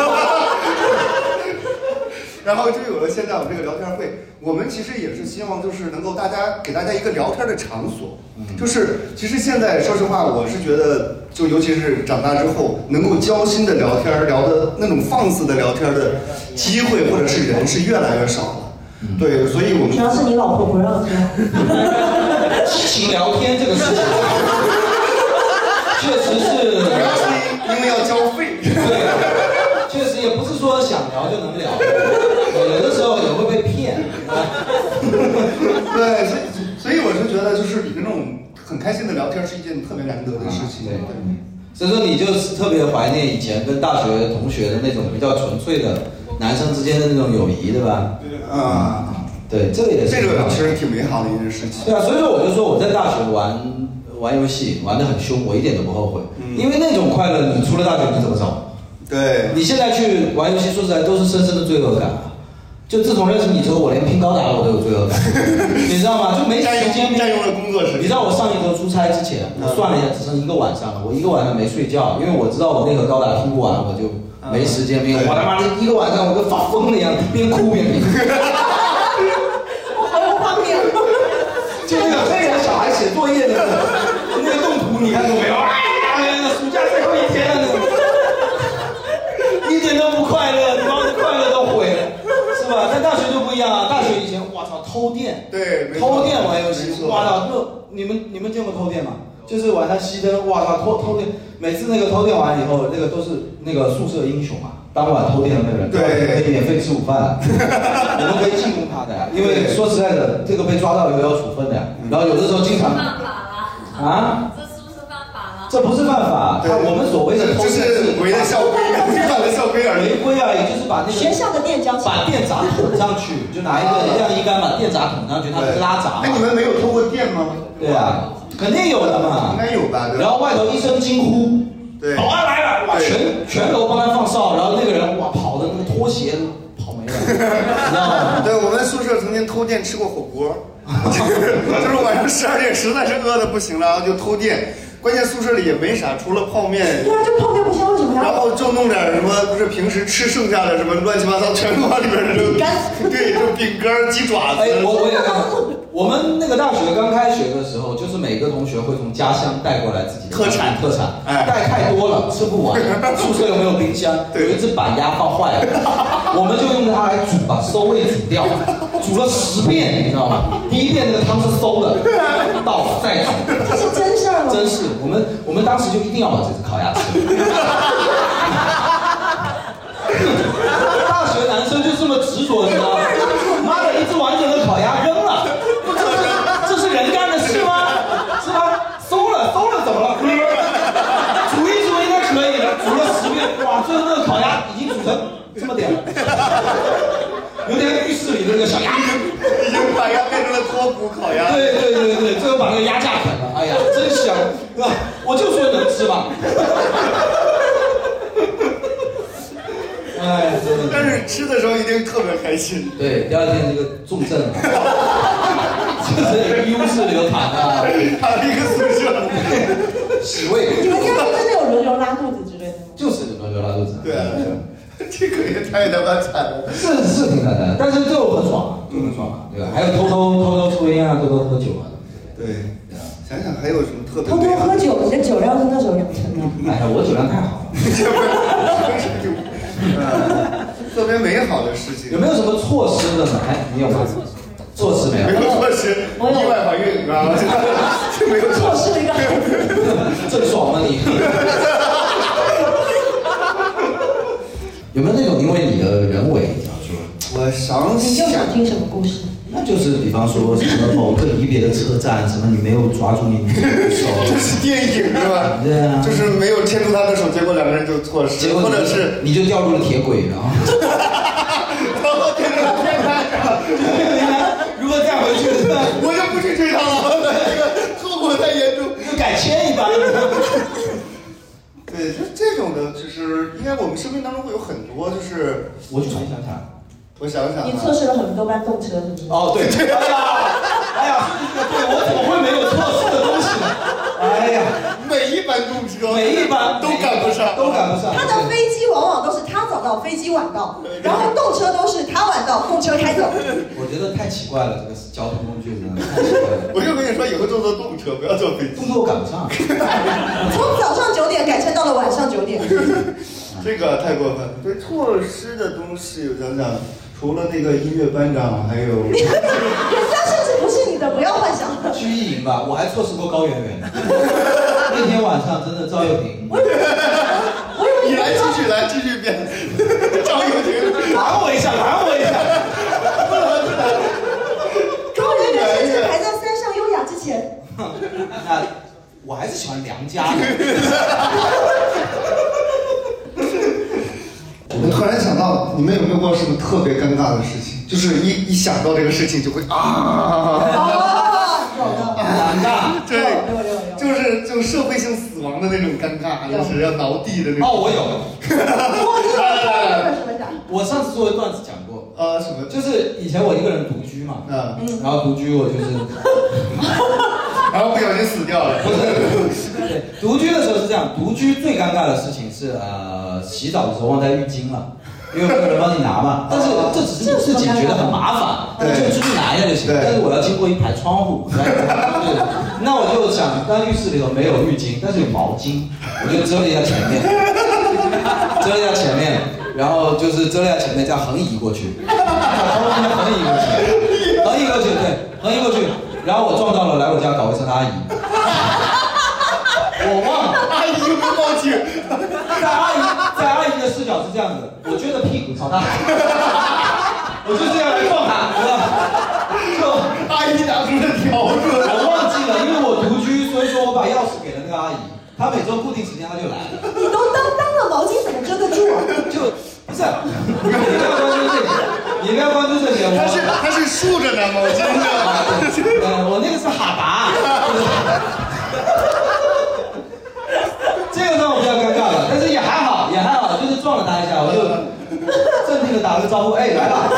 [SPEAKER 1] 然后就有了现在我们这个聊天会。我们其实也是希望，就是能够大家给大家一个聊天的场所。就是其实现在说实话，我是觉得，就尤其是长大之后，能够交心的聊天，聊的那种放肆的聊天的机会或者是人是越来越少了。对，所以我们
[SPEAKER 3] 主要是你老婆不让听。
[SPEAKER 5] 激情聊天这个事情，确实是，
[SPEAKER 1] 因为要交费，
[SPEAKER 5] 对，确实也不是说想聊就能聊，有的时候也会被骗。
[SPEAKER 1] 对，所以所以我是觉得，就是你那种很开心的聊天是一件特别难得的事情。
[SPEAKER 5] 嗯
[SPEAKER 1] 对，
[SPEAKER 5] 所以说你就是特别怀念以前跟大学同学的那种比较纯粹的男生之间的那种友谊，对吧？
[SPEAKER 1] 啊，
[SPEAKER 5] 对，这个也是
[SPEAKER 1] 这
[SPEAKER 5] 挺
[SPEAKER 1] 个
[SPEAKER 5] 好
[SPEAKER 1] 其实挺美好的一件事情。
[SPEAKER 5] 对啊，所以说我就说我在大学玩玩游戏玩得很凶，我一点都不后悔，
[SPEAKER 1] 嗯
[SPEAKER 5] 因为那种快乐，你出了大学你怎么找？
[SPEAKER 1] 对，
[SPEAKER 5] 你现在去玩游戏，说实在都是深深的罪恶感啊。就自从认识你之后，我连拼高达我都有 罪恶感，你知道吗？就没时间
[SPEAKER 1] 占用了工作时间。
[SPEAKER 5] 你知道我上一周出差之前，我算了一下，只剩一个晚上了，我一个晚上没睡觉，因为我知道我那个高达拼不完，我就没时间拼。我他妈的一个晚上，我跟发疯了一样，边哭边拼。
[SPEAKER 3] 我好有画面。
[SPEAKER 5] 就那个黑人小孩写作业的那个动图，你看过没有？哎呀，那个暑假最后一天了，那个一点都不快乐，你把我的快乐都毁了，是吧？但大学就不一样啊，大学以前，我操，偷电，
[SPEAKER 1] 对，没错
[SPEAKER 5] 偷电玩游戏
[SPEAKER 1] 没，错
[SPEAKER 5] 我操，那你们你们见过偷电吗？就是晚上熄灯，我操，偷偷电，每次那个偷电完以后，那个都是那个宿舍英雄啊，当晚偷电的那个人，
[SPEAKER 1] 对
[SPEAKER 5] 可以免费吃午 饭，啊我们可以进攻他的呀，因为说实在的，这个被抓到也要处分的呀，
[SPEAKER 1] 嗯
[SPEAKER 5] 然后有的时候经常。
[SPEAKER 14] 犯法啦，
[SPEAKER 5] 啊，
[SPEAKER 14] 这是不是犯法啦？
[SPEAKER 5] 这不是犯法，
[SPEAKER 1] 对
[SPEAKER 5] 他我们所谓的
[SPEAKER 1] 就
[SPEAKER 5] 偷窃
[SPEAKER 1] 是违了校规，违反了校规而啊已。
[SPEAKER 5] 违规而已，就是把那个
[SPEAKER 3] 学校的电交响
[SPEAKER 5] 把电闸捅上去，就拿一个晾衣杆把电闸捅上去，它不是拉
[SPEAKER 1] 啊
[SPEAKER 5] 闸
[SPEAKER 1] 哎那你
[SPEAKER 5] 嘛？
[SPEAKER 1] 们没有偷过电吗？
[SPEAKER 5] 对啊，肯定有的
[SPEAKER 1] 应。
[SPEAKER 5] 嘛
[SPEAKER 1] 该有吧？对吧
[SPEAKER 5] 然后外头一声惊呼，
[SPEAKER 1] 对，
[SPEAKER 5] 保安来了，哇，
[SPEAKER 1] 对
[SPEAKER 5] 全全楼帮他放哨，然后那个人哇跑的那个拖鞋跑没 了，你知道吗？
[SPEAKER 1] 对我们宿舍曾经偷电吃过火锅， 就是晚上十二点实在是饿的不行了，然后就偷电。关键宿舍里也没啥，除了泡面
[SPEAKER 3] 对，啊，就泡面不香，为什么
[SPEAKER 1] 然
[SPEAKER 3] 要？
[SPEAKER 1] 后就弄点什么，不是平时吃剩下的什么乱七八糟，全部往里边扔。
[SPEAKER 3] 干
[SPEAKER 1] 对，就饼干、鸡爪子。
[SPEAKER 5] 哎，我我也干过。我们那个大学刚开学的时候，就是每个同学会从家乡带过来自己的
[SPEAKER 1] 特产
[SPEAKER 5] 特产，
[SPEAKER 1] 哎
[SPEAKER 5] 带太多了吃 不完，宿舍又没有冰箱，有一只板鸭放坏了，我们就用它来煮，把馊味煮掉，煮了十遍，你知道吗？第一遍那个汤是馊的，倒了再煮，
[SPEAKER 3] 这是真事儿吗？
[SPEAKER 5] 真是我们我们当时就一定要把这只烤鸭吃了。大学男生就这么执着，你知道吗？妈的，一只完整的烤鸭扔了，这是这是人干的事吗？是吧？馊了，馊了，怎么了？煮一煮应该可以了，煮了十遍，哇，最后那个烤鸭已经煮成这么点了，有点浴室里的那个小鸭。
[SPEAKER 1] 已经把鸭变成了脱骨烤鸭。
[SPEAKER 5] 对对对对，最后把那个鸭架啃了，哎呀，真 香，对吧？我就说能吃吧。哎，真的。
[SPEAKER 1] 但是吃的时候一定特别开心。
[SPEAKER 5] 对，第二天这个重症，就是医务室流淌啊，
[SPEAKER 1] 还有一个宿舍，
[SPEAKER 5] 屎味。
[SPEAKER 3] 你们家真的有轮流拉肚子之类的吗？
[SPEAKER 2] 就是轮流拉肚子。
[SPEAKER 1] 对啊，这个也太他妈惨了。
[SPEAKER 2] 是是挺惨的，但是就很爽，就很爽啊，对吧？还有偷偷偷偷抽烟啊，偷偷喝酒啊。
[SPEAKER 1] 对，想想还有什么特别
[SPEAKER 3] 偷偷喝酒，你的酒量是那时候养成的。
[SPEAKER 2] 哎呀，我酒量太好了。
[SPEAKER 1] 特别美好的事情。
[SPEAKER 2] 有没有什么措施呢？哎，你有吗？措施没有？
[SPEAKER 1] 没有措施，
[SPEAKER 3] 我有
[SPEAKER 1] 意外怀孕啊， 这没有
[SPEAKER 3] 错失了一个孩
[SPEAKER 1] 子，
[SPEAKER 2] 郑爽吗你？有没有那种因为你的人为小说？
[SPEAKER 1] 我想
[SPEAKER 3] 你又想听什么故事？
[SPEAKER 2] 那就是比方说什么某个离别的车站，什么你没有抓住你女朋 友的手，
[SPEAKER 1] 这是电影对吧？
[SPEAKER 2] 对啊，
[SPEAKER 1] 就是没有牵住他的手，结果两个人就错失，
[SPEAKER 2] 结果
[SPEAKER 1] 或
[SPEAKER 2] 你
[SPEAKER 1] 者是
[SPEAKER 2] 你就掉入了铁轨，啊然后
[SPEAKER 1] 然后哦天哪，天哪！
[SPEAKER 5] 如果再回去，
[SPEAKER 1] 我就不去追他了， 后果太严重，
[SPEAKER 5] 就改签一把。
[SPEAKER 1] 对，就这种的，就是应该我们生命当中会有很多，就是
[SPEAKER 2] 我去想想看，
[SPEAKER 1] 我想想啊，
[SPEAKER 3] 你错失了很多班动车，是不是？
[SPEAKER 5] 哦，对，哎呀，哎呀，对我怎么会没有措施的东西呢？哎呀，
[SPEAKER 1] 每一班动车，
[SPEAKER 5] 每一 班
[SPEAKER 1] 都赶不上，
[SPEAKER 5] 都赶不上。
[SPEAKER 3] 他的飞机往往都是他早到，飞机晚到，然后动车都是他晚到，动车开走。
[SPEAKER 2] 我觉得太奇怪了，这个交通工具真的太奇怪了。
[SPEAKER 1] 我就跟你说，以后就坐动车，不要坐飞机。
[SPEAKER 2] 动车我赶不上，
[SPEAKER 3] 从早上九点改签到了晚上九点。
[SPEAKER 1] 这个太过分了。对措施的东西，我想想，除了那个音乐班长，还有
[SPEAKER 3] 人家甚至不是你的，不要幻想了。
[SPEAKER 5] 去意淫吧，我还错失过高圆 圆。
[SPEAKER 2] 那天晚上真的赵又廷，
[SPEAKER 1] 你来继续来继续编，张友廷，
[SPEAKER 5] 拦我一下，拦我一下。
[SPEAKER 3] 高圆圆甚至排在三上优雅之前。
[SPEAKER 5] 那我还是喜欢梁家。
[SPEAKER 1] 我突然想到，你们有没有过什么特别尴尬的事情？就是一一想到这个事情就会啊，
[SPEAKER 5] 尴尬。
[SPEAKER 1] 对，就是就社会性死亡的那种尴尬，就是要挠地的那种。
[SPEAKER 5] 哦，我有。我上次做的段子讲过，
[SPEAKER 1] 呃，什么？
[SPEAKER 5] 就是以前我一个人独居嘛，
[SPEAKER 1] 嗯，
[SPEAKER 5] 然后独居我就是。
[SPEAKER 1] 然后不小心死掉了。
[SPEAKER 5] 对，独居的时候是这样，独居最尴尬的事情是呃，洗澡的时候忘带浴巾了。因为没有人帮你拿嘛，但是这只是事情觉得很麻烦，那就出去拿一下就行。但是我要经过一排窗 户，对那我就想，当浴室里头没有浴巾，但是有毛巾，我就遮了一下前 面，遮了一下前面，然后就是遮了一下前面，这样横移过去，横移过去，横移过去，对，横移过去，然后我撞到了来我家搞卫生的阿姨，我忘了。
[SPEAKER 1] 阿姨就跟报警，
[SPEAKER 5] 在阿姨在阿姨的视角是这样子，我撅着屁股朝她喊，我就这样来撞她，你知道吗就
[SPEAKER 1] 阿姨拿出了条子，
[SPEAKER 5] 我忘记了，因为我独居，所以说我把钥匙给了那个阿姨，她每周固定时间她就来，
[SPEAKER 3] 你都当当了毛巾，怎么遮得住啊？
[SPEAKER 5] 就不是，你不要关注这些，你不要
[SPEAKER 1] 他
[SPEAKER 5] 关注这些，
[SPEAKER 1] 是
[SPEAKER 5] 我。
[SPEAKER 1] 他是竖着的毛巾的。
[SPEAKER 5] 呃，我那个是哈达，这个让我比较尴尬了，但是也还好，也还好，就是撞了她一下，我就镇定的打了个招呼，哎，来了，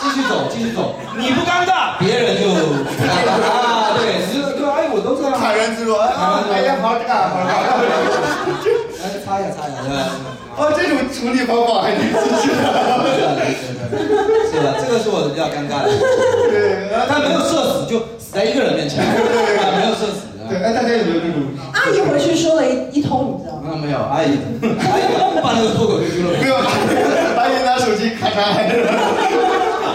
[SPEAKER 5] 继续走，继续走，你不尴尬，别人就啊，对，你就就哎，我都这样，
[SPEAKER 1] 坦然自若，啊，哎呀，好这个，好这个。
[SPEAKER 5] 哎，擦一下，擦一下，对吧？
[SPEAKER 1] 哦，这种处理方法还挺新奇
[SPEAKER 5] 对
[SPEAKER 1] 的。
[SPEAKER 5] 对对是的，这个是我的比较尴尬的，
[SPEAKER 1] 对，然后
[SPEAKER 5] 但没有射死，就死在一个人面前，啊没有射死。
[SPEAKER 1] 对，哎，大家有没有这种？
[SPEAKER 3] 阿姨回去说了一一通，你知道吗？
[SPEAKER 5] 那没有，阿姨，阿姨不把那个脱口秀俱乐
[SPEAKER 1] 没有，阿姨拿哎手机咔嚓。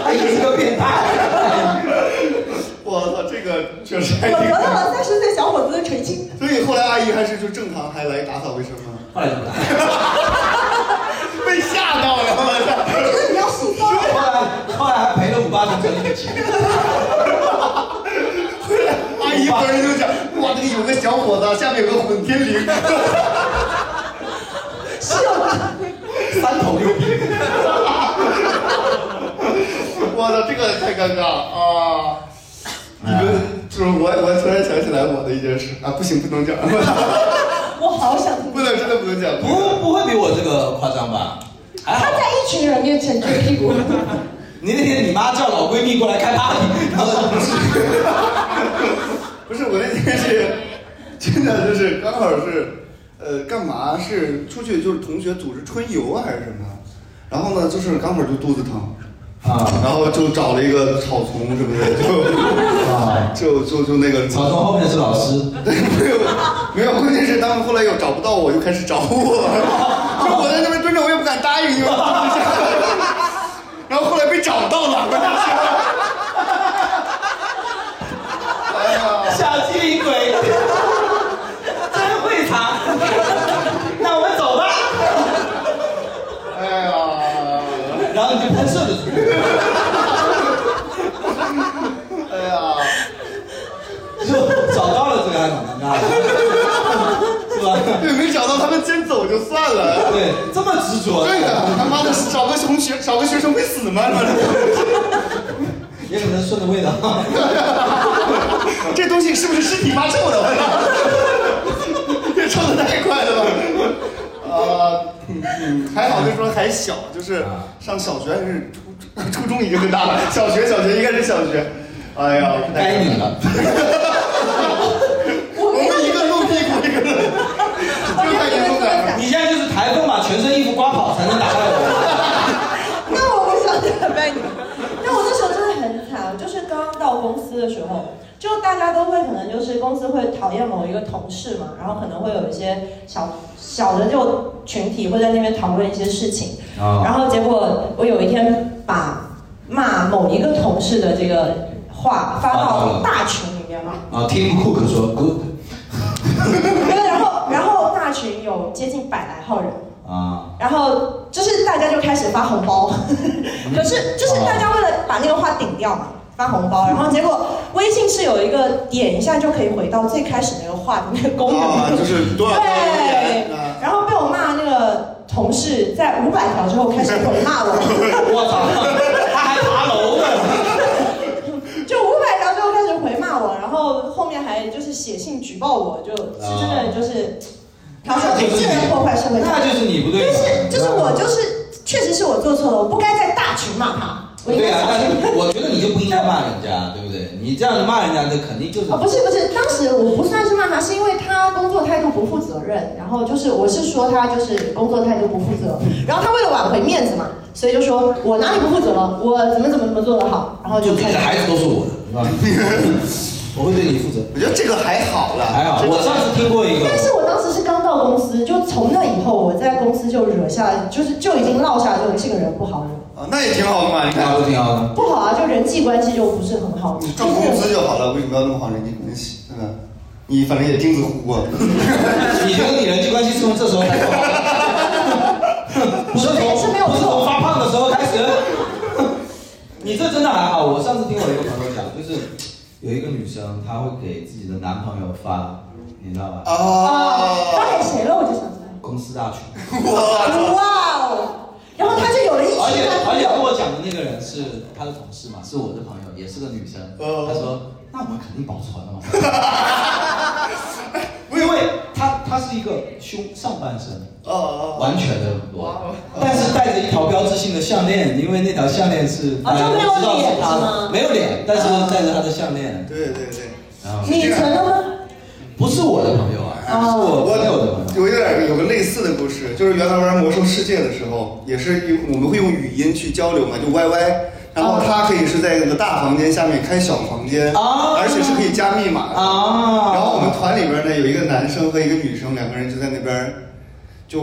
[SPEAKER 5] 阿姨是个变态。
[SPEAKER 1] 我操，这个确实
[SPEAKER 3] 我
[SPEAKER 1] 还
[SPEAKER 3] 得
[SPEAKER 1] 挺。
[SPEAKER 3] 到了三十岁小伙子的垂青。
[SPEAKER 1] 所以后来阿姨还是就正常还来打扫卫生吗？
[SPEAKER 5] 后来就不来，
[SPEAKER 1] 被吓到了，我
[SPEAKER 3] 我觉得你要细说。
[SPEAKER 5] 后来后来还赔了五八同城一笔钱。
[SPEAKER 1] 操！回来阿姨回来就讲，哇，那个有个小伙子啊下面有个混天绫，
[SPEAKER 3] 是有
[SPEAKER 5] 三头六臂。
[SPEAKER 1] 我操，这个太尴尬了啊！你们就是我，我突然想起来我的一件事啊，不行，不能讲，
[SPEAKER 3] 我好想听
[SPEAKER 1] 不。能，真的不能讲。
[SPEAKER 5] 不不会比我这个夸张吧？还
[SPEAKER 3] 他
[SPEAKER 5] 好。
[SPEAKER 3] 在一群人面前撅屁股，
[SPEAKER 5] 你那天你妈叫老闺蜜过来开 party，然后
[SPEAKER 1] 不是我那天是，真的就是刚好是，呃，干嘛是出去就是同学组织春游啊还是什么，然后呢就是刚好就肚子疼，
[SPEAKER 15] 啊，
[SPEAKER 1] 然后就找了一个草丛什么的，就
[SPEAKER 15] 啊，
[SPEAKER 1] 就就就那个
[SPEAKER 15] 草丛后面是老师，
[SPEAKER 1] 对， 没有没有，关键是他们后来又找不到我，就 开始找我，说我在那边蹲着，我也不敢答应你们，然后后来被找到了，关键是。哎
[SPEAKER 5] 小气鬼，真会藏。那我们走吧。
[SPEAKER 1] 哎呀，
[SPEAKER 5] 然后你就喷射的出去。
[SPEAKER 1] 哎呀，
[SPEAKER 5] 就找到了这个案子，你知道吗？是吧？
[SPEAKER 1] 对，没找到他们真走就算了。
[SPEAKER 5] 对，这么执着。
[SPEAKER 1] 对呀、他妈的，找个同学，找个学生会死吗？他妈的，
[SPEAKER 5] 也可能顺着味道。
[SPEAKER 1] 这东西是不是是你妈臭的？ 这臭的太快了吧！啊、嗯，还好就是说还小，就是
[SPEAKER 5] 啊
[SPEAKER 1] 上小学还是初初中已经很大了， 小学小学应该是小学。哎呀，该
[SPEAKER 5] 你了。
[SPEAKER 15] 哎
[SPEAKER 1] 我们一个露屁股，一个露，这太严重了。
[SPEAKER 5] 你现在就是台风把全身衣服刮跑才能打败我。
[SPEAKER 3] 那我不想打败你。但我那时候真的很惨，就是刚刚到公司的时候，就大家都会可能就是公司会讨厌某一个同事嘛，然后可能会有一些小小的就群体会在那边讨论一些事情，
[SPEAKER 15] 啊
[SPEAKER 3] 然后结果我有一天把骂某一个同事的这个话发到大群里面嘛，
[SPEAKER 15] 啊，Tim Cook 说 Good
[SPEAKER 3] 对，然后然后大群有接近百来号人。
[SPEAKER 15] 啊，
[SPEAKER 3] 然后就是大家就开始发红包，
[SPEAKER 5] 嗯
[SPEAKER 3] 可是就是大家为了把那个话顶掉嘛，发红
[SPEAKER 5] 嗯
[SPEAKER 3] 包，然后结果微信是有一个点一下就可以回到最开始那个话的那个功能，
[SPEAKER 1] 啊，
[SPEAKER 5] 哦
[SPEAKER 1] 就是多少多少
[SPEAKER 3] 对
[SPEAKER 1] 年，啊，
[SPEAKER 3] 然后被我骂那个同事在五百条之后开始回 骂我，
[SPEAKER 5] 我操，他还爬楼呢。
[SPEAKER 3] 就五百条之后开始回骂我，然后后面还就是写信举报我，就是
[SPEAKER 5] 哦
[SPEAKER 3] 真的就是，他说你这人破坏社会价
[SPEAKER 5] 那
[SPEAKER 3] 值，
[SPEAKER 5] 就是你不对
[SPEAKER 3] 但是就是我就是确实是我做错了，我不该在大群骂他，我应
[SPEAKER 5] 对啊，
[SPEAKER 3] 该小
[SPEAKER 5] 但
[SPEAKER 3] 群。
[SPEAKER 5] 是我觉得你就不应该骂人家，对不对？你这样子骂人家，那肯定就是
[SPEAKER 3] 哦，不是不是，当时我不算是骂他，是因为他工作态度不负责任，然后就是我是说他就是工作态度不负责，然后他为了挽回面子嘛，所以就说我哪里不负责了，我怎么怎么怎么做得好，然后就
[SPEAKER 5] 就
[SPEAKER 3] 开
[SPEAKER 5] 你
[SPEAKER 3] 始
[SPEAKER 5] 的孩子都是我的，是吧？ 我会对你负责。
[SPEAKER 1] 我觉得这个还好了，
[SPEAKER 5] 还好。
[SPEAKER 1] 这个
[SPEAKER 5] 我上次听过一个，
[SPEAKER 3] 但是我当时是刚到公司，就从那以后，我在公司就惹下，就是就已经落下，就这个人不好惹，
[SPEAKER 1] 啊，那也挺好的嘛，你看，
[SPEAKER 5] 挺好的。
[SPEAKER 3] 不好啊，就人际关系就不是很好。
[SPEAKER 1] 你赚工资就好了，为什么要那么好人际关系？对吧？嗯你反正也钉子户过，
[SPEAKER 5] 你觉得你人际关系是从这时候开始好的？ 不是从不是从发胖的时候开始？ 你这真的还好。我上次听我一个朋友讲，就是有一个女生，她会给自己的男朋友发，你知道吧？
[SPEAKER 1] 哦，
[SPEAKER 3] 发给谁了？我就想知道。
[SPEAKER 5] 公司大群。
[SPEAKER 3] 哇哦！然后他就有了一群
[SPEAKER 5] 而且
[SPEAKER 3] 男
[SPEAKER 5] 而
[SPEAKER 3] 朋
[SPEAKER 5] 且跟我
[SPEAKER 3] 友。
[SPEAKER 5] 讲的那个人是他的同事嘛，是我的朋友，也是个女生。她说：“那我们肯定保存了嘛。” 因为她她是一个胸上半身
[SPEAKER 1] 哦
[SPEAKER 5] 完全的裸，但是带着一条标志性的项链，因为那条项链是
[SPEAKER 3] 啊
[SPEAKER 5] 大家
[SPEAKER 3] 就没有
[SPEAKER 5] 都知道是
[SPEAKER 3] 脸
[SPEAKER 5] 她
[SPEAKER 3] 是
[SPEAKER 5] 的
[SPEAKER 3] 吗，啊
[SPEAKER 5] 没有脸，但是带着她的项链。
[SPEAKER 1] 对对对，
[SPEAKER 5] 然后
[SPEAKER 3] 你存了吗？
[SPEAKER 5] 不是我的朋友啊，
[SPEAKER 1] 啊，
[SPEAKER 5] 我朋友的
[SPEAKER 1] 我有一点有个类似的故事，就是原来玩魔兽世界的时候，也是用我们会用语音去交流嘛，就 YY。然后他可以是在那个大房间下面开小房间，
[SPEAKER 5] 啊
[SPEAKER 1] 而且是可以加密码的。
[SPEAKER 5] 啊
[SPEAKER 1] 然后我们团里边呢有一个男生和一个女生，两个人就在那边就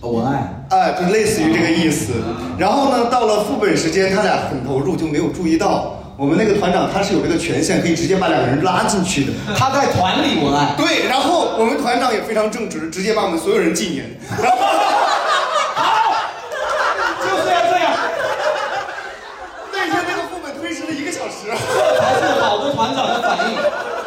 [SPEAKER 5] 文案，
[SPEAKER 1] 哎，就类似于这个意思。然后呢，到了副本时间，他俩很投入，就没有注意到我们那个团长他是有这个权限，可以直接把两个人拉进去的。
[SPEAKER 5] 他在团里文案，
[SPEAKER 1] 对，然后我们团长也非常正直，直接把我们所有人禁言。然后，
[SPEAKER 5] 就是要这样。
[SPEAKER 1] 那天那个副本推迟了一个小时。啊
[SPEAKER 5] 这才是好的团长的反应，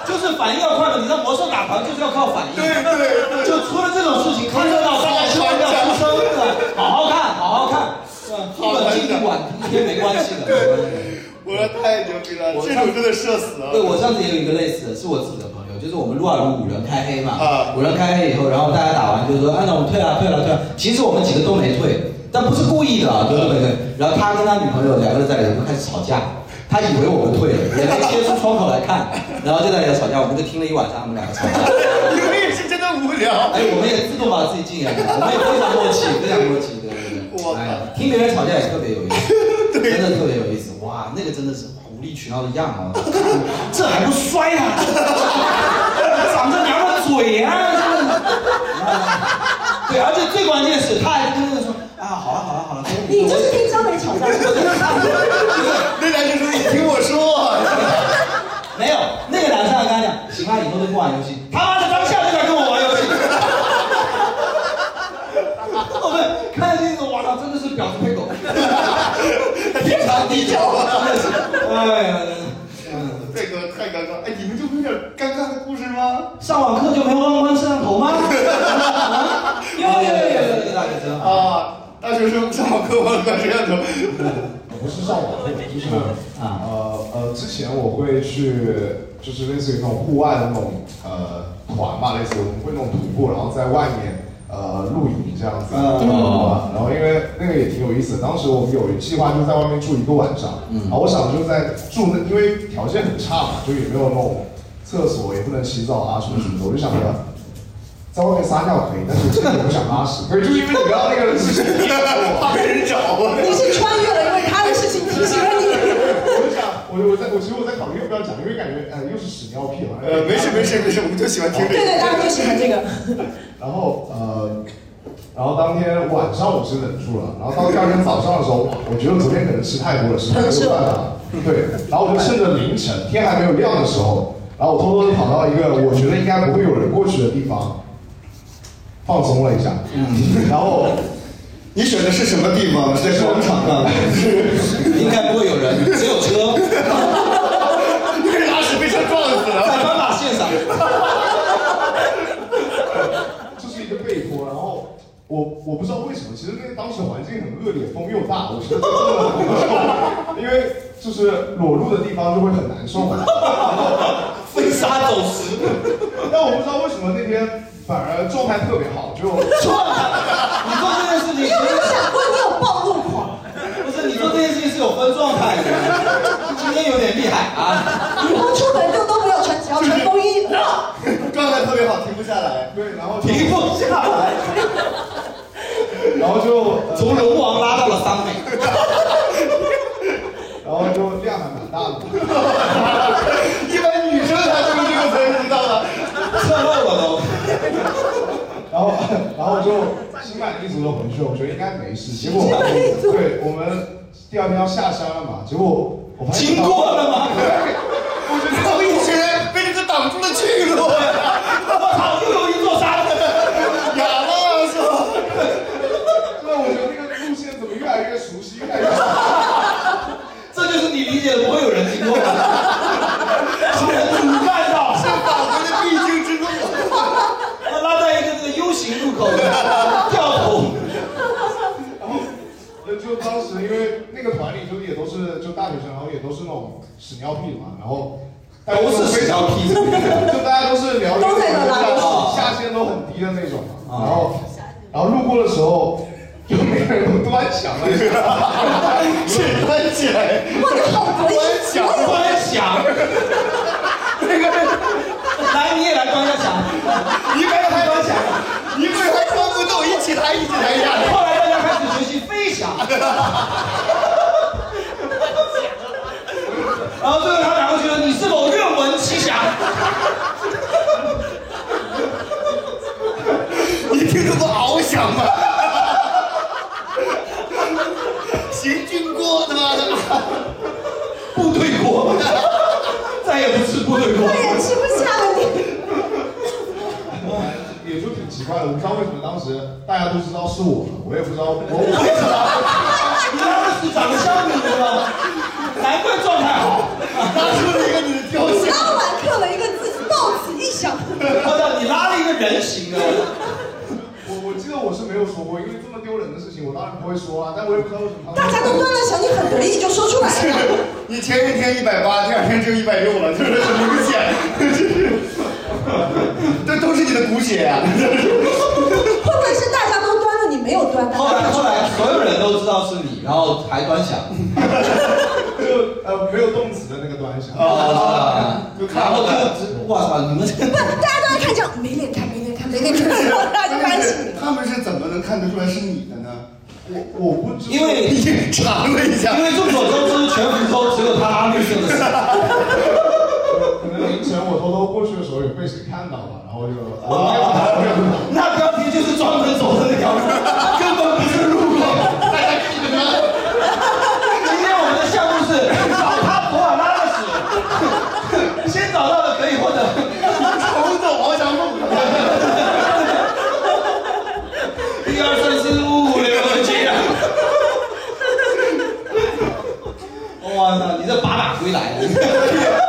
[SPEAKER 5] 就是反应要快嘛。你知道魔兽打团就是要靠反应，
[SPEAKER 1] 对对对
[SPEAKER 5] 就出了这种事情，看热闹大家千万不要出声，对吧好好看，好好看，是吧？
[SPEAKER 1] 好
[SPEAKER 5] 不
[SPEAKER 1] 团
[SPEAKER 5] 管
[SPEAKER 1] 长
[SPEAKER 5] 进不管今天没关系的。
[SPEAKER 1] 我说太牛逼了，
[SPEAKER 5] 我
[SPEAKER 1] 这种真的社死啊！
[SPEAKER 5] 对，我上次也有一个类似的，是我自己的朋友，就是我们撸啊撸五人开黑嘛，五人开黑以后，然后大家打完就说，啊，那我们退了，退了，退了。其实我们几个都没退，但不是故意的啊，对对对。然后他跟他女朋友两个人在里头开始吵架，他以为我们退了，也没切出窗口来看，然后就在里头吵架，我们就听了一晚上他们两个吵架。
[SPEAKER 1] 因为
[SPEAKER 16] 真无聊。
[SPEAKER 5] 哎，我们也自动把自己禁言了，我们也非常默契，非常默契，对对对。哎呀，听别人吵架也特别有意思，真的特别有意思。哇，那个真的是哇无理取闹的样啊， 这还不摔啊？ 长着娘的嘴啊！ 真的对，而且最关键是，他还跟那个说啊，好了好了好了，
[SPEAKER 3] 你就是听张磊吵架的。
[SPEAKER 16] 那男生说：“你听我说。”
[SPEAKER 1] 啊
[SPEAKER 5] 没有，那个男生还跟他讲，行了，以后都不玩游戏。他妈的，当下就想跟我玩游戏。 我们看那种，哇操，真的是婊子配狗。
[SPEAKER 16] 天长地久啊！
[SPEAKER 5] 哎呀，
[SPEAKER 16] 这个太尴尬。哎，你们就没点尴尬的故事吗？
[SPEAKER 5] 上网课就没忘关摄像头吗？有有有有，大学生
[SPEAKER 16] 啊，大学生上网课忘关摄像头。
[SPEAKER 17] 不是上网课，就是啊
[SPEAKER 8] 呃呃，之前我会去，就是类似于那种户外的那种呃团吧，类似于我们会那种徒步，然后在外面呃露营这样子。嗯
[SPEAKER 17] 哦
[SPEAKER 8] 然后因为那个也挺有意思的，当时我们有计划就是在外面住一个晚上，然后我想就在住那，因为条件很差嘛，就也没有那种厕所，也不能洗澡啊什么什么的，我就想着。在外面撒尿可以，但是这个我不想拉 屎，可是就是因为你知道那个事情，
[SPEAKER 16] 怕被人找啊。
[SPEAKER 3] 你是穿越了，因为他的事情提醒了
[SPEAKER 8] 我就
[SPEAKER 3] 你。
[SPEAKER 8] 想，我我在我其实我在考虑要不要讲，因为感觉呃又是屎尿屁嘛。
[SPEAKER 16] 呃没事没事没事我们就喜欢听这个
[SPEAKER 3] 对对大家就喜欢这个。
[SPEAKER 8] 然后呃，然后当天晚上我是忍住了，然后到第二天早上的时候，哇我觉得昨天可能吃太多了，实在没有办法。对，然后我就趁着凌晨天还没有亮的时候，然后我偷偷的跑到一个我觉得应该不会有人过去的地方，放松了一下。嗯，然后。
[SPEAKER 16] 你选的是什么地方？是在广场上？
[SPEAKER 5] 应该不会有人，只有车。
[SPEAKER 16] 你被拉屎被车撞死了，
[SPEAKER 5] 在斑马线上。
[SPEAKER 8] 这是一个背坡，然后我我不知道为什么，其实那个当时环境很恶劣，风又大，我觉得真的很难受，因为就是裸露的地方就会很难受嘛。
[SPEAKER 5] 飞沙走石，
[SPEAKER 8] 但我不知道为什么那天反而状态特别好，就
[SPEAKER 5] 状态，你做这件事情，
[SPEAKER 3] 你有没有想过你有暴露狂？
[SPEAKER 5] 不是你做这件事情是有分状态的，今天有点厉害啊。
[SPEAKER 3] 以后出门就都不要穿，只要穿风衣。
[SPEAKER 16] 状态特别好，停不下来。
[SPEAKER 8] 对，然后
[SPEAKER 5] 停不下来，
[SPEAKER 8] 然后就
[SPEAKER 5] 从龙王拉到了桑美，
[SPEAKER 8] 然后就量还蛮大的。
[SPEAKER 16] 一般女生才会用这个词，你知道吗？
[SPEAKER 5] 侧漏了都。
[SPEAKER 8] 然后，然后就心满意足的回去，我觉得应该没事。结果，
[SPEAKER 5] 心满意足
[SPEAKER 8] 对我们第二天要下山了嘛，结果我发现
[SPEAKER 5] 经过了吗？
[SPEAKER 8] 我觉得
[SPEAKER 16] 绕一圈被这个挡住了去路，
[SPEAKER 5] 我操，又有一座山。
[SPEAKER 16] 哑巴是吧？
[SPEAKER 8] 对，我觉得那个路线怎么越来越熟悉，越来越熟悉。
[SPEAKER 5] 这就是你理解的不会有人经过的。主干道
[SPEAKER 16] 是返回的必经之路。
[SPEAKER 5] 拉在一个这个 U 型路口，掉头。
[SPEAKER 8] 就就当时因为那个团里就也都是就大学生，然后也都是那种屎尿屁嘛，然后大家
[SPEAKER 5] 都是屎尿屁
[SPEAKER 8] 就大家都是聊
[SPEAKER 3] 都在那拉
[SPEAKER 8] 下下限都很低的那种嘛，然后然后路过的时候就每个人都端详了一下，
[SPEAKER 16] 是端起来，
[SPEAKER 3] 哇，你好文
[SPEAKER 16] 端
[SPEAKER 3] 艺
[SPEAKER 16] 详，
[SPEAKER 5] 突然想，来你也来端一下想，
[SPEAKER 16] 一个人还
[SPEAKER 5] 端想。
[SPEAKER 16] 一个人还装不动，一起抬，一起抬一下。
[SPEAKER 5] 后来大家开始学习飞翔，然后最后他两个觉得你是否愿闻其详？
[SPEAKER 16] 你听着不翱翔吗？行军锅，他妈的！
[SPEAKER 5] 部队锅，再也不吃部队锅。
[SPEAKER 3] 我也吃不下了你。
[SPEAKER 8] 也就挺奇怪的，我不知道为什么当时大家都知道是我，我也不知道我我也不知道。
[SPEAKER 5] 你儿子长得像你吗？难怪状态好。
[SPEAKER 16] 拉出了一个你的雕像。
[SPEAKER 3] 拉完刻了一个字，到此一响。
[SPEAKER 5] 我操，你拉了一个人形的，
[SPEAKER 8] 我我记得我是没有说过，因为这么丢人的事情，我当然不会说啊，但我也不知道为什么。
[SPEAKER 3] 大家都端了想，你很得意就说出来了。
[SPEAKER 16] 你前一天一百八，第二天只有一百六了，就是很明 显，这都是你的骨血啊！
[SPEAKER 3] 会不会是大家都端了，你没有端？
[SPEAKER 5] 后来后来所有人都知道是你，然后还端详。
[SPEAKER 8] 就呃没有动词的那个端详。
[SPEAKER 5] 啊，然后就哇操，你们这
[SPEAKER 3] 不，大家都在看这样，没脸看，没脸看，没跟你说，那就开始你了。
[SPEAKER 1] 他们是怎么能看得出来是你的呢？我我不知道，
[SPEAKER 18] 因为
[SPEAKER 1] 你查了一下，
[SPEAKER 18] 因为众所周知，全福州只有他绿色的是。
[SPEAKER 8] 可能凌晨我偷偷过去的时候有被谁看到了，然后就啊，
[SPEAKER 18] 那标题就是专门走的那 条路，根本不是路口。大家记得吗？今天我们的项目是找他博尔拉的屎， 先找到的可以获得。
[SPEAKER 19] 重走翱翔路。
[SPEAKER 18] 一二三四五六七 啊！我操，你这把把归来了。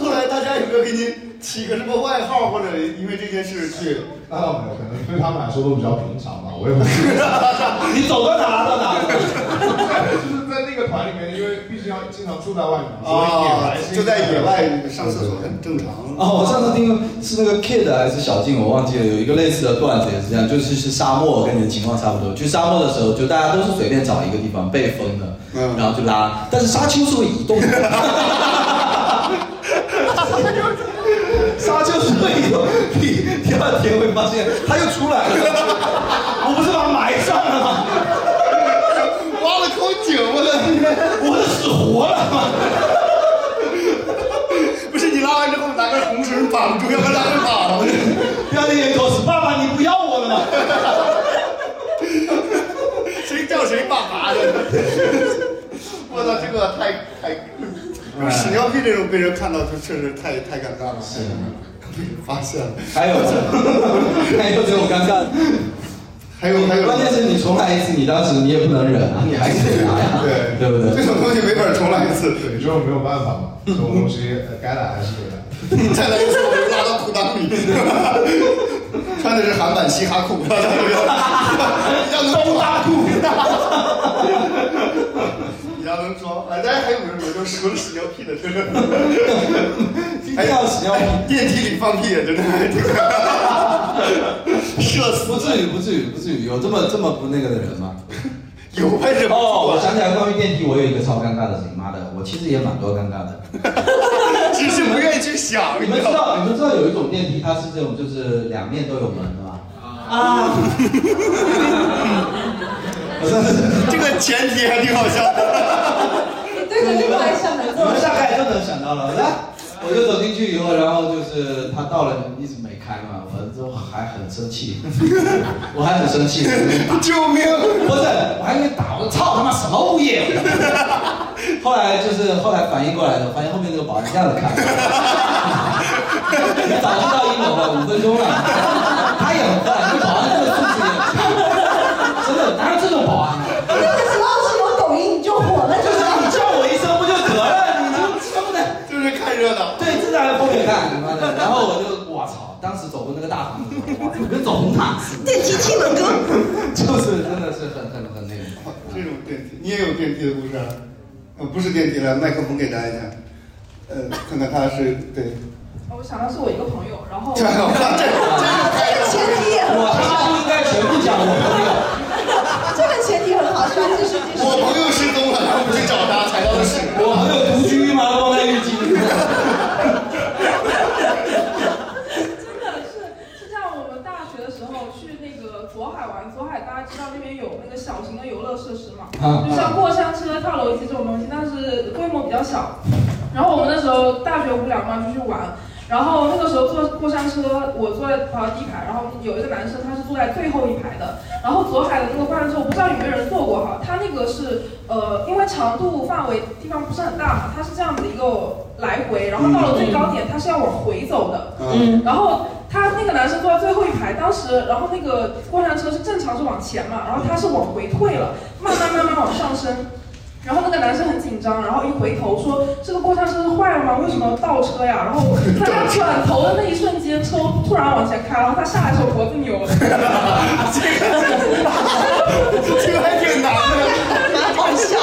[SPEAKER 1] 后来大家有没有给你起个什么外号，或者因为这件事去？
[SPEAKER 8] 那倒没有，可能对他们来说都比较平常吧，我也不知道。
[SPEAKER 18] 你走到哪到哪。
[SPEAKER 8] 就是在那个团里面，因为必须要经常住在外面，所以野
[SPEAKER 1] 啊
[SPEAKER 8] 来，是一
[SPEAKER 1] 就
[SPEAKER 8] 个
[SPEAKER 1] 在野外上厕所很正常。
[SPEAKER 5] 哦，我上次听是那个 Kid 还是小静，我忘记了，有一个类似的段子也是这样，就是去沙漠，跟你的情况差不多。去沙漠的时候，就大家都是随便找一个地方被封的，然后就拉，但是沙丘是会移动的。 沙丘是会移动，第第二天会发现它又出来了，我不是把它埋上了吗？
[SPEAKER 19] 挖了口井，我的，
[SPEAKER 18] 我的屎活
[SPEAKER 19] 了。
[SPEAKER 1] 不是你拉完之后拿根红绳绑住，要不然拉不绑。
[SPEAKER 18] 要你眼口是爸爸，你不要我了吗？
[SPEAKER 1] 谁叫谁爸爸的？我操，这个太太屎尿屁这种被人看到，就确实太太尴尬了。是，被人发现了。
[SPEAKER 5] 还有，还有这种 尴尬。
[SPEAKER 1] 还有还有，
[SPEAKER 5] 关键是你重来一次，你当时你也不能忍啊，你还是得来啊，对对不对？
[SPEAKER 1] 这种东西没法重来一次，
[SPEAKER 8] 对，就是没有办法嘛，这种东西呃该来还是得来。
[SPEAKER 1] 再来一次，我就拉到裤裆里。穿的是韩版嘻哈裤，要能装大裤，你要能装。哎，大家还有没有什么就是说屎尿屁的？真的，一定要屎尿屁。电梯里放屁，啊真的 还挺。射死！
[SPEAKER 5] 不至于，不至于，不至于，有这么这么不那个的人吗？
[SPEAKER 1] 有为什么？
[SPEAKER 5] 哦，我想起来，关于电梯，我有一个超尴尬的事情，妈的，我其实也蛮多尴尬的。
[SPEAKER 1] 只是不愿意去想。
[SPEAKER 5] 你们知道，你们知道有一种电梯，它是这种，就是两面都有门的吗？啊！
[SPEAKER 1] 这个前提还挺好笑的。
[SPEAKER 5] 对
[SPEAKER 3] 着另外一扇门
[SPEAKER 5] 你们大概都能想到了，来，我就走进去以后，然后就是他到了，一直没开嘛，我都还很生气， 我还很生气，
[SPEAKER 1] 救命！
[SPEAKER 5] 不是，我还以为打我操他妈什么物业？ 后来就是后来反应过来的，发现后面那个保安这样子看，你早知道一楼了，五分钟了，他也很坏，那保安这个素质也很差，真的哪有这种保安？啊
[SPEAKER 3] 那个时候是有抖音你就火了，
[SPEAKER 18] 就是你叫我一声不就得了？你就
[SPEAKER 5] 对不对？
[SPEAKER 1] 就是看热闹。
[SPEAKER 5] 对，这在后面看，妈的！然后我就我操，当时走过那个大堂，我操跟走红毯似的。
[SPEAKER 3] 电梯亲吻哥，
[SPEAKER 5] 就是真的是很很很那个。
[SPEAKER 1] 这种电梯，你也有电梯的故事啊？呃，不是电梯了，麦克风给大家一下。呃，看看他是对，
[SPEAKER 10] 哦我想到是我一个朋友，然后
[SPEAKER 1] 这好吧这
[SPEAKER 3] 这个前提也很好笑。
[SPEAKER 18] 应该全部讲我朋友。
[SPEAKER 3] 这个前提很好笑，继续继续。
[SPEAKER 1] 我朋友失踪了，然后我们去找他，才 到的是
[SPEAKER 18] 我朋友独居吗？忘带浴
[SPEAKER 10] 真的是是这样，我们大学的时候去那个左海玩，左海大家知道那边有那个小型的游乐设施嘛，
[SPEAKER 20] 啊
[SPEAKER 10] 就像过山车、跳楼机这种东西，但是规模比较小。然后我们那时候大学无聊嘛，就去玩。然后那个时候坐过山车，我坐在跑到第一排，然后有一个男生他是坐在最后一排的。然后左海的那个过山车，我不知道有没有人坐过哈，它那个是呃，因为长度范围地方不是很大嘛，它是这样子一个来回，然后到了最高点它是要往回走的。
[SPEAKER 20] 嗯
[SPEAKER 10] 然后他那个男生坐在最后一排，当时然后那个过山车是正常是往前嘛，然后他是往回退了，慢慢慢慢往上升。然后那个男生很紧张，然后一回头说：“这个过山车是坏了吗？为什么倒车呀？”然后在他转头的那一瞬间，车突然往前开，然后他下来的时候脖子扭了。
[SPEAKER 19] 这个还挺难 的，
[SPEAKER 3] 好笑。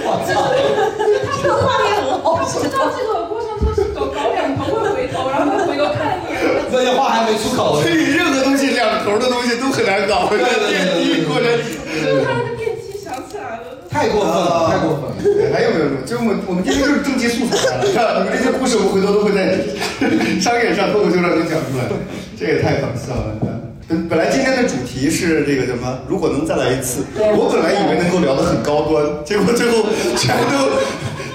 [SPEAKER 19] 我
[SPEAKER 10] 操！
[SPEAKER 3] 这个画面很好笑。
[SPEAKER 10] 他不知道这个过山车是走搞两头会回头，然后他回头看了 一眼。
[SPEAKER 5] 这些话还没出口，
[SPEAKER 1] 所以任何东西两头的东西都很难搞。对对过山
[SPEAKER 10] 就是他那个电梯想起来了。
[SPEAKER 1] 太过分了，太过 分了。还有没有什么？就是我们我们今天就是正题素材来了，你们这些故事我们回头都会在上赶上脱口秀上就讲出来，这也太搞笑了。本本来今天的主题是这个什么？如果能再来一次，我本来以为能够聊得很高端，结果最后全都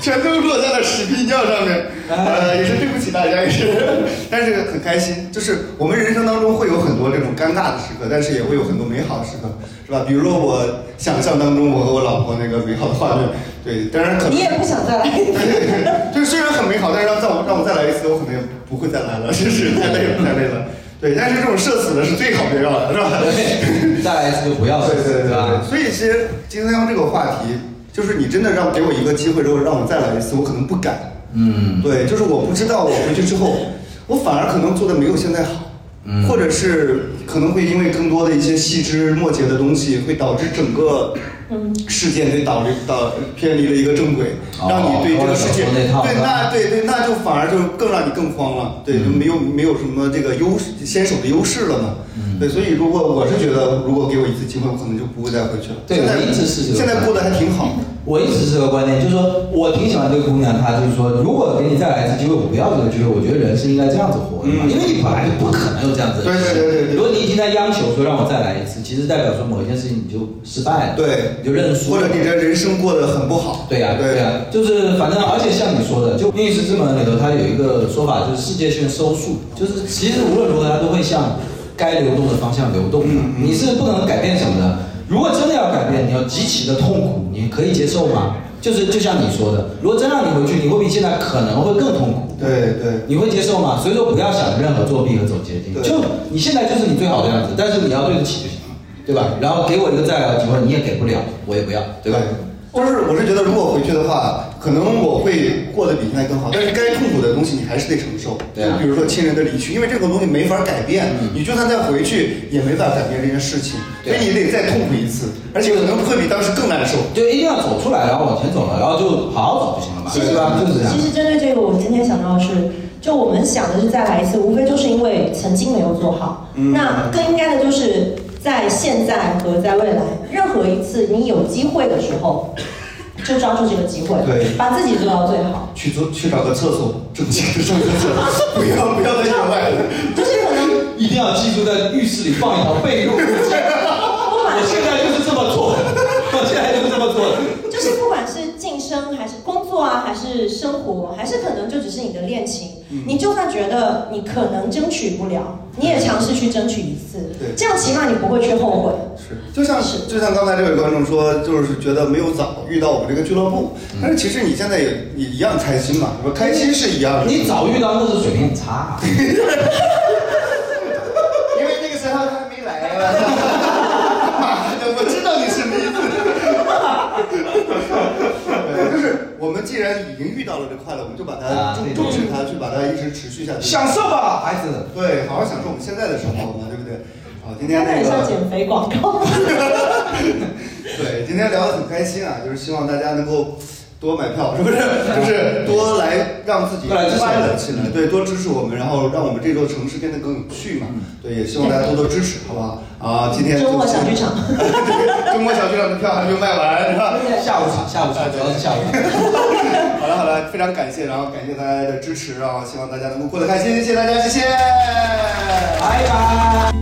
[SPEAKER 1] 全都落在了屎屁尿上面。呃，也是对不起大家，也是，但是很开心。就是我们人生当中会有很多这种尴尬的时刻，但是也会有很多美好的时刻，是吧？比如说我想象当中我和我老婆那个美好的画面，对，当然可能
[SPEAKER 3] 你也不想再来一次。
[SPEAKER 1] 就是虽然很美好，但是让让我让我再来一次，我可能也不会再来了，就是太累了，太累了。对，但是这种社死的是最好不要的，是吧？
[SPEAKER 5] 再来一次就不要了，
[SPEAKER 1] 对对对对。所以其实金香这个话题，就是你真的让给我一个机会之后，让我再来一次，我可能不敢。
[SPEAKER 5] 嗯，
[SPEAKER 1] 对，就是我不知道我回去之后，我反而可能做的没有现在好，
[SPEAKER 5] 嗯
[SPEAKER 1] 或者是可能会因为更多的一些细枝末节的东西，会导致整个
[SPEAKER 3] 嗯
[SPEAKER 1] 事件给导离导偏离了一个正轨，
[SPEAKER 5] 哦
[SPEAKER 1] 让你对这个世界，
[SPEAKER 5] 我也想说那套
[SPEAKER 1] 对那对对，那就反而就更让你更慌了，对，就
[SPEAKER 5] 嗯
[SPEAKER 1] 没有没有什么这个优势先手的优势了嘛。
[SPEAKER 5] 嗯
[SPEAKER 1] 对，所以如果我是觉得，如果给我一次机会，我可能就不会再回去了。
[SPEAKER 5] 对，
[SPEAKER 1] 现
[SPEAKER 5] 我嗯
[SPEAKER 1] 在
[SPEAKER 5] 一直是这个。
[SPEAKER 1] 现在过得还挺好。
[SPEAKER 5] 我一直是这个观念，就是说我挺喜欢这个姑娘，她就是说，如果给你再来一次机会，我不要这个机会。我觉得人是应该这样子活的嘛，因为你本来就不可能有这样子的人生。对对对对。如果你已经在央求说让我再来一次，其实代表说某一件事情你就失败了，
[SPEAKER 1] 对，
[SPEAKER 5] 你就认输，
[SPEAKER 1] 或者你的人生过得很不好。
[SPEAKER 5] 对呀、对呀、就是反正而且像你说的，就《命运石之门》里头，它有一个说法，就是世界性的收束，就是其实无论如何它都会向该流动的方向流动的，你是不能改变什么的。如果真的要改变，你要极其的痛苦，你可以接受吗？就是就像你说的，如果真让你回去，你会比现在可能会更痛苦。
[SPEAKER 1] 对对，
[SPEAKER 5] 你会接受吗？所以说不要想任何作弊和走捷径，就你现在就是你最好的样子，但是你要对得起就行了，对吧？然后给我一个再来的机会，你也给不了，我也不要，对吧？
[SPEAKER 1] 就是我是觉得，如果回去的话，可能我会过得比现在更好，但是该痛苦的东西你还是得承受。
[SPEAKER 5] 对啊嗯
[SPEAKER 1] 就比如说亲人的离去，因为这个东西没法改变，你就算再回去也没法改变这件事情，所
[SPEAKER 5] 啊
[SPEAKER 1] 以你得再痛苦一次，而且可能会比当时更难受。
[SPEAKER 5] 对，一定要走出来，然后往前走了，然后就好好走就行了嘛，
[SPEAKER 3] 其实
[SPEAKER 5] 对吧？就是这样
[SPEAKER 3] 其。实针对这个，我今天想到的是，就我们想的是再来一次，无非就是因为曾经没有做好。
[SPEAKER 5] 嗯
[SPEAKER 3] 那更应该的就是在现在和在未来，任何一次你有机会的时候，就抓住这个机会，
[SPEAKER 1] 对
[SPEAKER 3] 把自己做到最好。
[SPEAKER 1] 去做去找个厕所，正经的上个厕所，不要不要在野外 了。
[SPEAKER 3] 就是可能
[SPEAKER 5] 一定要记住，在浴室里放一条被褥。我现在就是这么做， 我现在就是这么做。
[SPEAKER 3] 就是不管是晋升还是工作啊，还是生活，还是可能就只是你的恋情，
[SPEAKER 1] 嗯
[SPEAKER 3] 你就算觉得你可能争取不了，你也尝试去争取一次，这样起码你不会去后悔。
[SPEAKER 1] 就像就像刚才这位观众说，就是觉得没有早遇到我们这个俱乐部，
[SPEAKER 5] 嗯
[SPEAKER 1] 但是其实你现在也也一样开心嘛，是吧？开心是一样的。
[SPEAKER 5] 你早遇到那是水平差、
[SPEAKER 21] 因为那个时候他还没来 啊。
[SPEAKER 1] 我知道你是什么意思。 就是我们既然已经遇到了这快乐，我们就把它重重视它，去把它一直持续下去，
[SPEAKER 5] 享受吧，孩子。
[SPEAKER 1] 对，好好享受我们现在的生活嘛，对不对？好，今天
[SPEAKER 3] 真
[SPEAKER 1] 那
[SPEAKER 3] 的很像
[SPEAKER 1] 个
[SPEAKER 3] 减肥广告。
[SPEAKER 1] 对，今天聊得很开心啊，就是希望大家能够多买票，是 不是？就是多来让自己
[SPEAKER 5] 多来支持我
[SPEAKER 1] 快
[SPEAKER 5] 们
[SPEAKER 1] 乐起
[SPEAKER 3] 嗯
[SPEAKER 1] 来，对，多支持我们，然后让我们这座城市变得更有趣嘛。对，也希望大家多多支持，好不好？啊，今天就
[SPEAKER 3] 嗯周末小剧场，
[SPEAKER 1] 对周末小剧场的票还没有卖完，是吧？
[SPEAKER 5] 下午场，下午场，主要是下午场。
[SPEAKER 1] 好了好了，非常感谢，然后感谢大家的支持啊，希望大家能够过得开心，谢谢大家，谢谢，拜
[SPEAKER 5] 拜。